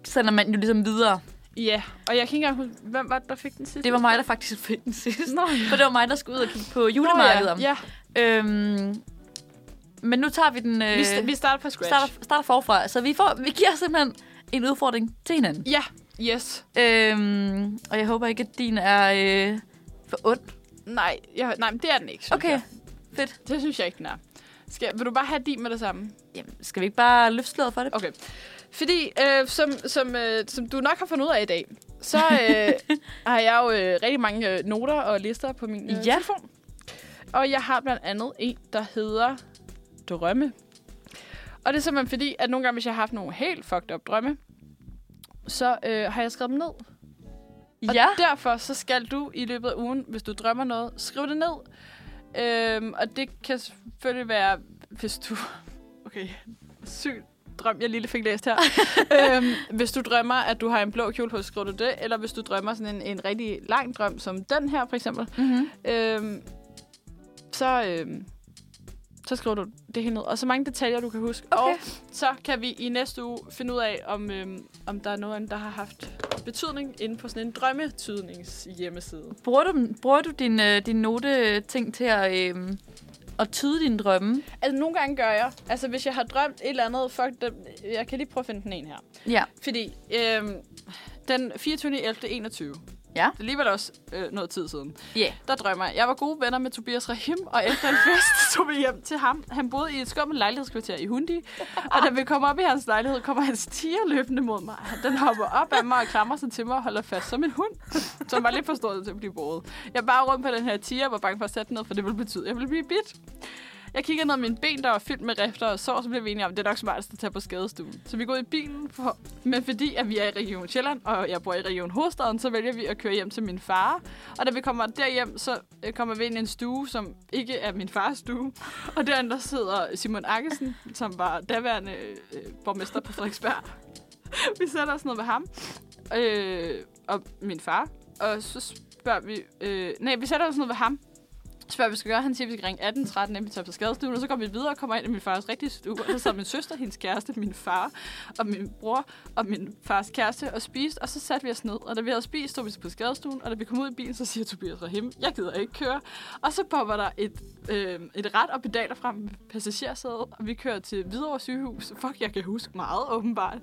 sender man jo ligesom videre. vi. Ja, og jeg kan ikke engang huske, hvem var det, der fik den sidste? Det var mig, der faktisk fik den sidste. Nå, ja. For det var mig, der skulle ud og kigge på Nå, julemarkedet. Ja, ja. Øhm, men nu tager vi den... Øh, Vi, st- vi starter fra scratch. starter, starter forfra, så vi, får, vi giver simpelthen en udfordring til hinanden. Ja, yes. Øhm, og jeg håber ikke, at din er øh, for ond. Nej, jeg, nej, men det er den ikke, synes Okay, jeg. fedt. Det synes jeg ikke, den er. Skal, vil du bare have din med det samme? Jamen, skal vi ikke bare løfte sløret for det? Okay. Fordi, øh, som, som, øh, som du nok har fundet ud af i dag, så øh, har jeg jo øh, rigtig mange øh, noter og lister på min øh, Ja. telefon. Og jeg har blandt andet en, der hedder Drømme. Og det er simpelthen fordi, at nogle gange, hvis jeg har haft nogle helt fucked up drømme, så øh, har jeg skrevet dem ned. Og Ja, derfor så skal du i løbet af ugen, hvis du drømmer noget, skrive det ned. Øhm, og det kan selvfølgelig være, hvis du... Okay, syg drøm, jeg lige fik læst her. øhm, hvis du drømmer, at du har en blå kjole på, så skriver du det. Eller hvis du drømmer sådan en, en rigtig lang drøm, som den her for eksempel, mm-hmm. øhm, så, øhm, så skriver du det hele ned. Og så mange detaljer, du kan huske. Okay. Og så kan vi i næste uge finde ud af, om, øhm, om der er nogen, der har haft betydning inde på sådan en drømmetydnings hjemmeside. Bruger du, dem- bruger du din, øh, din note-ting til at, øh, at tyde dine drømme? Altså, nogle gange gør jeg. Altså, hvis jeg har drømt et eller andet, fuck, dem, jeg kan lige prøve at finde den en her. Ja. Fordi øhm, den 24. 11. 21. Ja. Det er alligevel også øh, noget tid siden. Ja. Der drømmer jeg. Jeg var gode venner med Tobias Rahim, og efter en fest tog vi hjem til ham. Han boede i et skummelt lejlighedskvarter i Hundi, og da vi kom op i hans lejlighed, kommer hans tiger løbende mod mig. Den hopper op af mig og klamrer sig til mig og holder fast som en hund, som var lidt for stor til at blive båret. Jeg bare rundt på den her tiger og var bange for at sætte den ned, for det ville betyde, at jeg ville blive bidt. Jeg kiggede ned af mine ben, der var fyldt med rifter og sår, så blev vi enige om, at det er nok smartest at tage på skadestuen. Så vi går i bilen, for, men fordi at vi er i Region Sjælland, og jeg bor i Region Hovedstaden, så vælger vi at køre hjem til min far. Og da vi kommer derhjem, så øh, kommer vi ind i en stue, som ikke er min fars stue. Og derinde der sidder Simon Akkesen, som var daværende øh, borgmester på Frederiksberg. vi sætter os ned ved ham øh, og min far, og så spørger vi... Øh, nej, vi sætter os ned ved ham, spørger, hvad vi skal gøre. Han siger, at vi skal ringe 18, 13, inden vi tager på skadestuen. Og så går vi videre og kommer ind i min fars rigtige stue. Og så sad min søster, hendes kæreste, min far og min bror og min fars kæreste og spiste. Og så satte vi os ned. Og da vi havde spist, stod vi på skadestuen. Og da vi kom ud i bilen, så siger Tobias Rahim, jeg gider ikke køre. Og så popper der et, øh, et ret og pedaler frem med passagersædet. Og vi kører til Hvidovre sygehus. Fuck, jeg kan huske meget åbenbart.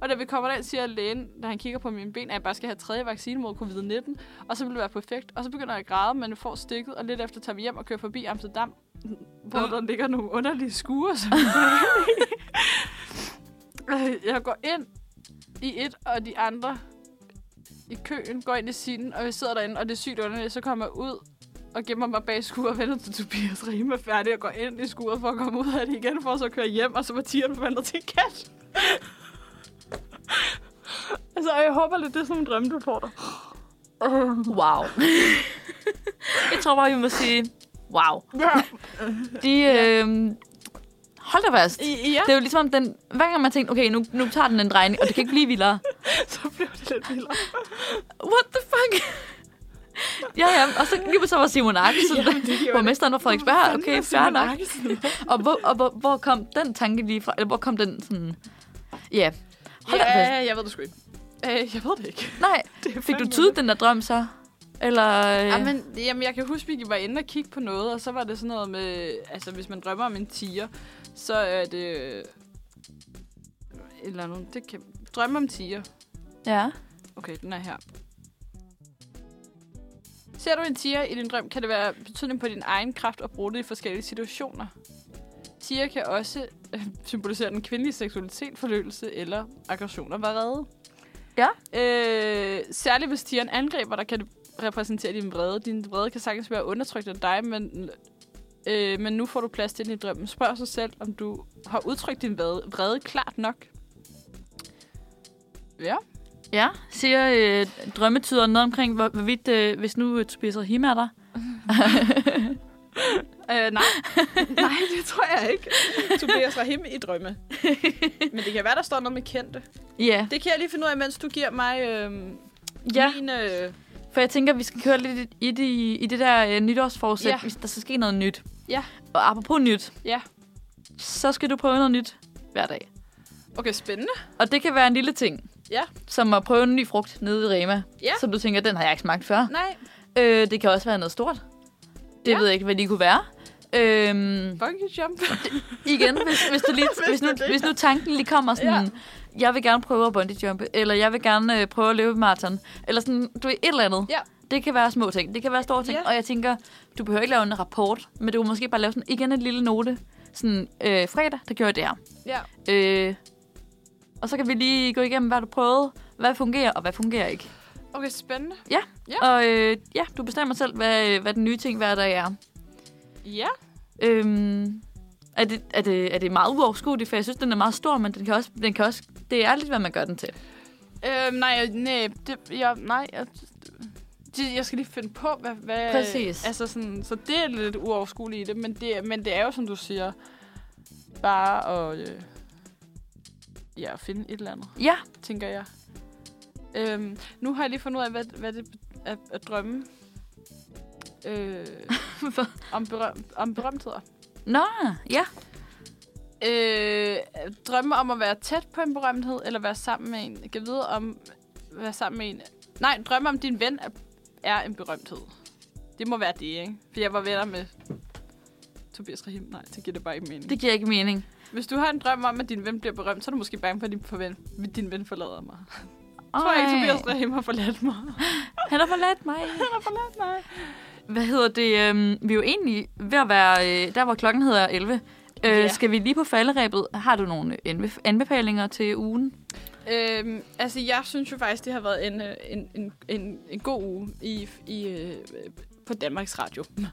Og da vi kommer derind, siger lægen, da han kigger på mine ben, at jeg bare skal have tredje vaccine mod covid-19, og så vil det være perfekt. Og så begynder jeg at græde, men jeg får stikket, og lidt efter tager vi hjem og kører forbi Amsterdam, hvor der ligger nogle underlige skure. Som Øh, jeg går ind i et, og de andre i køen går ind i sinen, og jeg sidder derinde, og det er sygt underligt. Så kommer jeg ud og gemmer mig bag skuret og venter til Tobias Rime er færdig og går ind i skuret for at komme ud af det igen, for så at køre hjem, og så var tieren forvandlet til en kat. altså, jeg håber lidt, det er sådan en drømme, du får dig. Wow. jeg tror bare, vi må sige, wow. De, øh, hold da fast. Ja, Det er jo ligesom om den, hver gang man tænker, okay, nu, nu tager den en drejning, og det kan ikke blive vildere. så blev det lidt vildere. What the fuck? ja, ja, og så lige på så var Simon Arkesen, ja, borgmesteren fra Frederiksberg, okay, fair nok. Og, hvor, og hvor, hvor kom den tanke lige fra, eller hvor kom den sådan, ja, hold da fast. Ja, jeg ved det sgu ikke. Øh, jeg ved det ikke. Nej, Det er fik du fandme tydet den der drøm så? Eller, øh, Ja, men, jamen, jeg kan huske, at vi var inde og kigge på noget, og så var det sådan noget med... Altså, hvis man drømmer om en tiger, så er det... øh, Eller nogen... Det kan... Drømme om tiger. ja. Okay, den er her. Ser du en tiger i din drøm, kan det være betydning på din egen kraft og bruge det i forskellige situationer. Tiger kan også øh, symbolisere den kvindelige seksualitet, forløselse eller aggression og vrede. Ja. Øh, særligt hvis tigeren angriber dig, kan det repræsentere din vrede. Din vrede kan sagtens være undertrykt af dig, men, øh, men nu får du plads til den i drømmen. Spørg sig selv, om du har udtrykt din vrede, vrede klart nok. Ja. Ja, siger øh, drømmetyder noget omkring, hvor, hvorvidt, øh, hvis nu øh, Tobias Rahim er der. Øh, nej. nej, det tror jeg ikke. Tobias Rahim i drømme. Men det kan være, der står noget med kendte. Ja. Det kan jeg lige finde ud af, mens du giver mig øh, ja, min... Øh, for jeg tænker, vi skal køre lidt i det, i det der øh, nytårsforsæt, Ja. hvis der skal ske noget nyt. Ja. Og apropos nyt, ja. så skal du prøve noget nyt hver dag. Okay, spændende. Og det kan være en lille ting. Ja. Som at prøve en ny frugt nede i Rema. Ja. Som du tænker, den har jeg ikke smagt før. Nej, Øh, det kan også være noget stort. Det Ja. ved jeg ikke, hvad det kunne være. Øhm, bungee jump. igen, hvis, hvis, du lige, hvis, nu, hvis nu tanken lige kommer sådan, ja. jeg vil gerne prøve at bungee jumpe, eller jeg vil gerne øh, prøve at løbe maraton, eller sådan, du er et eller andet. Ja. Det kan være små ting, det kan være store ting, Ja. og jeg tænker, du behøver ikke lave en rapport, men du kan måske bare lave sådan igen en lille note, sådan, øh, fredag, der gjorde jeg det her. ja. Øh, og så kan vi lige gå igennem, hvad du prøvede, hvad fungerer og hvad fungerer ikke. Okay, spændende. Ja. Og øh, ja, du bestemmer selv, hvad, hvad den nye ting hver dag er. Ja. Øhm, er, det, er, det, er det meget uoverskueligt, for jeg synes, den er meget stor, men den kan også, den kan også, det er lidt, hvad man gør den til. Øh, nej, nej, det, jeg, nej, jeg, det, jeg skal lige finde på, hvad... hvad Præcis. Altså sådan, så det er lidt uoverskueligt i det, men det, men det er jo, som du siger, bare at... Øh, ja, at finde et eller andet. Ja, tænker jeg. Øhm, nu har jeg lige fundet ud af, hvad, hvad det be- er at drømme. Øh, Hvad? om, berøm, om berømtheder. nå, ja. Øh, drømme om at være tæt på en berømthed, eller være sammen med en. Jeg kan vide om at være sammen med en. Nej, drømme om din ven er, er en berømthed. Det må være det, ikke? For jeg var venner med Tobias Rahim. Nej, det giver det bare ikke mening. Det giver ikke mening. Hvis du har en drøm om, at din ven bliver berømt, så er du måske bange for, at din forven- din ven forlader mig. Jeg tror ikke, Tobias Rahim har forladt mig. Han har forladt mig. Hvad hedder det? Øhm, vi er jo egentlig ved at være øh, der, hvor klokken hedder 11. Øh, Ja. Skal vi lige på falderæbet? Har du nogle øh, anbef- anbefalinger til ugen? Øhm, altså, jeg synes jo faktisk, det har været en, øh, en, en, en, en god uge i, i, øh, på Danmarks Radio.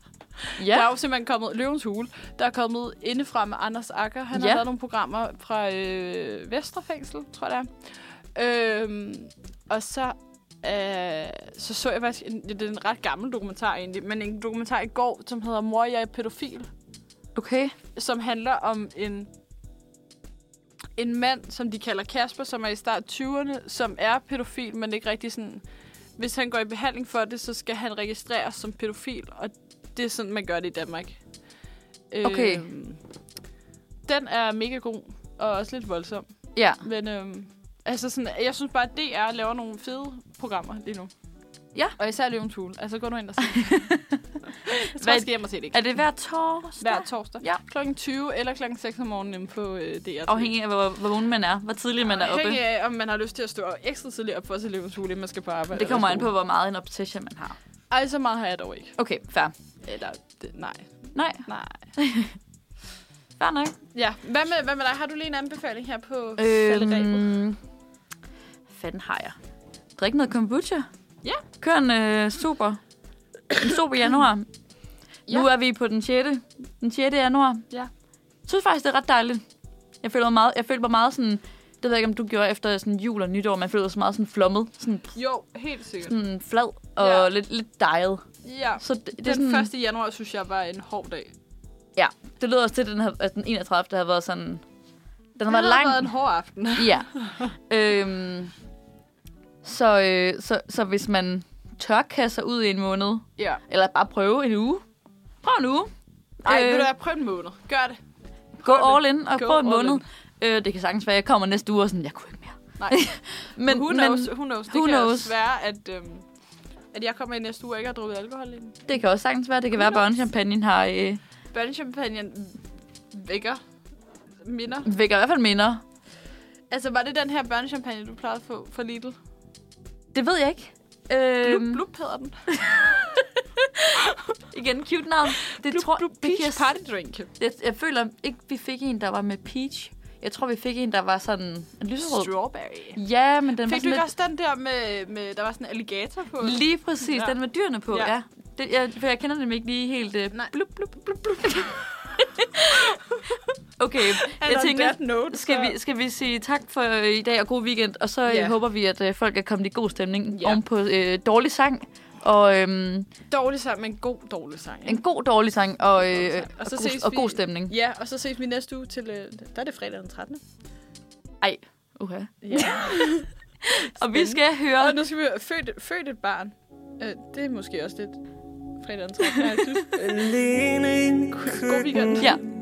Ja. Der er jo simpelthen kommet Løvens Hule. Der er kommet Indefra med Anders Akker. Han ja. Ja. har lavet nogle programmer fra øh, Vesterfængsel, tror jeg det er. Øhm, og så, øh, så så jeg faktisk, en, det er en ret gammel dokumentar egentlig, men en dokumentar i går, som hedder Mor, jeg er pædofil Okay. som handler om en en mand, som de kalder Kasper, som er i start 20'erne, som er pædofil, men ikke rigtig sådan... Hvis han går i behandling for det, så skal han registreres som pædofil, og det er sådan, man gør det i Danmark. Okay. Øhm, den er mega god, og også lidt voldsom. Ja. Men øhm, altså sådan, jeg synes bare, at DR laver nogle fede programmer lige nu. Ja. Og især Løven Tule. Altså, gå nu ind og se. jeg tror, Hvad- jeg skal hjem og se det. Er det hver torsdag? Hver torsdag. Ja. Klokken 20 eller klokken 6 om morgenen inde på øh, DR. Afhængig af, hvor, hvor vågen man er. Hvor tidlig man er oppe. Afhængig af, om man har lyst til at stå ekstra tidligt op for at se Løven Tule, inden man skal på arbejde. Det kommer an eller på, hvor meget en obsession man har. skole. Ej, så meget har jeg dog ikke. Okay, fair. Eller, det, nej. Nej, Nej. fair nok. Ja, hvad med, hvad med dig? Har du lige en anbefaling her på øhm. Øhm, fanden har jeg? Drik noget kombucha. Ja. Kør en øh, super. En super januar. Ja. Ja. Nu er vi på den 6. Den 6. januar. Ja. Jeg synes faktisk, det er ret dejligt. Jeg føler mig meget, jeg føler mig meget sådan... Det ved jeg ikke, om du gjorde efter sådan jul og nytår. Man føler sig meget sådan flommet. Sådan, Jo, helt sikkert. sådan flad og Ja. ja. lidt, lidt dejet. Mm. Ja. Så det, det, Den er sådan, 1. januar, synes jeg, var en hård dag. ja, det lyder også til, at den, her, at den 31. der har været sådan... Den har det været lang. været en hård aften. Ja. øhm, så, øh, så, så hvis man tør kaste sig ud i en måned, ja. eller bare prøve en uge. Prøv en uge. Ej, øh. Øh, vil du have prøv en måned? Gør det. Gå prøv all in og Go prøv en all måned. in. Øh, det kan sagtens være, at jeg kommer næste uge og sådan, jeg kunne ikke mere. Nej. men, who men knows? Who knows? Det who kan knows? også være, at, øhm, at jeg kommer i næste uge og ikke har drukket alkohol endnu. det kan også sagtens være, det kan være, at børnechampagnen har, øh, Børnechampagnen vækker minder. vækker i hvert fald minder. Altså, var det den her børnechampagne, du plejede at få fra Lidl? Det ved jeg ikke. Blub, Øhm, blub hedder den. igen, cute navn. Det Blub, tror, blub, det kan peach jeg, party drink. jeg, jeg føler ikke, vi fik en, der var med peach. Jeg tror, vi fik en, der var sådan en lyserød. Strawberry. Ja, men den var Fik du sådan ikke lidt... også den der med, med, der var sådan en alligator på? Lige præcis, Ja. ja. den med dyrene på, Ja. ja. ja. Det, jeg, for jeg kender dem ikke lige helt... Uh, Nej. Blub, blub, blub, blub. okay, And jeg on tænker, that note, skal så- vi, skal vi sige tak for øh, i dag og god weekend, og så Ja. yeah. håber vi, at øh, folk er kommet i god stemning Ja. yeah. oven på øh, dårlig sang, og øhm, Dårlig sang, men god dårlig sang. ikke? en god dårlig sang, og, øh, sang. og, Og så god, ses og vi- god stemning. Ja, og så ses vi næste uge til... Øh, der er det fredag den 13. Ej, uha. Ja. Og vi skal høre... og nu skal vi høre, født, født et barn. Øh, det er måske også lidt fredag den 13. har jeg synes. Alene i God weekend. køkkenet Ja,